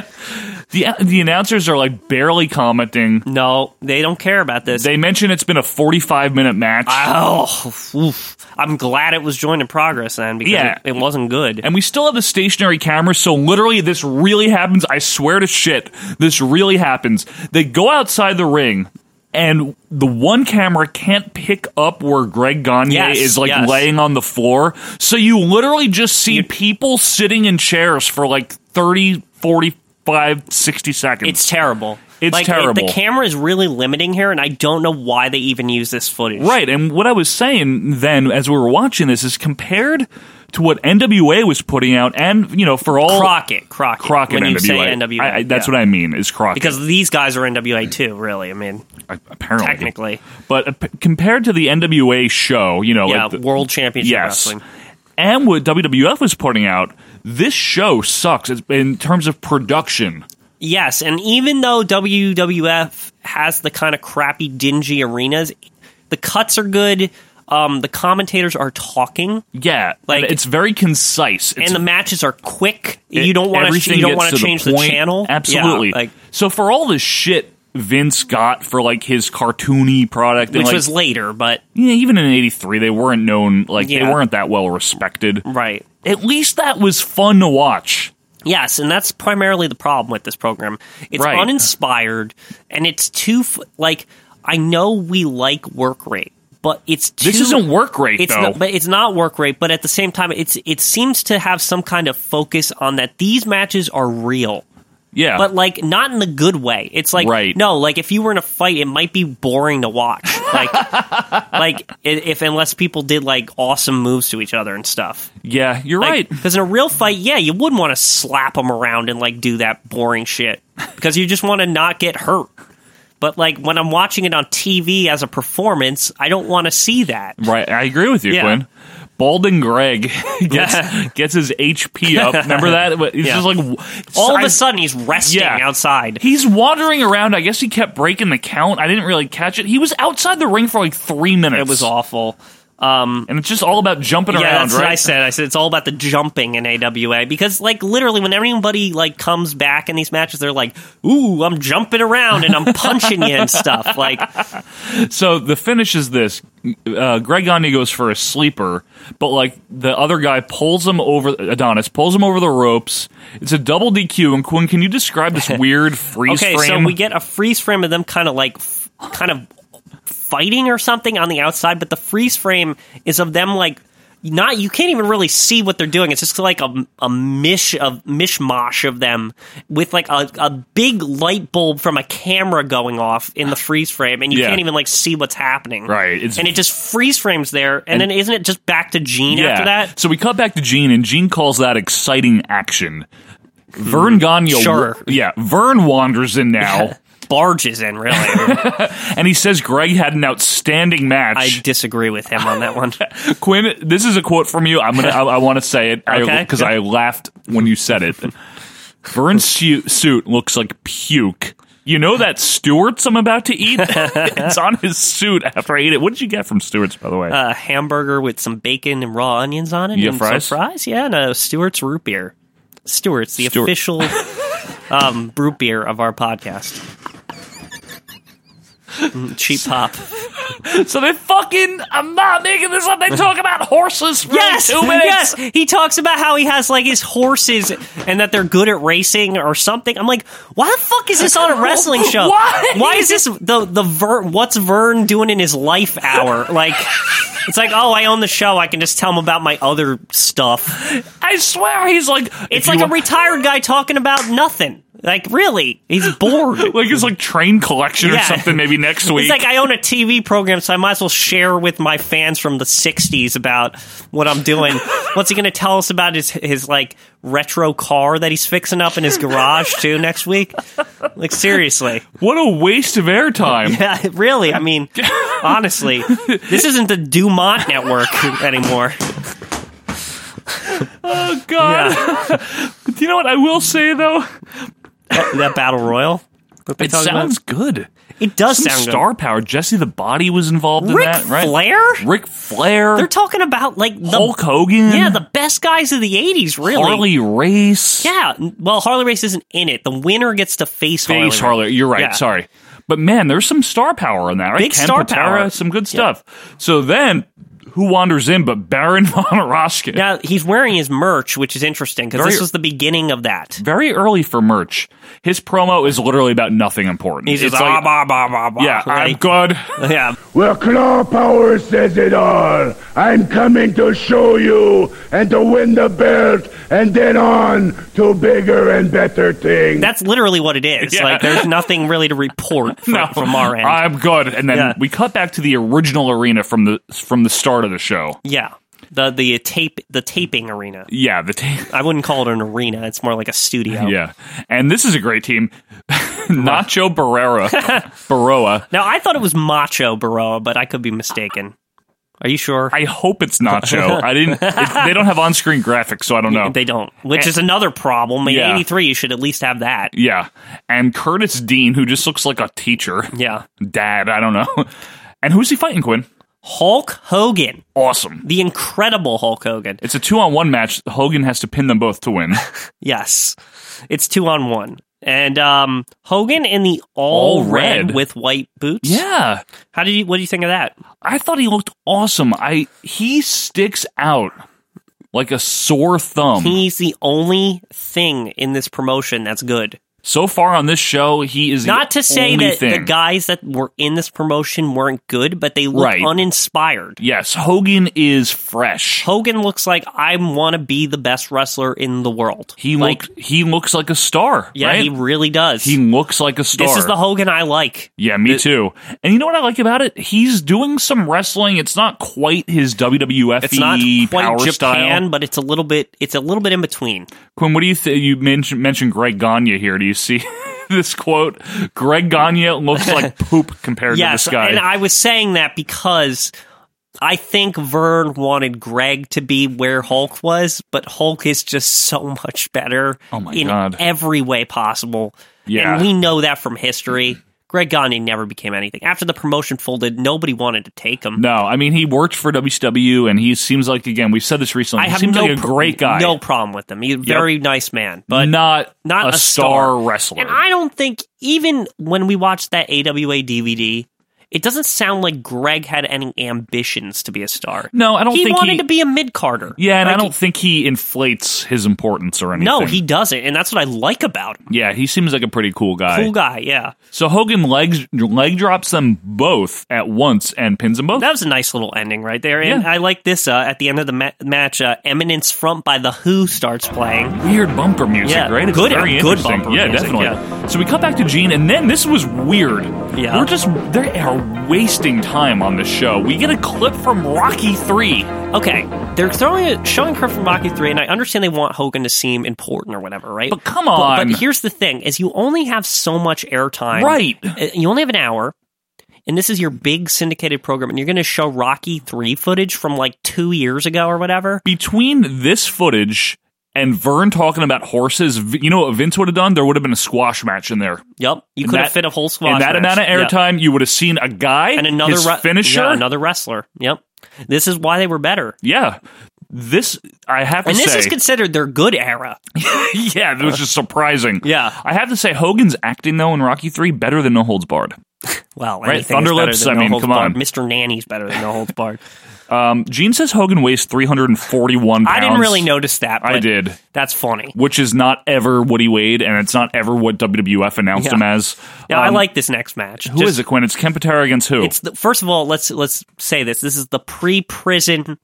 Speaker 2: The, the announcers are like barely commenting.
Speaker 3: no, they don't care about this.
Speaker 2: They mention it's been a 45 minute match.
Speaker 3: oh, oof. I'm glad it was joined in progress then because
Speaker 2: Yeah.
Speaker 3: it, it wasn't good.
Speaker 2: And we still have the stationary camera, so literally this really happens. I swear to shit, this really happens. They go outside the ring, and the one camera can't pick up where Greg Gagne
Speaker 3: Yes,
Speaker 2: is like
Speaker 3: yes.
Speaker 2: laying on the floor. So you literally just see people sitting in chairs for like 30, 45, 60 seconds.
Speaker 3: It's terrible.
Speaker 2: It's
Speaker 3: like,
Speaker 2: terrible.
Speaker 3: the camera is really limiting here, and I don't know why they even use this footage.
Speaker 2: Right. And what I was saying then as we were watching this is compared to what NWA was putting out and, you know, for all
Speaker 3: Crockett, Crockett.
Speaker 2: Crockett
Speaker 3: when
Speaker 2: NWA.
Speaker 3: you say NWA,
Speaker 2: I- I- that's
Speaker 3: yeah.
Speaker 2: what I mean is Crockett.
Speaker 3: Because these guys are NWA too, really. I mean,
Speaker 2: Oh, apparently.
Speaker 3: technically,
Speaker 2: But uh, p- compared to the NWA show, you know,
Speaker 3: Yeah,
Speaker 2: like the,
Speaker 3: World Championship
Speaker 2: yes,
Speaker 3: Wrestling.
Speaker 2: and what WWF was putting out, this show sucks It's- in terms of production.
Speaker 3: yes. And even though WWF has the kind of crappy, dingy arenas, the cuts are good. Um, the commentators are talking.
Speaker 2: Yeah,
Speaker 3: Like-
Speaker 2: it's very concise, It's-
Speaker 3: and the matches are quick.
Speaker 2: it-
Speaker 3: you don't want to.
Speaker 2: everything
Speaker 3: You don't
Speaker 2: gets
Speaker 3: want to change the,
Speaker 2: point.
Speaker 3: channel. Yeah,
Speaker 2: Absolutely.
Speaker 3: like
Speaker 2: so for all the shit Vince got for like his cartoony product, and,
Speaker 3: which
Speaker 2: like,
Speaker 3: was later, but
Speaker 2: yeah, even in '83, they weren't known like they
Speaker 3: Yeah.
Speaker 2: weren't that well respected.
Speaker 3: Right.
Speaker 2: At least that was fun to watch.
Speaker 3: Yes, and that's primarily the problem with this program. It's
Speaker 2: Right.
Speaker 3: uninspired, and it's too f- like I know we like work rate, but it's too,
Speaker 2: This isn't work rate,
Speaker 3: It's
Speaker 2: though.
Speaker 3: not- but it's not work rate. But at the same time, it's it seems to have some kind of focus on that these matches are real.
Speaker 2: Yeah.
Speaker 3: But like not in the good way. It's like
Speaker 2: Right.
Speaker 3: no, like if you were in a fight, it might be boring to watch. Like like i- if unless people did like awesome moves to each other and stuff.
Speaker 2: Yeah, you're right.
Speaker 3: Because in a real fight, yeah, you wouldn't want to slap them around and like do that boring shit because you just want to not get hurt. But like when I'm watching it on TV as a performance, I don't want to see that.
Speaker 2: Right, I agree with you,
Speaker 3: Yeah.
Speaker 2: Quinn. Balding Greg
Speaker 3: Yeah.
Speaker 2: gets gets his HP up. Remember that? It's
Speaker 3: Yeah.
Speaker 2: just like
Speaker 3: All of
Speaker 2: I-
Speaker 3: a sudden, he's resting
Speaker 2: Yeah.
Speaker 3: outside.
Speaker 2: He's wandering around. I guess he kept breaking the count. I didn't really catch it. He was outside the ring for like three minutes. It was
Speaker 3: awful. Um,
Speaker 2: and it's just all about jumping
Speaker 3: yeah,
Speaker 2: around,
Speaker 3: that's
Speaker 2: right?
Speaker 3: what I said. I said it's all about the jumping in AWA because, like, literally, when everybody like comes back in these matches, they're like, "Ooh, I'm jumping around and I'm punching you and stuff." Like,
Speaker 2: So the finish is this: uh, Greg Gagne goes for a sleeper, but like the other guy pulls him over. Adonis pulls him over the ropes. It's a double DQ. And Quinn, can you describe this weird freeze
Speaker 3: okay,
Speaker 2: frame?
Speaker 3: so we get a freeze frame of them kind of like, f- kind of fighting or something on the outside, but the freeze frame is of them like not. You can't even really see what they're doing. It's just like a a mish of mishmash of them with like a, a big light bulb from a camera going off in the freeze frame, and you
Speaker 2: Yeah.
Speaker 3: can't even like see what's happening.
Speaker 2: Right, it's-
Speaker 3: and it just freeze frames there, and,
Speaker 2: And-
Speaker 3: then isn't it just back to Gene after that?
Speaker 2: So we cut back to Gene, and Gene calls that exciting action. Vern Gagne,
Speaker 3: Hmm. Sure.
Speaker 2: yeah, Vern wanders in now,
Speaker 3: barges in really,
Speaker 2: and he says Greg had an outstanding match.
Speaker 3: I disagree with him on that one.
Speaker 2: Quinn, this is a quote from you. I'm gonna, I, I want to say it
Speaker 3: Okay.
Speaker 2: because I, laughed when you said it. Vern's su- suit looks like puke. You know that Stewart's I'm about to eat? it's on his suit after I ate it. What did you get from Stewart's, by the way?
Speaker 3: a hamburger with some bacon and raw onions on it.
Speaker 2: You
Speaker 3: and
Speaker 2: have fries?
Speaker 3: Some fries, yeah. No, Stewart's root beer. Stewart's the
Speaker 2: Stewart.
Speaker 3: official um, root beer of our podcast. Mm, Cheap pop.
Speaker 2: so they fucking. I'm not making this up. They talk about horses for
Speaker 3: Yes,
Speaker 2: two minutes.
Speaker 3: yes. He talks about how he has like his horses and that they're good at racing or something. I'm like, why the fuck is this on a wrestling show?
Speaker 4: Why?
Speaker 3: Why is this the the Ver, what's Vern doing in his life hour? Like, it's like, oh, I own the show. I can just tell him about my other stuff.
Speaker 2: I swear he's like
Speaker 3: It's like a retired guy talking about nothing. Like really, he's bored.
Speaker 2: like it's like train collection or
Speaker 3: Yeah.
Speaker 2: something. Maybe next week.
Speaker 3: It's like I own a TV program, so I might as well share with my fans from the '60s about what I'm doing. What's he going to tell us about his his like retro car that he's fixing up in his garage too next week? Like seriously,
Speaker 2: what a waste of airtime.
Speaker 3: yeah, really. I mean, honestly, this isn't the Dumont network anymore.
Speaker 2: Oh god.
Speaker 3: Uh,
Speaker 2: Do you know what I will say though?
Speaker 3: That, that battle royal. that they
Speaker 2: It
Speaker 3: talk about?
Speaker 2: sounds good.
Speaker 3: It does
Speaker 2: Some
Speaker 3: sound good.
Speaker 2: star power. Jesse the Body was involved
Speaker 3: Ric
Speaker 2: in that, right?
Speaker 3: Flair?
Speaker 2: Rick Flair.
Speaker 3: They're talking about like the
Speaker 2: Hulk Hogan.
Speaker 3: Yeah, the best guys of the '80s, really.
Speaker 2: Harley Race.
Speaker 3: Yeah, well, Harley Race isn't in it. The winner gets to face Harley.
Speaker 2: Face Harley. You're right.
Speaker 3: Yeah.
Speaker 2: Sorry. But man, there's some star power in that, right?
Speaker 3: Big
Speaker 2: Ken
Speaker 3: star
Speaker 2: Patera,
Speaker 3: power.
Speaker 2: Some good stuff. So then, who wanders in but Baron von Roschke?
Speaker 3: Now he's wearing his merch, which is interesting because
Speaker 2: Very-
Speaker 3: this was the beginning of that.
Speaker 2: Very early for merch. His promo is literally about nothing important.
Speaker 3: He's just
Speaker 2: It's like, "Ah,
Speaker 3: ah, bah, bah, bah, bah.
Speaker 2: yeah, I'm
Speaker 3: Like,
Speaker 2: good.
Speaker 3: yeah.
Speaker 15: Well, Claw Power says it all. I'm coming to show you and to win the belt and then on to bigger and better things.
Speaker 3: That's literally what it is.
Speaker 2: Yeah.
Speaker 3: Like, there's nothing really to report from,
Speaker 2: No,
Speaker 3: from our end.
Speaker 2: I'm good. And then
Speaker 3: Yeah.
Speaker 2: we cut back to the original arena from the from the start of the show.
Speaker 3: yeah, the the tape the taping arena.
Speaker 2: Yeah, the ta-
Speaker 3: I wouldn't call it an arena. It's more like a studio.
Speaker 2: yeah. And this is a great team. Nacho Barrera, Baroa.
Speaker 3: Now I thought it was Macho Baroa, but I could be mistaken. Are you sure?
Speaker 2: I hope it's Nacho. I didn't. It, they don't have on-screen graphics, so I don't know.
Speaker 3: They don't, which
Speaker 2: And-
Speaker 3: is another problem. In
Speaker 2: Yeah.
Speaker 3: '83, you should at least have that.
Speaker 2: Yeah. And Curtis Dean, who just looks like a teacher.
Speaker 3: Yeah.
Speaker 2: Dad, I don't know. And who's he fighting, Quinn?
Speaker 3: Hulk Hogan.
Speaker 2: Awesome.
Speaker 3: The incredible Hulk Hogan.
Speaker 2: It's a two on one match. Hogan has to pin them both to win.
Speaker 3: Yes, it's two on one, and um, Hogan in the all,
Speaker 2: All
Speaker 3: red.
Speaker 2: red.
Speaker 3: with white boots.
Speaker 2: yeah.
Speaker 3: How did you? What do you think of that?
Speaker 2: I thought he looked awesome. I he sticks out like a sore thumb.
Speaker 3: He's the only thing in this promotion that's good.
Speaker 2: so far on this show, he is the
Speaker 3: Not to say
Speaker 2: only
Speaker 3: that
Speaker 2: thing.
Speaker 3: the guys that were in this promotion weren't good, but they look
Speaker 2: Right.
Speaker 3: uninspired.
Speaker 2: Yes, Hogan is fresh.
Speaker 3: Hogan looks like I want to be the best wrestler in the world.
Speaker 2: He
Speaker 3: like,
Speaker 2: looked he looks like a star.
Speaker 3: yeah,
Speaker 2: right?
Speaker 3: he really does.
Speaker 2: He looks like a star.
Speaker 3: This is the Hogan I like.
Speaker 2: Yeah, me too. And you know what I like about it? He's doing some wrestling. It's not quite his WWF
Speaker 3: It's not quite
Speaker 2: power
Speaker 3: Japan,
Speaker 2: style.
Speaker 3: but it's a little bit. It's a little bit in between.
Speaker 2: Quinn, what do you think? You mentioned, mentioned Greg Gagne here. Do you see this quote? Greg Gagne looks like poop compared
Speaker 3: yes,
Speaker 2: to this guy.
Speaker 3: and I was saying that because I think Vern wanted Greg to be where Hulk was, but Hulk is just so much better
Speaker 2: Oh my
Speaker 3: in
Speaker 2: God.
Speaker 3: every way possible.
Speaker 2: Yeah.
Speaker 3: And we know that from history. Greg Gagne never became anything. After the promotion folded, nobody wanted to take him.
Speaker 2: no, I mean he worked for WCW, and he seems like again we said this recently.
Speaker 3: I
Speaker 2: he
Speaker 3: have
Speaker 2: seems
Speaker 3: no
Speaker 2: like a
Speaker 3: pro-
Speaker 2: great guy,
Speaker 3: No problem with him. He's a very nice man, but
Speaker 2: but not
Speaker 3: not
Speaker 2: a,
Speaker 3: a
Speaker 2: star,
Speaker 3: star.
Speaker 2: wrestler.
Speaker 3: And I don't think even when we watched that AWA DVD, it doesn't sound like Greg had any ambitions to be a star.
Speaker 2: no, I don't
Speaker 3: he
Speaker 2: think
Speaker 3: wanted
Speaker 2: he.
Speaker 3: to be a mid Carter.
Speaker 2: yeah, and I don't think he inflates his importance or anything.
Speaker 3: No, he doesn't, and that's what I like about him.
Speaker 2: Yeah, he seems like a pretty cool guy.
Speaker 3: Cool guy, yeah.
Speaker 2: So Hogan legs leg drops them both at once and pins them both.
Speaker 3: That was a nice little ending right there, and I like this uh, at the end of the ma- match. Uh, Eminence Front by the Who starts playing.
Speaker 2: Weird bumper music,
Speaker 3: Yeah,
Speaker 2: right? It's
Speaker 3: good-
Speaker 2: very
Speaker 3: good
Speaker 2: interesting.
Speaker 3: bumper
Speaker 2: yeah,
Speaker 3: music,
Speaker 2: definitely.
Speaker 3: yeah.
Speaker 2: So we cut back to Gene, and then this was weird.
Speaker 3: Yeah.
Speaker 2: we're just they are wasting time on this show. We get a clip from Rocky Three.
Speaker 3: Okay, they're throwing a, showing her from Rocky Three, and I understand they want Hogan to seem important or whatever, right? But
Speaker 2: come
Speaker 3: But,
Speaker 2: on.
Speaker 3: here's the thing: is you only have so much airtime,
Speaker 2: Right.
Speaker 3: Uh, You only have an hour, and this is your big syndicated program, and you're going to show Rocky Three footage from like two years ago or whatever.
Speaker 2: Between this footage and Vern talking about horses, V- you know what Vince would have done? There would have been a squash match in there.
Speaker 3: Yep, you
Speaker 2: In
Speaker 3: could have
Speaker 2: that-
Speaker 3: fit a whole squad
Speaker 2: in that amount of airtime, you would have seen a guy
Speaker 3: and another
Speaker 2: his
Speaker 3: re-
Speaker 2: finisher.
Speaker 3: yeah, another wrestler. Yep, this is why they were better.
Speaker 2: Yeah. This I have to
Speaker 3: And this
Speaker 2: say.
Speaker 3: is considered their good era.
Speaker 2: yeah, that was just surprising.
Speaker 3: Yeah.
Speaker 2: I have to say Hogan's acting though in Rocky Three better than No Holds Barred.
Speaker 3: Well,
Speaker 2: Right,
Speaker 3: anything is
Speaker 2: Thunderlips,
Speaker 3: better than
Speaker 2: I mean,
Speaker 3: No Holds
Speaker 2: come on.
Speaker 3: Barred. Mr. Nanny's better than No Holds Barred.
Speaker 2: Um, Gene says Hogan weighs 341 pounds.
Speaker 3: I didn't really notice that.
Speaker 2: I
Speaker 3: but
Speaker 2: did,
Speaker 3: That's funny.
Speaker 2: which is not ever what he weighed, and it's not ever what WWF announced
Speaker 3: Yeah.
Speaker 2: him as.
Speaker 3: Now I
Speaker 2: Um,
Speaker 3: like this next match.
Speaker 2: who is it, Quinn? It's Kempatera against who?
Speaker 3: It's the, first of all, let's let's say this. This is the pre-prison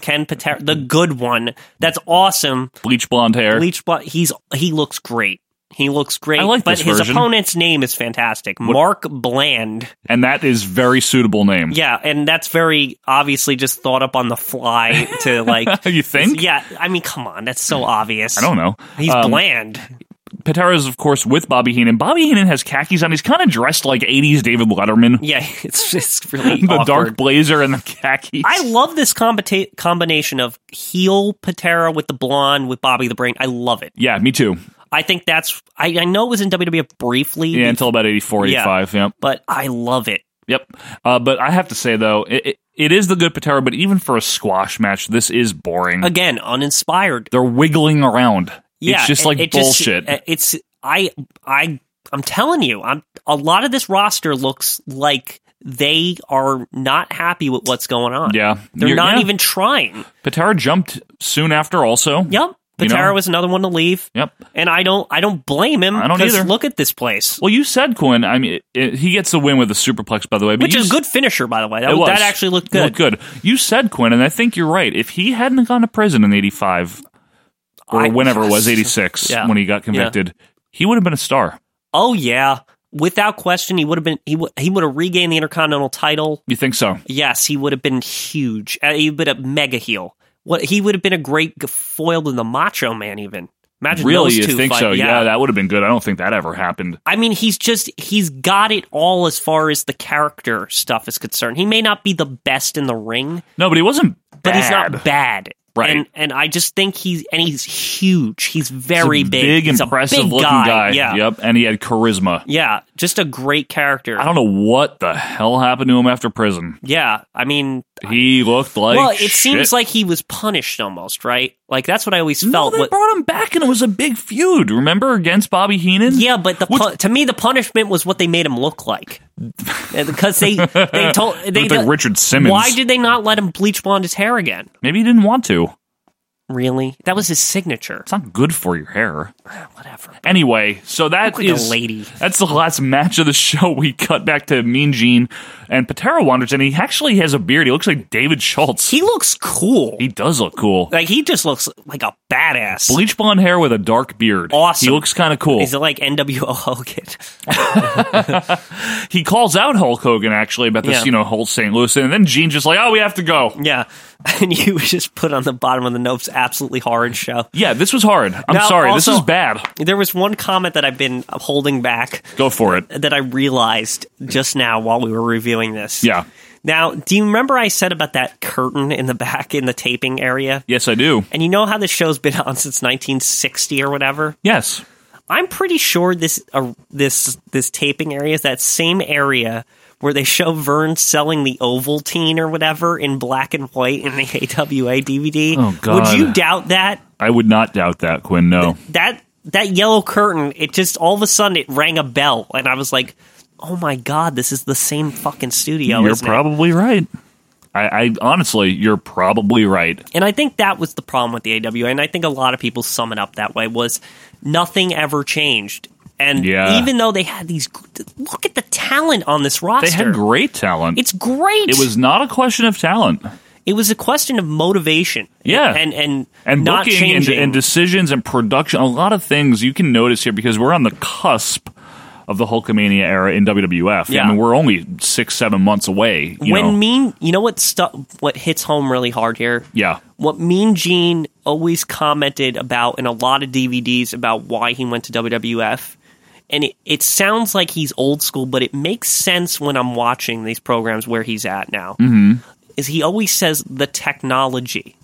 Speaker 3: Ken Patera, the good one. That's awesome.
Speaker 2: Bleach blonde hair.
Speaker 3: Bleach Blood. He's he looks great. He looks great.
Speaker 2: I like
Speaker 3: but
Speaker 2: this
Speaker 3: his
Speaker 2: version.
Speaker 3: opponent's name is fantastic. Mark Bland.
Speaker 2: and that is very suitable name.
Speaker 3: Yeah, and that's very obviously just thought up on the fly to like.
Speaker 2: you think?
Speaker 3: yeah, I mean, come on, that's so obvious.
Speaker 2: I don't know.
Speaker 3: He's
Speaker 2: Um,
Speaker 3: bland.
Speaker 2: Patera is, of course, with Bobby Heenan. Bobby Heenan has khakis on. He's kind of dressed like 80s David Letterman.
Speaker 3: Yeah, it's it's really
Speaker 2: the
Speaker 3: awkward.
Speaker 2: dark blazer and the khakis.
Speaker 3: I love this combita- combination of heel Patera with the blonde with Bobby the Brain. I love it.
Speaker 2: yeah, me too.
Speaker 3: I think that's. I, I know it was in WWF briefly,
Speaker 2: Yeah, until about 84,
Speaker 3: Yeah.
Speaker 2: 85. Yep.
Speaker 3: but I love it.
Speaker 2: Yep. Uh, but I have to say, though, it, it, it is the good Patera, but even for a squash match, this is boring.
Speaker 3: Again, uninspired.
Speaker 2: They're wiggling around.
Speaker 3: Yeah,
Speaker 2: it's just
Speaker 3: and
Speaker 2: like
Speaker 3: it uh,
Speaker 2: bullshit.
Speaker 3: it's I I I'm telling you, I'm a lot of this roster looks like they are not happy with what's going on.
Speaker 2: yeah.
Speaker 3: they're
Speaker 2: You're-
Speaker 3: not
Speaker 2: yeah.
Speaker 3: even trying.
Speaker 2: Patera jumped soon after, also.
Speaker 3: Yep. Patera
Speaker 2: know?
Speaker 3: was another one to leave.
Speaker 2: Yep.
Speaker 3: And I don't I don't blame him.
Speaker 2: I don't
Speaker 3: 'cause
Speaker 2: either.
Speaker 3: Look at this place.
Speaker 2: Well, you said Quinn. I mean, it, he gets the win with a superplex, by the way. But
Speaker 3: Which
Speaker 2: you
Speaker 3: is
Speaker 2: s-
Speaker 3: a good finisher, by the way. That,
Speaker 2: It was.
Speaker 3: that actually looked
Speaker 2: It
Speaker 3: good.
Speaker 2: looked good. You said Quinn, and I think you're right. If he hadn't gone to prison in '85 or
Speaker 3: I-
Speaker 2: whenever it was '86
Speaker 3: Yeah.
Speaker 2: when he got
Speaker 3: Yeah.
Speaker 2: convicted, he would have been a star.
Speaker 3: Oh yeah, without question, he would have been he would he would have regained the Intercontinental title.
Speaker 2: You think so?
Speaker 3: Yes, he would have been huge. Uh, he would have been a mega heel. What he would have been a great g- foil to the Macho Man. Even imagine
Speaker 2: really,
Speaker 3: those
Speaker 2: you
Speaker 3: two
Speaker 2: think
Speaker 3: fight-
Speaker 2: so? Yeah, that would have been good. I don't think that ever happened.
Speaker 3: I mean, he's just he's got it all as far as the character stuff is concerned. He may not be the best in the ring,
Speaker 2: No, but he wasn't.
Speaker 3: but he's
Speaker 2: bad.
Speaker 3: not bad.
Speaker 2: Right.
Speaker 3: And and I just think he's and he's huge. He's very
Speaker 2: He's a
Speaker 3: big.
Speaker 2: big,
Speaker 3: He's a
Speaker 2: impressive
Speaker 3: big
Speaker 2: looking
Speaker 3: guy.
Speaker 2: guy.
Speaker 3: Yeah.
Speaker 2: Yep, and he had charisma.
Speaker 3: Yeah. Just a great character.
Speaker 2: I don't know what the hell happened to him after prison.
Speaker 3: Yeah. I mean,
Speaker 2: He looked like
Speaker 3: well, it
Speaker 2: shit.
Speaker 3: seems like he was punished almost, right? Like that's what I always felt.
Speaker 2: they
Speaker 3: what-
Speaker 2: brought him back, and it was a big feud. Remember against Bobby Heenan?
Speaker 3: yeah, but the pu- to me the punishment was what they made him look like because they they told they
Speaker 2: Looked like Richard Simmons.
Speaker 3: Why did they not let him bleach blonde his hair again?
Speaker 2: Maybe he didn't want to.
Speaker 3: Really, that was his signature.
Speaker 2: It's not good for your hair. Whatever. Anyway, so that
Speaker 3: Look like a
Speaker 2: is-
Speaker 3: lady.
Speaker 2: That's the last match of the show. We cut back to Mean Gene, and Patera wanders in. He actually has a beard. He looks like David Schultz.
Speaker 3: He looks cool.
Speaker 2: He does look cool.
Speaker 3: Like he just looks like a badass.
Speaker 2: Bleach blonde hair with a dark beard.
Speaker 3: Awesome.
Speaker 2: He looks kind of cool.
Speaker 3: Is it like NWO Hogan?
Speaker 2: he calls out Hulk Hogan actually about this,
Speaker 3: Yeah.
Speaker 2: you know, whole St. Louis, and then Gene's just like, "Oh, we have to go."
Speaker 3: yeah, and you just put on the bottom of the notes. Absolutely horrid show.
Speaker 2: Yeah, this was hard. I'm
Speaker 3: Now,
Speaker 2: sorry. this
Speaker 3: also-
Speaker 2: is bad.
Speaker 3: There was one comment that I've been holding back
Speaker 2: Go for it.
Speaker 3: that I realized just now while we were reviewing this.
Speaker 2: Yeah.
Speaker 3: Now, do you remember I said about that curtain in the back in the taping area?
Speaker 2: Yes, I do.
Speaker 3: And you know how this show's been on since 1960 or whatever?
Speaker 2: Yes.
Speaker 3: I'm pretty sure this uh, this this taping area is that same area where they show Vern selling the Ovaltine or whatever in black and white in the AWA DVD.
Speaker 2: Oh, God.
Speaker 3: Would you doubt that?
Speaker 2: I would not doubt that, Quinn. No.
Speaker 3: that that yellow curtain, it just all of a sudden it rang a bell, and I was like, "Oh my god, this is the same fucking studio."
Speaker 2: you're
Speaker 3: isn't it?"
Speaker 2: probably right. I, I honestly, you're probably right.
Speaker 3: And I think that was the problem with the AWA, and I think a lot of people sum it up that way: was nothing ever changed. And
Speaker 2: Yeah.
Speaker 3: even though they had these, look at the talent on this roster.
Speaker 2: They had great talent.
Speaker 3: It's great.
Speaker 2: it was not a question of talent.
Speaker 3: It was a question of motivation.
Speaker 2: Yeah.
Speaker 3: and and
Speaker 2: And
Speaker 3: not
Speaker 2: booking and,
Speaker 3: changing.
Speaker 2: and decisions and production, a lot of things you can notice here because we're on the cusp of the Hulkamania era in WWF.
Speaker 3: Yeah.
Speaker 2: I mean, we're only six, seven months away. You
Speaker 3: when
Speaker 2: know?
Speaker 3: mean, you know what stu- what hits home really hard here?
Speaker 2: yeah.
Speaker 3: what Mean Gene always commented about in a lot of DVDs about why he went to WWF. And it, it sounds like he's old school, but it makes sense when I'm watching these programs where he's at now.
Speaker 2: Mm-hmm.
Speaker 3: Is he always says the technology.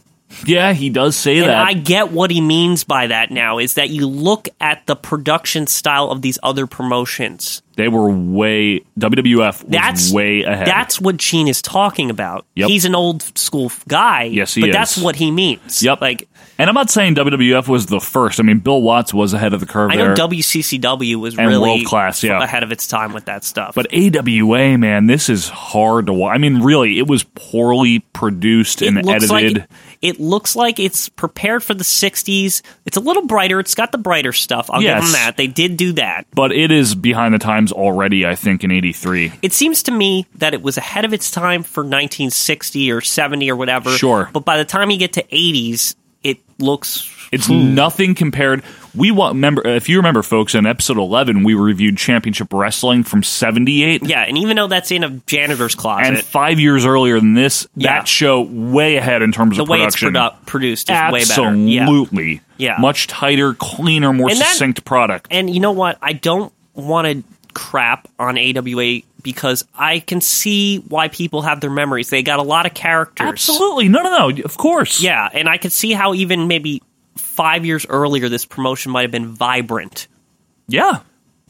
Speaker 2: Yeah, he does say
Speaker 3: And
Speaker 2: that.
Speaker 3: I get what he means by that now is that you look at the production style of these other promotions.
Speaker 2: they were way WWF was
Speaker 3: That's
Speaker 2: way ahead.
Speaker 3: That's what Gene is talking about.
Speaker 2: Yep.
Speaker 3: He's an old school f- guy.
Speaker 2: Yes, he
Speaker 3: but
Speaker 2: is.
Speaker 3: that's what he means.
Speaker 2: Yep.
Speaker 3: Like
Speaker 2: and I'm not saying WWF was the first. I mean, Bill Watts was ahead of the curve
Speaker 3: I
Speaker 2: there.
Speaker 3: know WCCW was
Speaker 2: And
Speaker 3: really
Speaker 2: world-class, yeah.
Speaker 3: ahead of its time with that stuff.
Speaker 2: But AWA, man, this is hard to watch. I mean, really, it was poorly produced and edited.
Speaker 3: like it looks like it's prepared for the '60s. It's a little brighter. It's got the brighter stuff. I'll give
Speaker 2: Yes.
Speaker 3: them that. They did do that.
Speaker 2: but it is behind the times already, I think, in 83.
Speaker 3: It seems to me that it was ahead of its time for 1960 or 70 or whatever.
Speaker 2: Sure.
Speaker 3: But by the time you get to '80s, it looks
Speaker 2: It's
Speaker 3: Hmm.
Speaker 2: nothing compared. We want, remember, if you remember, folks, in episode 11, we reviewed Championship Wrestling from 78.
Speaker 3: yeah. And even though that's in a janitor's closet,
Speaker 2: And five years earlier than this,
Speaker 3: Yeah.
Speaker 2: that show way ahead in terms
Speaker 3: the
Speaker 2: of
Speaker 3: way it's
Speaker 2: production.
Speaker 3: produ- produced is way better. Yeah.
Speaker 2: Absolutely.
Speaker 3: Yeah.
Speaker 2: Much tighter, cleaner, more
Speaker 3: And that-
Speaker 2: succinct product.
Speaker 3: And you know what? I don't want to crap on AWA because I can see why people have their memories. They got a lot of characters.
Speaker 2: Absolutely. No, no, no. Of course.
Speaker 3: Yeah, and I could see how even maybe five years earlier this promotion might have been vibrant.
Speaker 2: Yeah.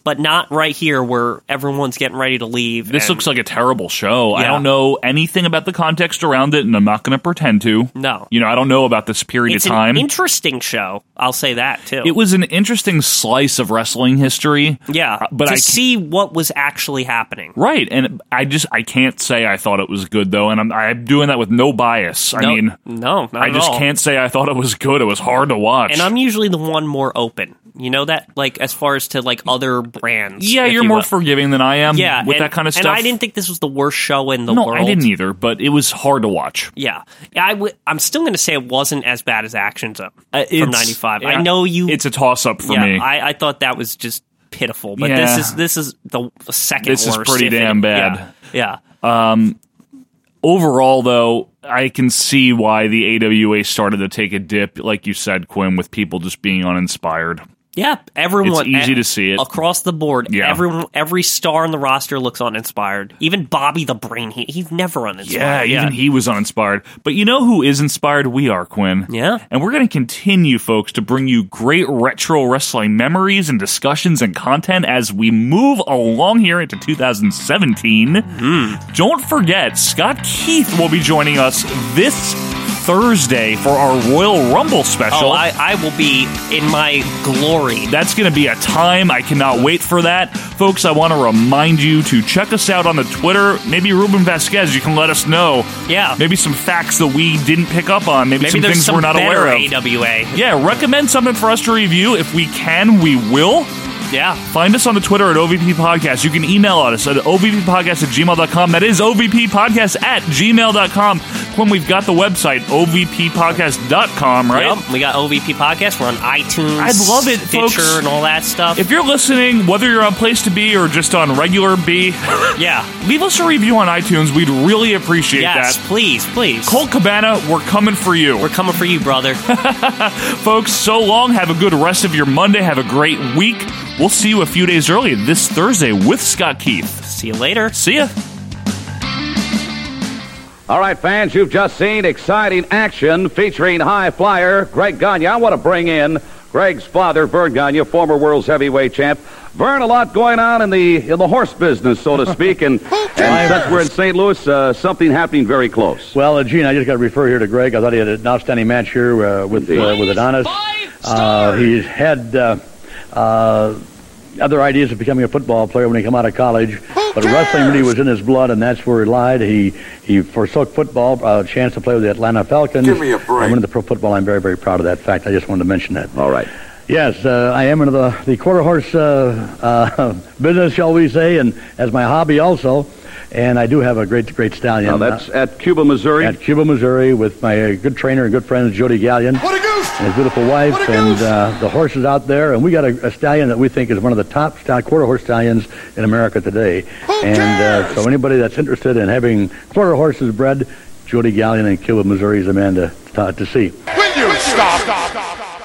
Speaker 3: but not right here where everyone's getting ready to leave.
Speaker 2: This
Speaker 3: and-
Speaker 2: looks like a terrible show. I
Speaker 3: Yeah.
Speaker 2: don't know anything about the context around it, and I'm not going to pretend to.
Speaker 3: No.
Speaker 2: You know, I don't know about this period
Speaker 3: it's
Speaker 2: of time.
Speaker 3: an interesting show. I'll say that too.
Speaker 2: it was an interesting slice of wrestling history. Uh,
Speaker 3: yeah,
Speaker 2: but
Speaker 3: to
Speaker 2: I can't-
Speaker 3: see what was actually happening.
Speaker 2: Right, and I just I can't say I thought it was good though, and I'm I'm doing that with no bias. I
Speaker 3: No-
Speaker 2: mean,
Speaker 3: no, not
Speaker 2: I
Speaker 3: at
Speaker 2: just
Speaker 3: all.
Speaker 2: can't say I thought it was good. It was hard to watch.
Speaker 3: And I'm usually the one more open. You know that, like as far as to like other brands.
Speaker 2: yeah,
Speaker 3: if
Speaker 2: you're
Speaker 3: you
Speaker 2: more
Speaker 3: will.
Speaker 2: forgiving than I am.
Speaker 3: yeah,
Speaker 2: with
Speaker 3: and-
Speaker 2: that kind of stuff.
Speaker 3: And I didn't think this was the worst show in the
Speaker 2: no,
Speaker 3: world.
Speaker 2: I didn't either, but it was hard to watch.
Speaker 3: Yeah, I w- I'm still going to say it wasn't as bad as Action Zone from
Speaker 2: Uh, it's-
Speaker 3: '95. I
Speaker 2: yeah,
Speaker 3: know you.
Speaker 2: It's a toss up for
Speaker 3: yeah,
Speaker 2: me.
Speaker 3: I, I thought that was just pitiful, but
Speaker 2: Yeah.
Speaker 3: this is this is the second.
Speaker 2: This is
Speaker 3: worst,
Speaker 2: pretty
Speaker 3: if it-
Speaker 2: damn bad.
Speaker 3: Yeah,
Speaker 2: Um, overall, though, I can see why the AWA started to take a dip, like you said, Quinn, with people just being uninspired.
Speaker 3: yeah. yeah everyone.
Speaker 2: It's easy to see it.
Speaker 3: across the board.
Speaker 2: Yeah.
Speaker 3: everyone, every star on the roster looks uninspired. Even Bobby the Brain, he, he's never
Speaker 2: Yeah,
Speaker 3: uninspired.
Speaker 2: even he was uninspired. But you know who is inspired? We are, Quinn.
Speaker 3: Yeah.
Speaker 2: And we're going to continue, folks, to bring you great retro wrestling memories and discussions and content as we move along here into 2017.
Speaker 3: Hmm.
Speaker 2: Don't forget, Scott Keith will be joining us this Thursday for our Royal Rumble special.
Speaker 3: Oh, I, I will be in my glory.
Speaker 2: That's going to be a time. I cannot wait for that. Folks, I want to remind you to check us out on the Twitter. Maybe Ruben Vasquez, you can let us know.
Speaker 3: Yeah.
Speaker 2: Maybe some facts that we didn't pick up on. Maybe,
Speaker 3: Maybe
Speaker 2: some
Speaker 3: there's
Speaker 2: things
Speaker 3: some
Speaker 2: we're not
Speaker 3: better
Speaker 2: aware of.
Speaker 3: AWA.
Speaker 2: Yeah, recommend something for us to review. If we can, we will.
Speaker 3: Yeah.
Speaker 2: Find us on the Twitter at OVP Podcast. You can email us at OVPPodcast at gmail.com. That is OVP Podcast at gmail.com. When we've got the website, OVPPodcast.com, right?
Speaker 3: Yep, we got OVP podcast. We're on iTunes.
Speaker 2: I'd love it,
Speaker 3: Stitcher,
Speaker 2: folks.
Speaker 3: and all that stuff.
Speaker 2: If you're listening, whether you're on Place to Be or just on regular B,
Speaker 3: yeah,
Speaker 2: leave us a review on iTunes. We'd really appreciate
Speaker 3: yes,
Speaker 2: that.
Speaker 3: please, please.
Speaker 2: Colt Cabana, we're coming for you.
Speaker 3: We're coming for you, brother.
Speaker 2: Folks, so long. Have a good rest of your Monday. Have a great week. We'll see you a few days early this Thursday with Scott Keith.
Speaker 3: See you later.
Speaker 2: See ya.
Speaker 14: All right, fans, you've just seen exciting action featuring high flyer Greg Gagne. I want to bring in Greg's father, Vern Gagne, former world's heavyweight champ. Vern, a lot going on in the in the horse business, so to speak, and, and since we're in St. Louis, uh, something happening very close.
Speaker 16: Well, uh, Gene, I just got to refer here to Greg. I thought he had an outstanding match here uh, with uh, with Adonis. Uh, he's had uh, uh, other ideas of becoming a football player when he come out of college, but wrestling really was in his blood, and that's where he lied. He he forsook football, a uh, chance to play with the Atlanta Falcons.
Speaker 17: Give me a break.
Speaker 16: And went into pro football. I'm very very proud of that fact. I just wanted to mention that.
Speaker 14: All right.
Speaker 16: Yes, uh, I am into the, the quarter horse uh, uh, business, shall we say, and as my hobby also. And I do have a great, great stallion. uh,
Speaker 14: Now, that's at Cuba, Missouri.
Speaker 16: At Cuba, Missouri, with my uh, good trainer and good friend Jody Gallion. What a goose! And his beautiful wife, and uh, the horses out there. And we got a, a stallion that we think is one of the top stallion, quarter horse stallions in America today. and uh, so, anybody that's interested in having quarter horses bred, Jody Gallion in Cuba, Missouri is a man to, to, to see.
Speaker 4: Will you stop?